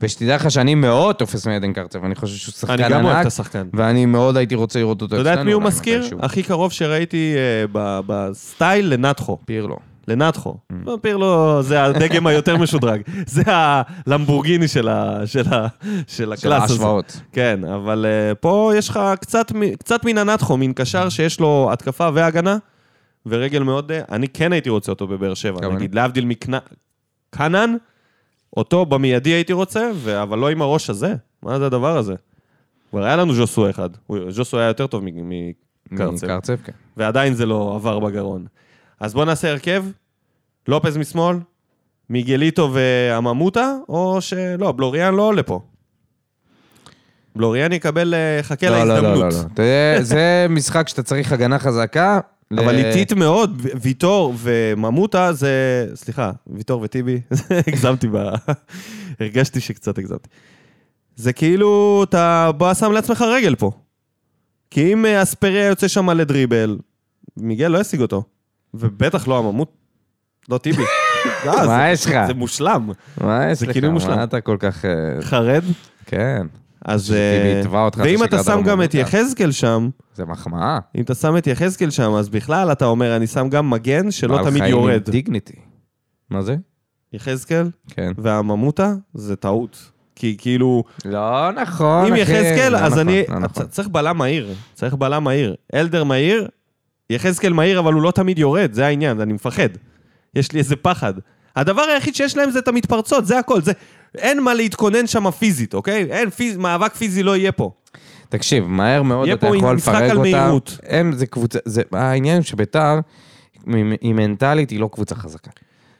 Speaker 2: ושתדע לך שאני מאוד תופס מעדן קרצב, אני חושב שהוא שחקן
Speaker 1: אני
Speaker 2: ענק.
Speaker 1: גם אוהב את השחקן.
Speaker 2: ואני מאוד הייתי רוצה לראות אותו
Speaker 1: אתה יודע את מי הוא
Speaker 2: אולי
Speaker 1: מזכיר?
Speaker 2: מתישהו.
Speaker 1: הכי קרוב שראיתי אה, ב- בסטייל לנתחו.
Speaker 2: פירלו.
Speaker 1: לנתחו.
Speaker 2: Mm.
Speaker 1: לא, פירלו זה הדגם היותר משודרג. <laughs> זה הלמבורגיני של ה- של ה- של הקלאס הזה.
Speaker 2: ההשוואות.
Speaker 1: כן, אבל אה, פה יש לך קצת מ- קצת מן הנתחו, מין קשר שיש לו התקפה והגנה, ורגל מאוד... אה, אני כן הייתי רוצה אותו בבאר שבע,
Speaker 2: גם אני.
Speaker 1: נגיד, להבדיל מקנן, אותו במיידי הייתי רוצה, ו- אבל לא עם הראש הזה. מה זה הדבר הזה? כבר היה לנו ז'וסו אחד. הוא- ז'וסו היה יותר טוב מ- מקרצב.
Speaker 2: קרצב, כן.
Speaker 1: ועדיין זה לא עבר בגרון. אז בואו נעשה הרכב, לופז משמאל, מיגליטו והממוטה, או שלא, בלוריאן לא עולה פה. בלוריאן יקבל, אה, חכה
Speaker 2: לא, לא,
Speaker 1: להזדמנות.
Speaker 2: לא, לא. לא. זה- זה משחק שאתה צריך הגנה חזקה. ל-
Speaker 1: אבל איטית מאוד, ו- ויטור וממוטה זה... סליחה, ויטור וטיבי, <laughs> הגזמתי ב... <laughs> הרגשתי שקצת הגזמתי. זה כאילו, אתה בא שם לעצמך רגל פה. כי אם אה, אספריה יוצא שם לדריבל, מיגל לא ישיג אותו. ובטח לא הממוט... לא טיבי. לא, זה-
Speaker 2: מה יש לך?
Speaker 1: זה מושלם.
Speaker 2: מה יש
Speaker 1: זה
Speaker 2: לך?
Speaker 1: כאילו מושלם.
Speaker 2: מה אתה כל כך... אה,
Speaker 1: חרד? כן.
Speaker 2: כן,
Speaker 1: אז...
Speaker 2: שטיבי
Speaker 1: אה,
Speaker 2: יתבע אותך, אתה
Speaker 1: ואם אתה
Speaker 2: שיקרת
Speaker 1: שם
Speaker 2: לו
Speaker 1: גם את
Speaker 2: ממוטה.
Speaker 1: יחזקאל שם,
Speaker 2: זה מחמאה.
Speaker 1: אם אתה שם את יחזקאל שם, אז בכלל אתה אומר, אני שם גם מגן שלא
Speaker 2: בעל
Speaker 1: תמיד
Speaker 2: חיים עם
Speaker 1: יורד.
Speaker 2: דיגניטי. מה זה?
Speaker 1: יחזקאל? <laughs>
Speaker 2: כן.
Speaker 1: והממותה זה טעות. כי כאילו,
Speaker 2: לא נכון,
Speaker 1: אם
Speaker 2: אחי.
Speaker 1: יחזקאל,
Speaker 2: לא
Speaker 1: אז
Speaker 2: נכון,
Speaker 1: אני...
Speaker 2: לא נכון.
Speaker 1: צ- צריך בלם מהיר, צריך בלם מהיר. אלדר מהיר, יחזקאל מהיר, אבל הוא לא תמיד יורד, זה העניין, אני מפחד. יש לי איזה פחד. הדבר היחיד שיש להם זה את המתפרצות, זה הכל. זה... אין מה להתכונן שם פיזית, אוקיי? אין, פיז... מאבק פיזי לא יהיה פה.
Speaker 2: תקשיב, מהר מאוד
Speaker 1: יהיה
Speaker 2: אתה
Speaker 1: פה
Speaker 2: יכול
Speaker 1: משחק
Speaker 2: לפרק
Speaker 1: על
Speaker 2: אותם.
Speaker 1: מהירות.
Speaker 2: הם, זה קבוצה, זה, העניין שביתר, היא- היא מנטלית, היא לא קבוצה חזקה.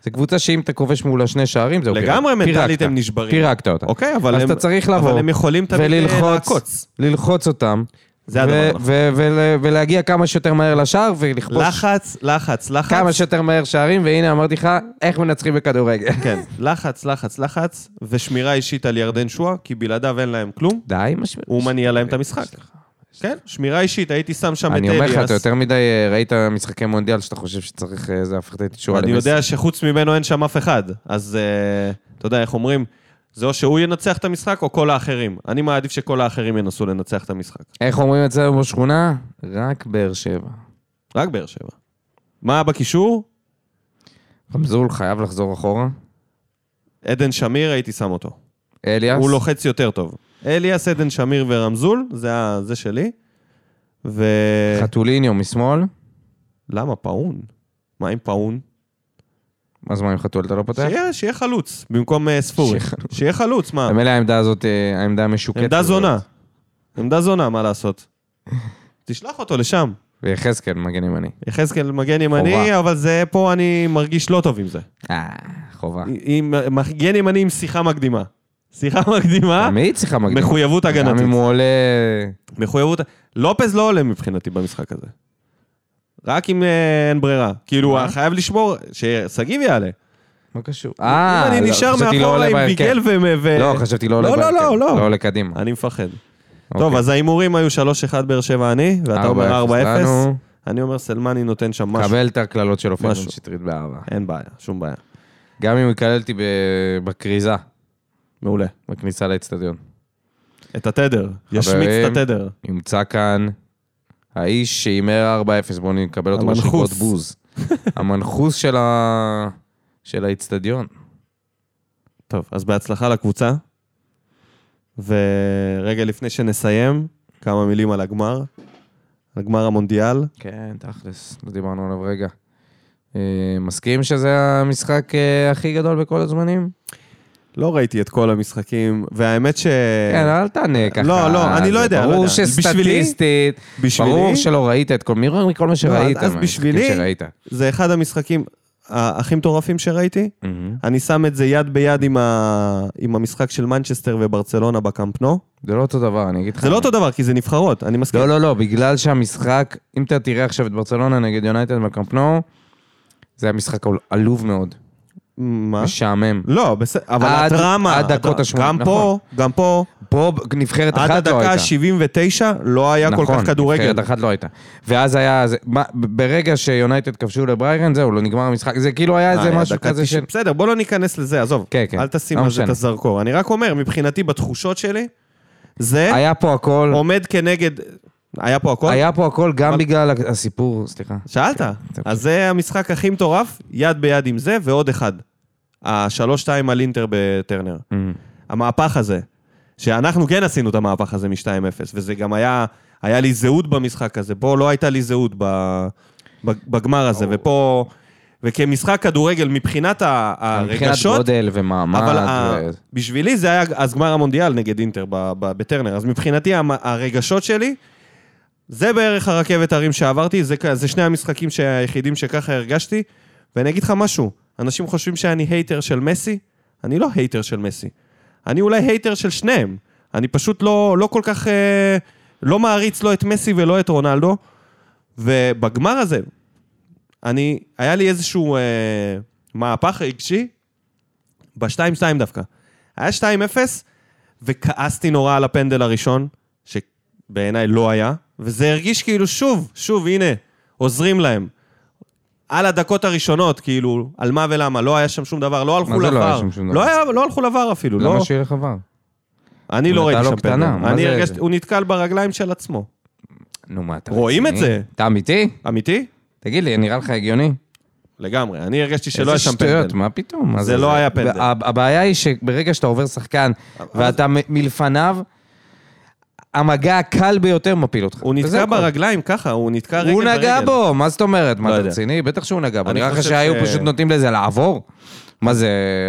Speaker 2: זו קבוצה שאם אתה כובש מולה שני שערים, זהו
Speaker 1: לגמרי,
Speaker 2: פירקת.
Speaker 1: מנטלית הם נשברים.
Speaker 2: פירקת אותה.
Speaker 1: אוקיי, אבל
Speaker 2: אז
Speaker 1: הם-
Speaker 2: אתה צריך
Speaker 1: אבל
Speaker 2: לבוא.
Speaker 1: הם יכולים תמיד, אה,
Speaker 2: וללחוץ-
Speaker 1: לעקוץ.
Speaker 2: ללחוץ אותם.
Speaker 1: זה הדבר
Speaker 2: ו-
Speaker 1: הנכון.
Speaker 2: ו- ו- ולהגיע כמה שיותר מהר לשער ולכבוש
Speaker 1: לחץ, לחץ, לחץ.
Speaker 2: כמה שיותר מהר שערים, והנה אמרתי לך, איך מנצחים בכדורגל. <laughs>
Speaker 1: כן, לחץ, לחץ, לחץ, ושמירה אישית על ירדן שואה, כי בלעדיו אין להם כלום.
Speaker 2: די, משמע.
Speaker 1: הוא מניע להם את המשחק. כן, שמירה אישית, הייתי שם שם את
Speaker 2: אוקיי, אני
Speaker 1: אליאס.
Speaker 2: אומר לך, אתה יותר מדי אה, ראית משחקי מונדיאל שאתה חושב שצריך אה, זה הפכת את אישור
Speaker 1: אני יודע שחוץ ממנו אין שם אף אחד, אז אה, אתה יודע איך אומרים, זה או שהוא ינצח את המשחק או כל האחרים. אני מעדיף שכל האחרים ינסו לנצח את המשחק.
Speaker 2: איך אומרים אצלנו בשכונה? רק באר שבע.
Speaker 1: רק באר שבע. מה בקישור?
Speaker 2: רמזול חייב לחזור אחורה.
Speaker 1: עדן שמיר, הייתי שם אותו.
Speaker 2: אליאס?
Speaker 1: הוא לוחץ יותר טוב. אליאס, עדן שמיר ורמזול, זה ה- זה שלי. ו...
Speaker 2: חתוליניו משמאל?
Speaker 1: למה? פאון. מה עם פאון?
Speaker 2: אז מה עם חתול אתה לא פותח?
Speaker 1: שיהיה שיהיה חלוץ, במקום אה, ספורי.
Speaker 2: שיהיה
Speaker 1: שיהיה חלוץ, מה?
Speaker 2: במילא העמדה הזאת, אה, העמדה המשוקטת.
Speaker 1: עמדה
Speaker 2: הזאת.
Speaker 1: זונה. עמדה זונה, מה לעשות? <laughs> תשלח אותו לשם.
Speaker 2: ויחזקאל, מגן ימני.
Speaker 1: יחזקאל מגן ימני,
Speaker 2: חובה.
Speaker 1: אבל זה פה אני מרגיש לא טוב עם זה.
Speaker 2: אה, חובה.
Speaker 1: עם מגן ימני עם שיחה מקדימה. שיחה מקדימה,
Speaker 2: תמיד צריכה מגן.
Speaker 1: מחויבות
Speaker 2: גם
Speaker 1: הגנתית.
Speaker 2: אם הוא עולה...
Speaker 1: מחויבות... לופז לא עולה מבחינתי במשחק הזה. רק אם אה, אין ברירה. כאילו,
Speaker 2: מה?
Speaker 1: חייב לשמור ששגיב יעלה.
Speaker 2: מה קשור?
Speaker 1: אם אני
Speaker 2: לא,
Speaker 1: נשאר
Speaker 2: חשבתי לא
Speaker 1: מאחורה
Speaker 2: עולה
Speaker 1: עם
Speaker 2: בהרכב.
Speaker 1: ויגל ו... ו-
Speaker 2: לא, חשבתי לא עולה
Speaker 1: לא, לא,
Speaker 2: בהרכב.
Speaker 1: לא, לא.
Speaker 2: לא עולה קדימה.
Speaker 1: אני מפחד. טוב,
Speaker 2: אוקיי.
Speaker 1: אז ההימורים היו 3-1 באר שבע אני, ואתה
Speaker 2: 4-0
Speaker 1: אומר 4-0.
Speaker 2: אוקיי. לנו.
Speaker 1: אני אומר סלמני נותן שם משהו.
Speaker 2: קבל את הקללות של אופיר
Speaker 1: משהו.
Speaker 2: בן שטרית באהבה.
Speaker 1: אין בעיה, שום בעיה.
Speaker 2: גם אם יקלל אותי ב- בכריזה,
Speaker 1: מעולה.
Speaker 2: בכניסה לאצטדיון.
Speaker 1: את התדר, ישמיץ את התדר.
Speaker 2: נמצא כאן האיש שהימר 4-0, בואו נקבל אותו
Speaker 1: המנחוס.
Speaker 2: בשקות
Speaker 1: <laughs>
Speaker 2: בוז. המנחוס של ה... של האיצטדיון.
Speaker 1: טוב, אז בהצלחה לקבוצה. ורגע לפני שנסיים, כמה מילים על הגמר. על גמר המונדיאל.
Speaker 2: כן, תכלס, לא דיברנו עליו רגע. אה, מסכים שזה המשחק אה, הכי גדול בכל הזמנים?
Speaker 1: לא ראיתי את כל המשחקים, והאמת ש...
Speaker 2: כן, אל תענה ככה.
Speaker 1: לא, לא, אני לא יודע, לא
Speaker 2: ברור
Speaker 1: יודע.
Speaker 2: שסטטיסטית,
Speaker 1: בשבילי- לא,
Speaker 2: ברור שלא ראית את כל... מי רואה מכל מה שראית?
Speaker 1: אז
Speaker 2: מה,
Speaker 1: בשבילי-
Speaker 2: המשחקים שראית.
Speaker 1: זה אחד המשחקים ה- הכי מטורפים שראיתי.
Speaker 2: מהמם.
Speaker 1: אני שם את זה יד ביד עם, ה... עם המשחק של מנצ'סטר וברצלונה בקמפנו.
Speaker 2: זה לא אותו דבר, אני אגיד לך.
Speaker 1: זה לא אותו דבר, כי זה נבחרות, אני מסכים.
Speaker 2: לא, לא, לא, בגלל שהמשחק, אם אתה תראה עכשיו את ברצלונה נגד יונייטד בקמפנואר, זה היה משחק עול- עלוב מאוד.
Speaker 1: מה?
Speaker 2: משעמם.
Speaker 1: לא, בסדר, אבל
Speaker 2: עד-
Speaker 1: הדרמה...
Speaker 2: עד דקות
Speaker 1: הד-
Speaker 2: השמונים,
Speaker 1: גם פה,
Speaker 2: נכון.
Speaker 1: גם פה,
Speaker 2: פה ב- נבחרת
Speaker 1: עד
Speaker 2: אחת לא
Speaker 1: הדקה
Speaker 2: הייתה.
Speaker 1: ה-79 לא היה כל כך כדורגל.
Speaker 2: נבחרת אחת לא הייתה. ואז היה... זה- מה- ב- ברגע שיונייטד כבשו לבריירן, זהו, לא נגמר המשחק. זה כאילו היה איזה
Speaker 1: אה,
Speaker 2: משהו
Speaker 1: דקה
Speaker 2: כזה
Speaker 1: 90.
Speaker 2: של...
Speaker 1: בסדר, בוא לא ניכנס לזה, עזוב.
Speaker 2: כן, כן,
Speaker 1: אל תשים
Speaker 2: לא
Speaker 1: על זה את
Speaker 2: משנה.
Speaker 1: הזרקור. אני רק אומר, מבחינתי, בתחושות שלי, זה
Speaker 2: היה פה הכל,
Speaker 1: עומד כנגד... היה פה הכל?
Speaker 2: היה כן, פה הכל גם בגלל הסיפור, סליחה.
Speaker 1: שאלת. אז זה המשחק הכי מטורף, יד ביד עם זה, ועוד אחד. השלוש-שתיים על אינטר בטרנר. המהפך הזה, שאנחנו כן עשינו את המהפך הזה מ-2-0, וזה גם היה, היה לי זהות במשחק הזה, פה לא הייתה לי זהות ב, ב, בגמר הזה, ופה, וכמשחק כדורגל מבחינת ה-
Speaker 2: מבחינת
Speaker 1: הרגשות,
Speaker 2: גודל ומעמד.
Speaker 1: אבל ה-
Speaker 2: ו-
Speaker 1: בשבילי זה היה אז גמר המונדיאל נגד אינטר ב- ב- בטרנר, אז מבחינתי המ- הרגשות שלי, זה בערך הרכבת הרים שעברתי, זה, כ- זה שני המשחקים ש- היחידים שככה הרגשתי, ואני אגיד לך משהו, אנשים חושבים שאני הייטר של מסי, אני לא הייטר של מסי, אני אולי הייטר של שניהם, אני פשוט לא, לא כל כך, אה, לא מעריץ לא את מסי ולא את רונלדו, ובגמר הזה, אני, היה לי איזשהו אה, מהפך רגשי, ב-2-2 דווקא. היה 2-0, וכעסתי נורא על הפנדל הראשון, שבעיניי לא היה, וזה הרגיש כאילו שוב, שוב, הנה, עוזרים להם. על הדקות הראשונות, כאילו, על מה ולמה, לא היה שם שום דבר, לא הלכו
Speaker 2: זה לא היה
Speaker 1: לבר.
Speaker 2: שם שום דבר?
Speaker 1: לא היה- לא הלכו לבר אפילו, לא...
Speaker 2: למה שיהיה לך עבר?
Speaker 1: אני לא
Speaker 2: הוא
Speaker 1: ראיתי
Speaker 2: נתן
Speaker 1: שם
Speaker 2: לו קטנה,
Speaker 1: פנדל.
Speaker 2: מה
Speaker 1: אני
Speaker 2: זה?
Speaker 1: הרגשתי, הוא נתקל ברגליים של עצמו.
Speaker 2: נו, מה, אתה
Speaker 1: רואים
Speaker 2: רציני?
Speaker 1: את זה.
Speaker 2: אתה אמיתי?
Speaker 1: אמיתי?
Speaker 2: תגיד לי, נראה לך הגיוני?
Speaker 1: לגמרי. אני הרגשתי שלא היה שם
Speaker 2: איזה
Speaker 1: פנדל.
Speaker 2: שטויות, מה פתאום? מה
Speaker 1: זה לא היה פנדל.
Speaker 2: וה- הבעיה היא שברגע שאתה עובר שחקן ואתה מ- מלפניו, המגע הקל ביותר מפיל אותך.
Speaker 1: הוא
Speaker 2: וזה
Speaker 1: נתקע
Speaker 2: הכל.
Speaker 1: ברגליים ככה, הוא נתקע רגל
Speaker 2: הוא
Speaker 1: ברגל.
Speaker 2: נגע בו, מה זאת אומרת?
Speaker 1: לא
Speaker 2: מה, אתה
Speaker 1: יודע.
Speaker 2: רציני? בטח שהוא נגע בו.
Speaker 1: אני
Speaker 2: נראה לך
Speaker 1: חושב
Speaker 2: שהיו
Speaker 1: ש-
Speaker 2: פשוט נותנים לזה לעבור? מה זה,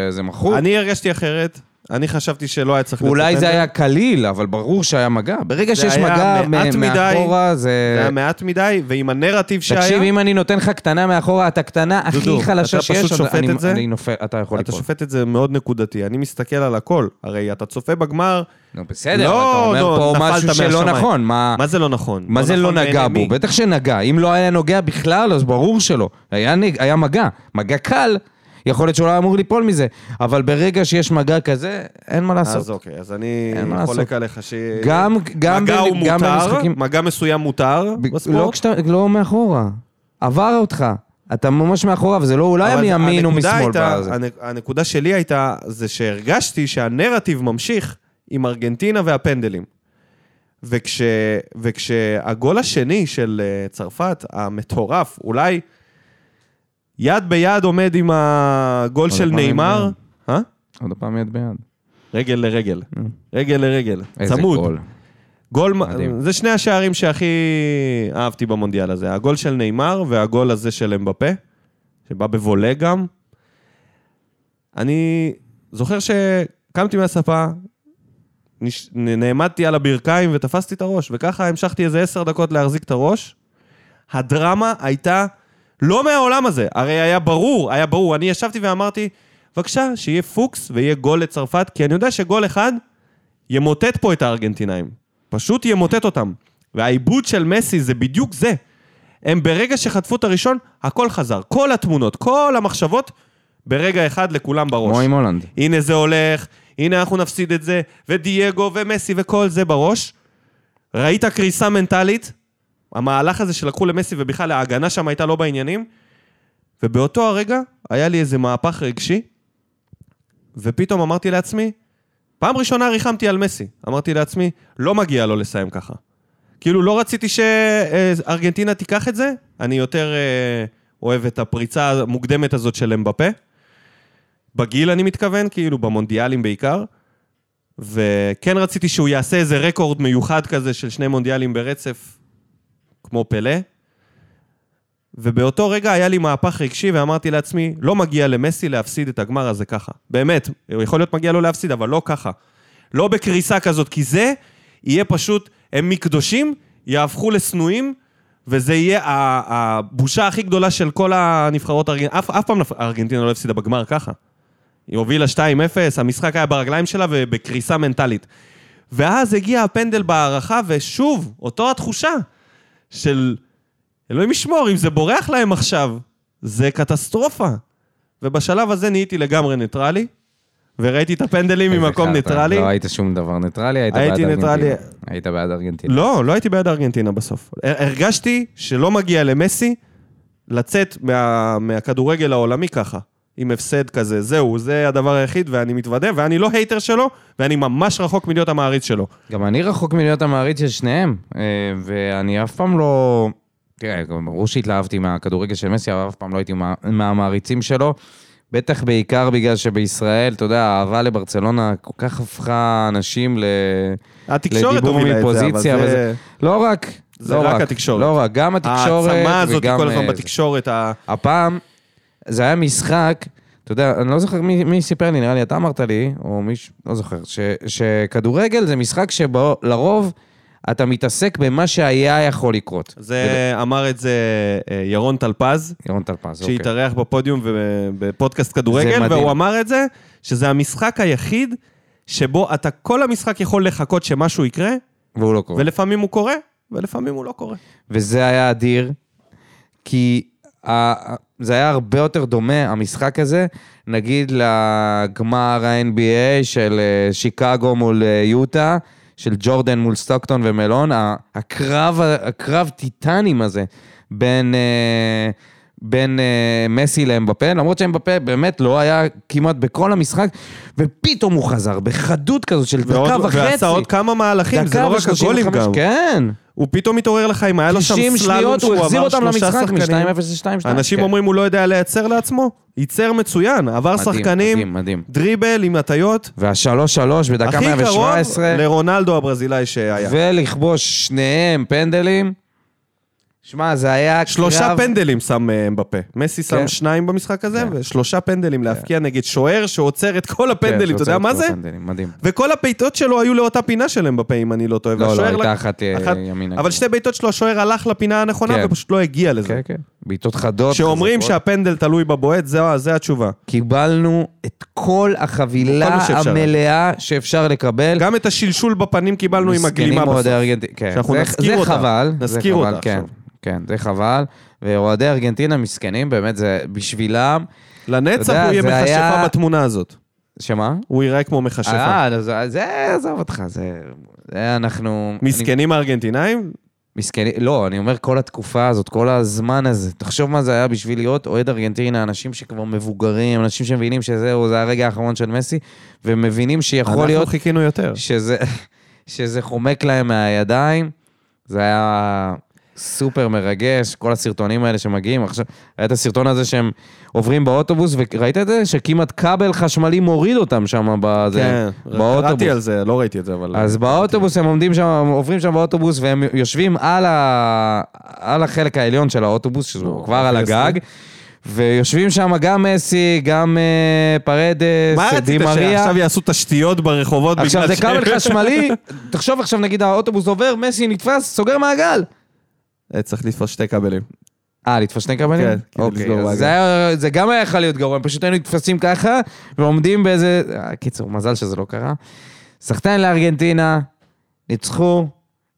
Speaker 2: זה מכור?
Speaker 1: אני הרגשתי אחרת, אני חשבתי שלא היה צריך
Speaker 2: אולי זה
Speaker 1: הטנדר.
Speaker 2: היה קליל, אבל ברור שהיה מגע. ברגע
Speaker 1: זה
Speaker 2: שיש
Speaker 1: היה
Speaker 2: מגע
Speaker 1: מעט
Speaker 2: מ-
Speaker 1: מדי.
Speaker 2: מאחורה,
Speaker 1: זה
Speaker 2: זה...
Speaker 1: היה מעט מדי, ועם הנרטיב שהיה...
Speaker 2: תקשיב, אם אני נותן לך קטנה מאחורה, אתה קטנה הכי
Speaker 1: דודו,
Speaker 2: חלשה
Speaker 1: אתה
Speaker 2: שיש.
Speaker 1: פשוט
Speaker 2: אז
Speaker 1: שופט
Speaker 2: אני-
Speaker 1: את זה?
Speaker 2: אני נופל, אתה יכול
Speaker 1: אתה
Speaker 2: לקרוא.
Speaker 1: שופט את זה מאוד נקודתי, אני מסתכל על הכל. הרי אתה צופה בגמר,
Speaker 2: נו, בסדר,
Speaker 1: לא,
Speaker 2: אבל אתה אומר
Speaker 1: לא,
Speaker 2: פה
Speaker 1: נפלת
Speaker 2: משהו שלא
Speaker 1: מהשמיים.
Speaker 2: נכון. מה...
Speaker 1: מה זה לא נכון?
Speaker 2: מה זה לא
Speaker 1: נכון
Speaker 2: נגע
Speaker 1: בעיני
Speaker 2: בו?
Speaker 1: מי?
Speaker 2: בטח שנגע. אם לא היה נוגע בכלל, אז ברור שלא. היה, נג... היה מגע. מגע קל, יכול להיות שהוא לא היה אמור ליפול מזה. אבל ברגע שיש מגע כזה, אין מה לעשות.
Speaker 1: אז אוקיי, אז אני
Speaker 2: אין מה לעשות.
Speaker 1: חולק עליך ש...
Speaker 2: גם- גם
Speaker 1: מגע
Speaker 2: ב-
Speaker 1: הוא
Speaker 2: גם
Speaker 1: מותר,
Speaker 2: במשחקים-
Speaker 1: מגע מסוים מותר
Speaker 2: ב- לא,
Speaker 1: בספורט,
Speaker 2: כשאתה, לא מאחורה. עבר אותך. אתה ממש מאחורה, וזה לא אולי
Speaker 1: אבל
Speaker 2: מימין או
Speaker 1: הנקודה
Speaker 2: משמאל.
Speaker 1: הייתה-
Speaker 2: בזה.
Speaker 1: הנק- הנקודה שלי הייתה, זה שהרגשתי שהנרטיב ממשיך עם ארגנטינה והפנדלים. וכש, וכשהגול השני של אה, צרפת, המטורף, אולי יד ביד עומד עם הגול
Speaker 2: אבל
Speaker 1: של
Speaker 2: הפעם
Speaker 1: נאמר,
Speaker 2: הם-
Speaker 1: אה?
Speaker 2: עוד פעם יד ביד.
Speaker 1: רגל לרגל, רגל לרגל,
Speaker 2: אה. איזה
Speaker 1: צמוד.
Speaker 2: גול.
Speaker 1: גול,
Speaker 2: מדהים.
Speaker 1: זה שני השערים שהכי אהבתי במונדיאל הזה. הגול של נאמר והגול הזה של אמבפה, שבא בבולה גם. אני זוכר שקמתי מהספה, נש... נ- נעמדתי על הברכיים ותפסתי את הראש, וככה המשכתי איזה עשר דקות להחזיק את הראש. הדרמה הייתה לא מהעולם הזה, הרי היה ברור, היה ברור. אני ישבתי ואמרתי, בבקשה, שיהיה פוקס ויהיה גול לצרפת, כי אני יודע שגול אחד ימוטט פה את הארגנטינאים. פשוט ימוטט אותם. והעיבוד של מסי זה בדיוק זה. הם ברגע שחטפו את הראשון, הכל חזר. כל התמונות, כל המחשבות, ברגע אחד לכולם בראש.
Speaker 2: כמו עם הולנד.
Speaker 1: הנה זה הולך, הנה אנחנו נפסיד את זה, ודייגו ומסי וכל זה בראש. ראית קריסה מנטלית? המהלך הזה שלקחו למסי ובכלל ההגנה שם הייתה לא בעניינים. ובאותו הרגע היה לי איזה מהפך רגשי, ופתאום אמרתי לעצמי, פעם ראשונה ריחמתי על מסי. אמרתי לעצמי, לא מגיע לו לסיים ככה. כאילו לא רציתי שארגנטינה תיקח את זה, אני יותר אה, אוהב את הפריצה המוקדמת הזאת של אמבפה. בגיל אני מתכוון, כאילו, במונדיאלים בעיקר. וכן רציתי שהוא יעשה איזה רקורד מיוחד כזה של שני מונדיאלים ברצף, כמו פלא. ובאותו רגע היה לי מהפך רגשי ואמרתי לעצמי, לא מגיע למסי להפסיד את הגמר הזה ככה. באמת, הוא יכול להיות מגיע לו להפסיד, אבל לא ככה. לא בקריסה כזאת, כי זה יהיה פשוט, הם מקדושים, יהפכו לשנואים, וזה יהיה ה- הבושה הכי גדולה של כל הנבחרות הארגנטינה. אף, אף פעם ארגנטינה לא הפסידה בגמר ככה. היא הובילה 2-0, המשחק היה ברגליים שלה ובקריסה מנטלית. ואז הגיע הפנדל בהערכה, ושוב, אותו התחושה של אלוהים ישמור, אם זה בורח להם עכשיו, זה קטסטרופה. ובשלב הזה נהייתי לגמרי ניטרלי, וראיתי את הפנדלים
Speaker 2: איזה
Speaker 1: ממקום
Speaker 2: חרטא.
Speaker 1: ניטרלי.
Speaker 2: לא היית שום דבר ניטרלי, היית בעד
Speaker 1: הייתי
Speaker 2: ארגנטינה.
Speaker 1: ניטרלי.
Speaker 2: היית בעד ארגנטינה.
Speaker 1: לא, לא הייתי בעד ארגנטינה בסוף. הר- הרגשתי שלא מגיע למסי לצאת מה, מהכדורגל העולמי ככה, עם הפסד כזה. זהו, זה הדבר היחיד, ואני מתוודה, ואני לא הייטר שלו, ואני ממש רחוק מלהיות המעריץ שלו.
Speaker 2: גם אני רחוק מלהיות המעריץ של שניהם, אה, ואני אף פעם לא... תראה, גם ברור שהתלהבתי מהכדורגל של מסי, אבל אף פעם לא הייתי מה- מהמעריצים שלו. בטח בעיקר בגלל שבישראל, אתה יודע, האהבה לברצלונה כל כך הפכה אנשים ל...
Speaker 1: התקשורת
Speaker 2: לדיבור
Speaker 1: הובילה את זה, אבל
Speaker 2: מפוזיציה,
Speaker 1: זה-
Speaker 2: לא רק.
Speaker 1: זה
Speaker 2: לא
Speaker 1: רק התקשורת.
Speaker 2: לא רק, גם התקשורת.
Speaker 1: ההעצמה הזאת היא
Speaker 2: וגם,
Speaker 1: כל הזמן
Speaker 2: אה, זה.
Speaker 1: בתקשורת, ה...
Speaker 2: הפעם, זה היה משחק, אתה יודע, אני לא זוכר מי, מי סיפר לי, נראה לי אתה אמרת לי, או מישהו, לא זוכר, ש, שכדורגל זה משחק שבו לרוב אתה מתעסק במה שהיה יכול לקרות.
Speaker 1: זה אמר את זה אה, ירון טלפז,
Speaker 2: ירון טלפז, אוקיי.
Speaker 1: שהתארח בפודיום ובפודקאסט כדורגל,
Speaker 2: מדהים.
Speaker 1: והוא אמר את זה, שזה המשחק היחיד שבו אתה כל המשחק יכול לחכות שמשהו יקרה,
Speaker 2: והוא לא קורה.
Speaker 1: ולפעמים הוא קורה, ולפעמים הוא לא קורה.
Speaker 2: וזה היה אדיר, כי ה... זה היה הרבה יותר דומה, המשחק הזה, נגיד לגמר ה-NBA של אה, שיקגו מול אה, יוטה, של ג'ורדן מול סטוקטון ומלון, ה- הקרב, ה- הקרב טיטנים הזה בין... אה, בין אה, מסי לאמבפה, למרות שאמבפה באמת לא היה כמעט בכל המשחק, ופתאום הוא חזר בחדות כזו של
Speaker 1: ועוד-
Speaker 2: דקה וחצי.
Speaker 1: ועשה עוד כמה מהלכים, זה
Speaker 2: דקה
Speaker 1: לא רק
Speaker 2: ו-
Speaker 1: הגולים
Speaker 2: 35,
Speaker 1: גם.
Speaker 2: כן.
Speaker 1: הוא פתאום התעורר לך, אם היה לו שם
Speaker 2: 90
Speaker 1: סללום
Speaker 2: שניות, הוא
Speaker 1: שהוא
Speaker 2: החזיר
Speaker 1: עבר
Speaker 2: אותם
Speaker 1: שלושה
Speaker 2: למשחק
Speaker 1: שחקנים.
Speaker 2: מ-2-0 ל-2-2.
Speaker 1: אנשים אומרים הוא לא יודע לייצר לעצמו, ייצר מצוין, עבר
Speaker 2: כן. מדהים, מדהים,
Speaker 1: שחקנים,
Speaker 2: מדהים.
Speaker 1: דריבל עם הטיות.
Speaker 2: והשלוש שלוש בדקה
Speaker 1: הכי קרוב
Speaker 2: 117,
Speaker 1: לרונלדו הברזילאי שהיה.
Speaker 2: ולכבוש שניהם פנדלים, שמע, זה היה קרב...
Speaker 1: שלושה פנדלים שם אה, אמבפה. מסי
Speaker 2: כן.
Speaker 1: שם שניים במשחק הזה,
Speaker 2: כן.
Speaker 1: ושלושה פנדלים להפקיע נגד שוער שעוצר את כל
Speaker 2: כן,
Speaker 1: הפנדלים, אתה
Speaker 2: שעוצר
Speaker 1: יודע
Speaker 2: את
Speaker 1: מה
Speaker 2: כל
Speaker 1: זה?
Speaker 2: הפנדלים, מדהים.
Speaker 1: וכל הבעיטות שלו היו לאותה פינה של אמבפה, אם אני לא טועה.
Speaker 2: לא, לא,
Speaker 1: והשוער
Speaker 2: הייתה
Speaker 1: לק-
Speaker 2: אחת, אה, ימינה.
Speaker 1: אבל שתי בעיטות שלו, השוער הלך לפינה הנכונה
Speaker 2: כן.
Speaker 1: ופשוט לא הגיע לזה.
Speaker 2: כן, כן. בעיטות חדות.
Speaker 1: כשאומרים
Speaker 2: חזקות.
Speaker 1: שהפנדל תלוי בבועט, זה- זה התשובה.
Speaker 2: קיבלנו את
Speaker 1: כל
Speaker 2: כל החבילה
Speaker 1: מה שאפשר.
Speaker 2: המלאה שאפשר לקבל.
Speaker 1: גם את השלשול בפנים קיבלנו עם הגלימה
Speaker 2: מסכנים
Speaker 1: בסוף.
Speaker 2: אוהדי ארגנטינה. כן,
Speaker 1: שאנחנו
Speaker 2: זה-
Speaker 1: נזכיר
Speaker 2: זה
Speaker 1: אותה.
Speaker 2: חבל. זה
Speaker 1: נזכיר
Speaker 2: חבל,
Speaker 1: אותה
Speaker 2: כן,
Speaker 1: עכשיו.
Speaker 2: כן, זה חבל. ואוהדי ארגנטינה מסכנים, באמת, זה בשבילם. אתה
Speaker 1: לנצח
Speaker 2: יודע,
Speaker 1: הוא יהיה
Speaker 2: זה
Speaker 1: מכשפה
Speaker 2: היה-
Speaker 1: בתמונה הזאת.
Speaker 2: שמה?
Speaker 1: הוא ייראה כמו מכשפה.
Speaker 2: אה, לא, זה, זה- עזוב אותך, זה, זה אנחנו... אני,
Speaker 1: מסכנים הארגנטינאים?
Speaker 2: מסכנים, לא, אני אומר כל התקופה הזאת, כל הזמן הזה. תחשוב מה זה היה בשביל להיות אוהד ארגנטינה, אנשים שכבר מבוגרים, אנשים שמבינים שזהו, זה הרגע האחרון של מסי, ומבינים שיכול
Speaker 1: אנחנו
Speaker 2: להיות
Speaker 1: חיכינו יותר.
Speaker 2: שזה, שזה חומק להם מהידיים. זה היה סופר מרגש, כל הסרטונים האלה שמגיעים. עכשיו, היה את הסרטון הזה שהם עוברים באוטובוס, וראית את זה? שכמעט כבל חשמלי מוריד אותם שם בזה,
Speaker 1: כן,
Speaker 2: באוטובוס.
Speaker 1: קראתי על זה, לא ראיתי את זה, אבל...
Speaker 2: אז באוטובוס הם עומדים שם, הם עוברים שם באוטובוס והם יושבים על, ה... על החלק העליון של האוטובוס, שהוא
Speaker 1: נו,
Speaker 2: כבר על
Speaker 1: אוקיי,
Speaker 2: הגג, ויושבים שם גם מסי, גם אה, פרדס,
Speaker 1: מה
Speaker 2: די
Speaker 1: רצית,
Speaker 2: מריה.
Speaker 1: שעכשיו יעשו תשתיות ברחובות בגלל ש...
Speaker 2: עכשיו זה כבל חשמלי, תחשוב עכשיו נגיד האוטובוס עובר, מסי נתפס, סוגר מעגל.
Speaker 1: <laughs> אה, צריך לתפוס שתי כבלים.
Speaker 2: אה, לתפוס שני כבלים?
Speaker 1: כן, כדי לסגור
Speaker 2: אוקיי, אז
Speaker 1: מעגל.
Speaker 2: זה היה- זה גם היה יכול להיות גרוע, הם פשוט היינו נתפסים ככה, ועומדים באיזה... אה, קיצור, מזל שזה לא קרה. סחטיין לארגנטינה, ניצחו,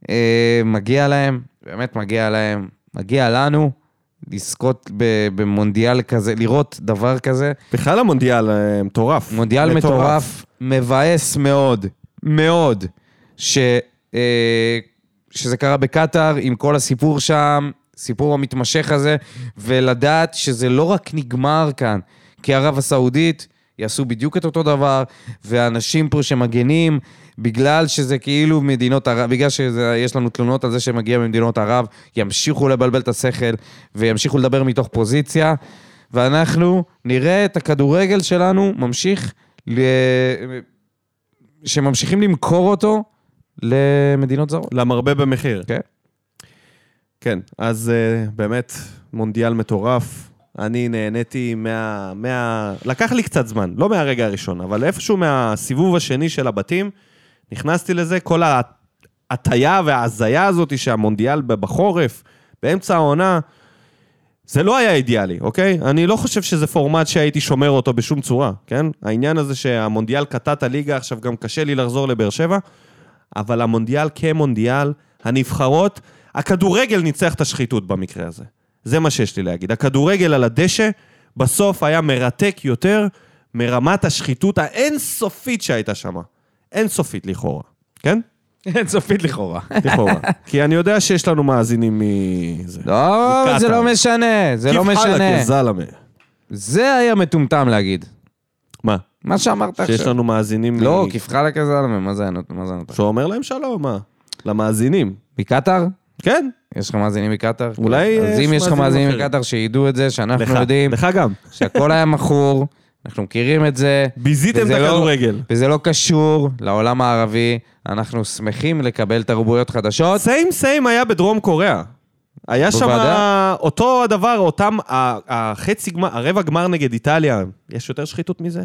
Speaker 2: אה, מגיע להם, באמת מגיע להם, מגיע לנו לזכות ב- במונדיאל כזה, לראות דבר כזה.
Speaker 1: בכלל המונדיאל אה, מטורף.
Speaker 2: מונדיאל מטורף, מבאס מאוד, מאוד, ש, אה, שזה קרה בקטאר עם כל הסיפור שם, סיפור המתמשך הזה, ולדעת שזה לא רק נגמר כאן, כי ערב הסעודית יעשו בדיוק את אותו דבר, והאנשים פה שמגנים, בגלל שזה כאילו מדינות ערב, בגלל שיש לנו תלונות על זה שמגיע ממדינות ערב, ימשיכו לבלבל את השכל וימשיכו לדבר מתוך פוזיציה. ואנחנו נראה את הכדורגל שלנו ממשיך, ל... שממשיכים למכור אותו למדינות זרות.
Speaker 1: למרבה במחיר. <laughs>
Speaker 2: כן.
Speaker 1: כן, אז אה, באמת, מונדיאל מטורף. אני נהניתי מה... מה... לקח לי קצת זמן, לא מהרגע הראשון, אבל איפשהו מהסיבוב השני של הבתים, נכנסתי לזה, כל ההטייה וההזיה הזאת שהמונדיאל ב- בחורף, באמצע העונה, זה לא היה אידיאלי, אוקיי? אני לא חושב שזה פורמט שהייתי שומר אותו בשום צורה, כן? העניין הזה שהמונדיאל קטע את הליגה, עכשיו גם קשה לי לחזור לבאר שבע, אבל המונדיאל כמונדיאל, הנבחרות, הכדורגל ניצח את השחיתות במקרה הזה. זה מה שיש לי להגיד. הכדורגל על הדשא בסוף היה מרתק יותר מרמת השחיתות האינסופית שהייתה שם. אינסופית לכאורה, כן?
Speaker 2: אינסופית לכאורה.
Speaker 1: לכאורה.
Speaker 2: <laughs>
Speaker 1: כי אני יודע שיש לנו מאזינים מזה.
Speaker 2: לא, אבל זה
Speaker 1: מקטאר.
Speaker 2: לא משנה, זה לא משנה.
Speaker 1: זלמה.
Speaker 2: זה היה מטומטם להגיד.
Speaker 1: מה?
Speaker 2: מה שאמרת
Speaker 1: שיש
Speaker 2: עכשיו.
Speaker 1: לנו מאזינים...
Speaker 2: לא,
Speaker 1: מ-
Speaker 2: כיפחה כזלמה, מה זה ענות- מה זה ענות?
Speaker 1: שאומר להם שלום, מה? למאזינים.
Speaker 2: מקטאר?
Speaker 1: כן,
Speaker 2: יש לך מאזינים מקטאר?
Speaker 1: אולי
Speaker 2: אז
Speaker 1: יש
Speaker 2: אם יש לך
Speaker 1: מאזינים
Speaker 2: מאזינים
Speaker 1: אחרים.
Speaker 2: מקטאר, שידעו את זה,
Speaker 1: לך.
Speaker 2: שאנחנו יודעים
Speaker 1: לך גם.
Speaker 2: שהכל היה מכור, אנחנו מכירים את זה.
Speaker 1: ביזיתם את
Speaker 2: וזה לא-
Speaker 1: הכדורגל.
Speaker 2: וזה לא קשור לעולם הערבי, אנחנו שמחים לקבל תרבויות חדשות.
Speaker 1: סיים סיים היה בדרום קוריאה. היה שם
Speaker 2: בוועדה?
Speaker 1: אותו הדבר, אותם, ה- החצי גמר, הרבע גמר נגד איטליה, יש יותר שחיתות מזה?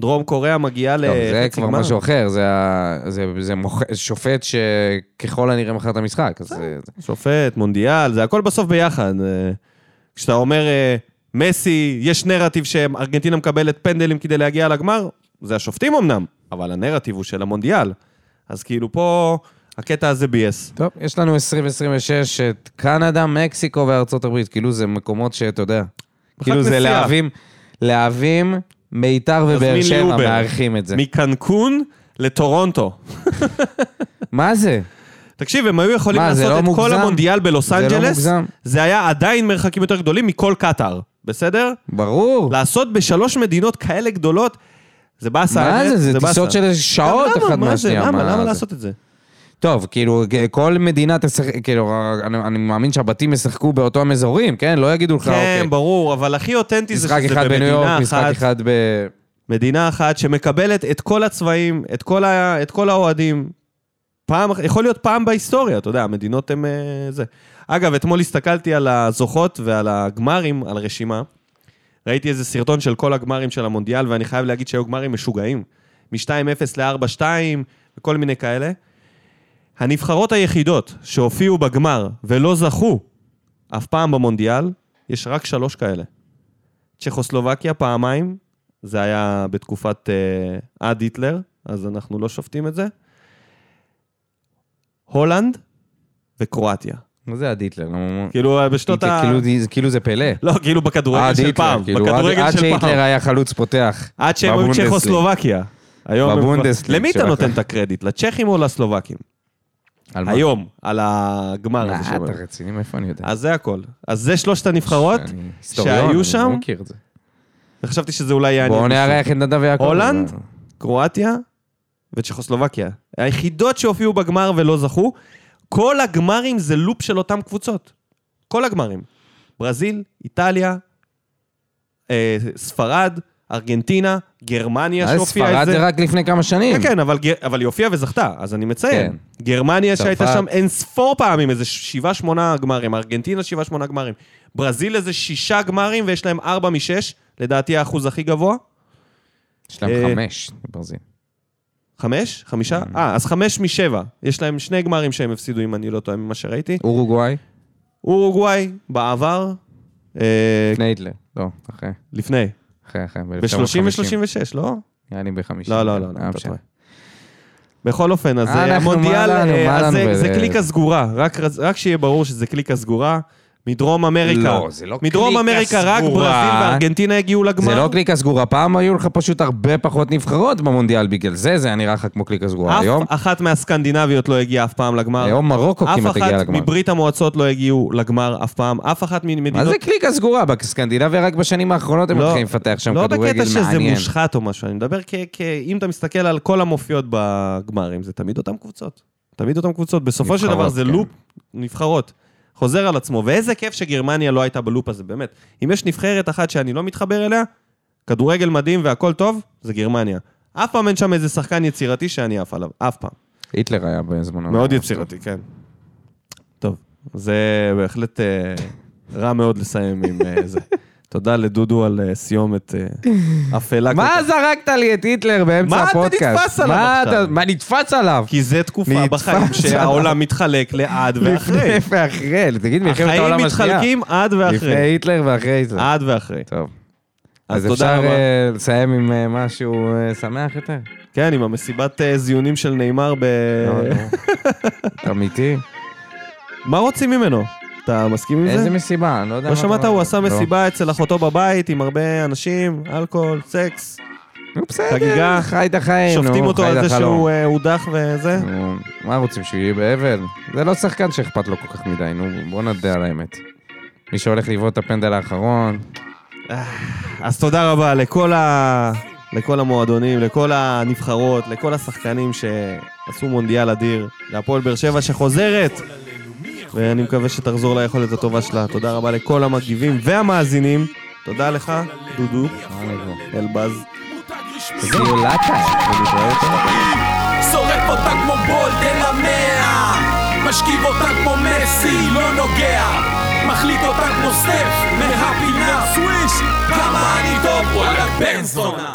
Speaker 1: דרום קוריאה מגיעה
Speaker 2: טוב, לא, זה
Speaker 1: לחצי
Speaker 2: כבר
Speaker 1: גמר.
Speaker 2: משהו אחר, זה, ה- זה, זה מוח, שופט שככל הנראה מכר את המשחק. אז, זה- זה-
Speaker 1: שופט, מונדיאל, זה הכל בסוף ביחד. אה, כשאתה אומר אה, מסי, יש נרטיב שארגנטינה מקבלת פנדלים כדי להגיע לגמר, זה השופטים אמנם, אבל הנרטיב הוא של המונדיאל. אז כאילו פה, הקטע הזה בייס.
Speaker 2: טוב, יש לנו 2026 את קנדה, מקסיקו וארצות הברית, כאילו זה מקומות שאתה יודע, כאילו זה
Speaker 1: נסיעה.
Speaker 2: להבים, להבים, מיתר ובאר
Speaker 1: תזמין לי
Speaker 2: שבע
Speaker 1: אובר.
Speaker 2: מארחים את זה.
Speaker 1: מקנקון לטורונטו.
Speaker 2: מה זה?
Speaker 1: תקשיב, הם היו יכולים
Speaker 2: מה, זה
Speaker 1: לעשות
Speaker 2: לא
Speaker 1: את כל
Speaker 2: מוגזם?
Speaker 1: המונדיאל בלוס
Speaker 2: זה לא
Speaker 1: אנג'לס,
Speaker 2: מוגזם.
Speaker 1: זה היה עדיין מרחקים יותר גדולים מכל קטאר, בסדר?
Speaker 2: ברור.
Speaker 1: לעשות בשלוש מדינות כאלה גדולות, זה באסה.
Speaker 2: מה
Speaker 1: האמת,
Speaker 2: זה? זה
Speaker 1: באסה.
Speaker 2: טיסות של שעות
Speaker 1: למה?
Speaker 2: אחת
Speaker 1: מה זה?
Speaker 2: מהשנייה.
Speaker 1: למה?
Speaker 2: מה
Speaker 1: למה
Speaker 2: זה? אה,
Speaker 1: לעשות את זה?
Speaker 2: טוב, כאילו, כל מדינה תשחק, כאילו, אני, אני מאמין שהבתים ישחקו באותם אזורים, כן? לא יגידו לך,
Speaker 1: כן,
Speaker 2: אוקיי.
Speaker 1: ברור, אבל הכי אותנטי זה
Speaker 2: משחק
Speaker 1: שזה
Speaker 2: אחד בניו יורק,
Speaker 1: במדינה
Speaker 2: משחק
Speaker 1: אחת,
Speaker 2: אחד ב...
Speaker 1: מדינה אחת שמקבלת את כל הצבעים, את כל ה- את כל האוהדים, פעם, יכול להיות פעם בהיסטוריה, אתה יודע, המדינות הן אה, זה. אגב, אתמול הסתכלתי על הזוכות ועל הגמרים, על רשימה. ראיתי איזה סרטון של כל הגמרים של המונדיאל, ואני חייב להגיד שהיו גמרים משוגעים. מ-2-0 ל-4-2 וכל מיני כאלה. הנבחרות היחידות שהופיעו בגמר ולא זכו אף פעם במונדיאל, יש רק שלוש כאלה. צ'כוסלובקיה פעמיים, זה היה בתקופת אה, עד היטלר, אז אנחנו לא שופטים את זה. הולנד וקרואטיה.
Speaker 2: מה זה עד היטלר? נו, נו.
Speaker 1: כאילו, אה, בשנות ה...
Speaker 2: כאילו זה- כאילו זה פלא.
Speaker 1: לא, כאילו בכדורגל
Speaker 2: עד
Speaker 1: של
Speaker 2: היטלר,
Speaker 1: פעם.
Speaker 2: כאילו,
Speaker 1: בכדורגל
Speaker 2: עד-
Speaker 1: של
Speaker 2: עד
Speaker 1: פעם.
Speaker 2: שהיטלר היה חלוץ פותח.
Speaker 1: עד שהם היו
Speaker 2: בבונדסליג.
Speaker 1: צ'כוסלובקיה. היום הם-
Speaker 2: בבונדסליג
Speaker 1: למי אתה
Speaker 2: שלכם.
Speaker 1: נותן את הקרדיט? לצ'כים או לסלובקים?
Speaker 2: על מה?
Speaker 1: היום, על הגמר
Speaker 2: מה,
Speaker 1: הזה
Speaker 2: אתה
Speaker 1: שלהם.
Speaker 2: רציני? מאיפה אני יודע?
Speaker 1: אז זה הכל. אז זה שלושת הנבחרות
Speaker 2: אני היסטוריון,
Speaker 1: שהיו
Speaker 2: אני
Speaker 1: שם,
Speaker 2: לא מכיר את זה.
Speaker 1: וחשבתי שזה אולי יעניין.
Speaker 2: בואו
Speaker 1: מישהו.
Speaker 2: נארח את נדב אה, ויעקב.
Speaker 1: הולנד? קרואטיה וצ'כוסלובקיה. היחידות שהופיעו בגמר ולא זכו. כל הגמרים זה לופ של אותן קבוצות. כל הגמרים. ברזיל, איטליה, אה, ספרד, ארגנטינה, גרמניה
Speaker 2: אז
Speaker 1: שהופיעה את
Speaker 2: אה, ספרד
Speaker 1: זה.
Speaker 2: זה רק לפני כמה שנים.
Speaker 1: כן, כן, אבל, גר- אבל היא הופיעה וזכתה, אז אני מציין. כן. גרמניה
Speaker 2: צרפת.
Speaker 1: שהייתה שם אין ספור פעמים, איזה שבעה, שמונה גמרים, ארגנטינה שבעה, שמונה גמרים. ברזיל איזה שישה גמרים ויש להם ארבע משש, לדעתי האחוז הכי גבוה.
Speaker 2: יש להם
Speaker 1: אה,
Speaker 2: חמש בברזיל.
Speaker 1: חמש? חמישה?
Speaker 2: Mm.
Speaker 1: אה, אז חמש משבע. יש להם שני גמרים שהם הפסידו, אם אני לא טועה, ממה שראיתי.
Speaker 2: אורוגוואי?
Speaker 1: אה, אורוגוואי, בעבר, אה,
Speaker 2: לפני היטלר. לא, אחרי. אוקיי,
Speaker 1: לפני.
Speaker 2: אחרי, אחרי.
Speaker 1: ב-30
Speaker 2: ב-1950.
Speaker 1: ו-36, לא?
Speaker 2: נראה לי ב-50.
Speaker 1: לא, לא, לא,
Speaker 2: אה,
Speaker 1: לא, אתה
Speaker 2: בסדר.
Speaker 1: טועה. בכל אופן, אז
Speaker 2: אה,
Speaker 1: אה,
Speaker 2: אנחנו,
Speaker 1: המונדיאל,
Speaker 2: מה לנו,
Speaker 1: אה,
Speaker 2: מה
Speaker 1: אז
Speaker 2: לנו
Speaker 1: זה- זה
Speaker 2: ב-
Speaker 1: קליקה סגורה, רק רצ- רק שיהיה ברור שזה קליקה סגורה. מדרום אמריקה.
Speaker 2: לא, זה לא
Speaker 1: מדרום
Speaker 2: קליקה
Speaker 1: אמריקה רק
Speaker 2: סגורה.
Speaker 1: ברזיל וארגנטינה הגיעו לגמר.
Speaker 2: זה לא קליקה סגורה, פעם היו לך פשוט הרבה פחות נבחרות במונדיאל, בגלל זה זה היה נראה לך כמו קליקה סגורה.
Speaker 1: אף
Speaker 2: היום,
Speaker 1: אחת מהסקנדינביות לא הגיעה אף פעם לגמר.
Speaker 2: היום מרוקו כמעט הגיעה
Speaker 1: אף
Speaker 2: לגמר.
Speaker 1: אחת מברית המועצות לא הגיעו לגמר אף פעם. אף אחת
Speaker 2: מה
Speaker 1: ממדינות...
Speaker 2: זה קליקה סגורה? בסקנדינביה רק בשנים האחרונות הם
Speaker 1: לא,
Speaker 2: מתחילים לפתח שם
Speaker 1: לא
Speaker 2: כדורגל
Speaker 1: בקטע
Speaker 2: מעניין.
Speaker 1: שזה מושחת או משהו, אני מדבר כ... כ- אם אתה מסתכל על כל המופיעות בגמרים, זה תמיד אותן קבוצות. תמיד אותן קבוצות. בסופו של
Speaker 2: נבחרות,
Speaker 1: דבר זה
Speaker 2: כן.
Speaker 1: לופ נבחרות. חוזר על עצמו, ואיזה כיף שגרמניה לא הייתה בלופ הזה, באמת. אם יש נבחרת אחת שאני לא מתחבר אליה, כדורגל מדהים והכל טוב, זה גרמניה. אף פעם אין שם איזה שחקן יצירתי שאני עף עליו, אף פעם.
Speaker 2: היטלר היה בזמנו.
Speaker 1: מאוד יצירתי, כן. טוב, זה בהחלט אה, רע מאוד לסיים עם אה, זה. תודה לדודו על אה, סיומת אה, אפלה. כל
Speaker 2: מה
Speaker 1: כך.
Speaker 2: זרקת לי את היטלר באמצע
Speaker 1: מה אתה
Speaker 2: הפודקאסט?
Speaker 1: נתפס עליו
Speaker 2: מה
Speaker 1: עכשיו?
Speaker 2: אתה- מה נתפץ עליו?
Speaker 1: כי זה תקופה
Speaker 2: נתפס
Speaker 1: בחיים
Speaker 2: עליו.
Speaker 1: שהעולם מתחלק לעד ואחרי.
Speaker 2: <laughs> לפני ואחרי, תגיד מלחמת
Speaker 1: החיים
Speaker 2: העולם השנייה.
Speaker 1: מתחלקים עד
Speaker 2: לפני
Speaker 1: ואחרי.
Speaker 2: היטלר ואחרי היטלר.
Speaker 1: עד ואחרי.
Speaker 2: טוב.
Speaker 1: אז
Speaker 2: אז
Speaker 1: תודה
Speaker 2: אפשר
Speaker 1: רבה.
Speaker 2: אה, לסיים עם אה, משהו אה, שמח יותר?
Speaker 1: כן, עם המסיבת אה, זיונים של נאמר ב... <laughs>
Speaker 2: לא, לא. אתה אמיתי?
Speaker 1: מה רוצים ממנו? אתה מסכים עם
Speaker 2: איזה
Speaker 1: זה?
Speaker 2: מסיבה? אני לא יודע
Speaker 1: לא
Speaker 2: מה אתה
Speaker 1: שמעת,
Speaker 2: אומר.
Speaker 1: הוא עשה
Speaker 2: לא.
Speaker 1: מסיבה אצל אחותו בבית עם הרבה אנשים, אלכוהול, סקס.
Speaker 2: נו, בסדר,
Speaker 1: חגיגה.
Speaker 2: חי את החיים, נו,
Speaker 1: שופטים אותו
Speaker 2: חי את
Speaker 1: על זה
Speaker 2: החלום.
Speaker 1: שהוא אה, הודח וזה.
Speaker 2: נו, מה רוצים, שהוא יהיה באבל? זה לא שחקן שאכפת לו כל כך מדי, נו, בוא נדע על האמת. מי שהולך לבעוט את הפנדל האחרון,
Speaker 1: אז תודה רבה לכל, ה... לכל המועדונים, לכל הנבחרות, לכל השחקנים שעשו מונדיאל אדיר, להפועל באר שבע שחוזרת, ואני מקווה שתחזור ליכולת הטובה שלה. תודה רבה לכל המגיבים והמאזינים. תודה לך, דודו אלבז.
Speaker 2: זולטה.
Speaker 3: שורף אותה כמו בולד אל המאה משכיב אותה כמו מסי, לא נוגע מחליט אותה כמו סטף מהפינה סוויש כמה אני טוב, וואלה בן זונה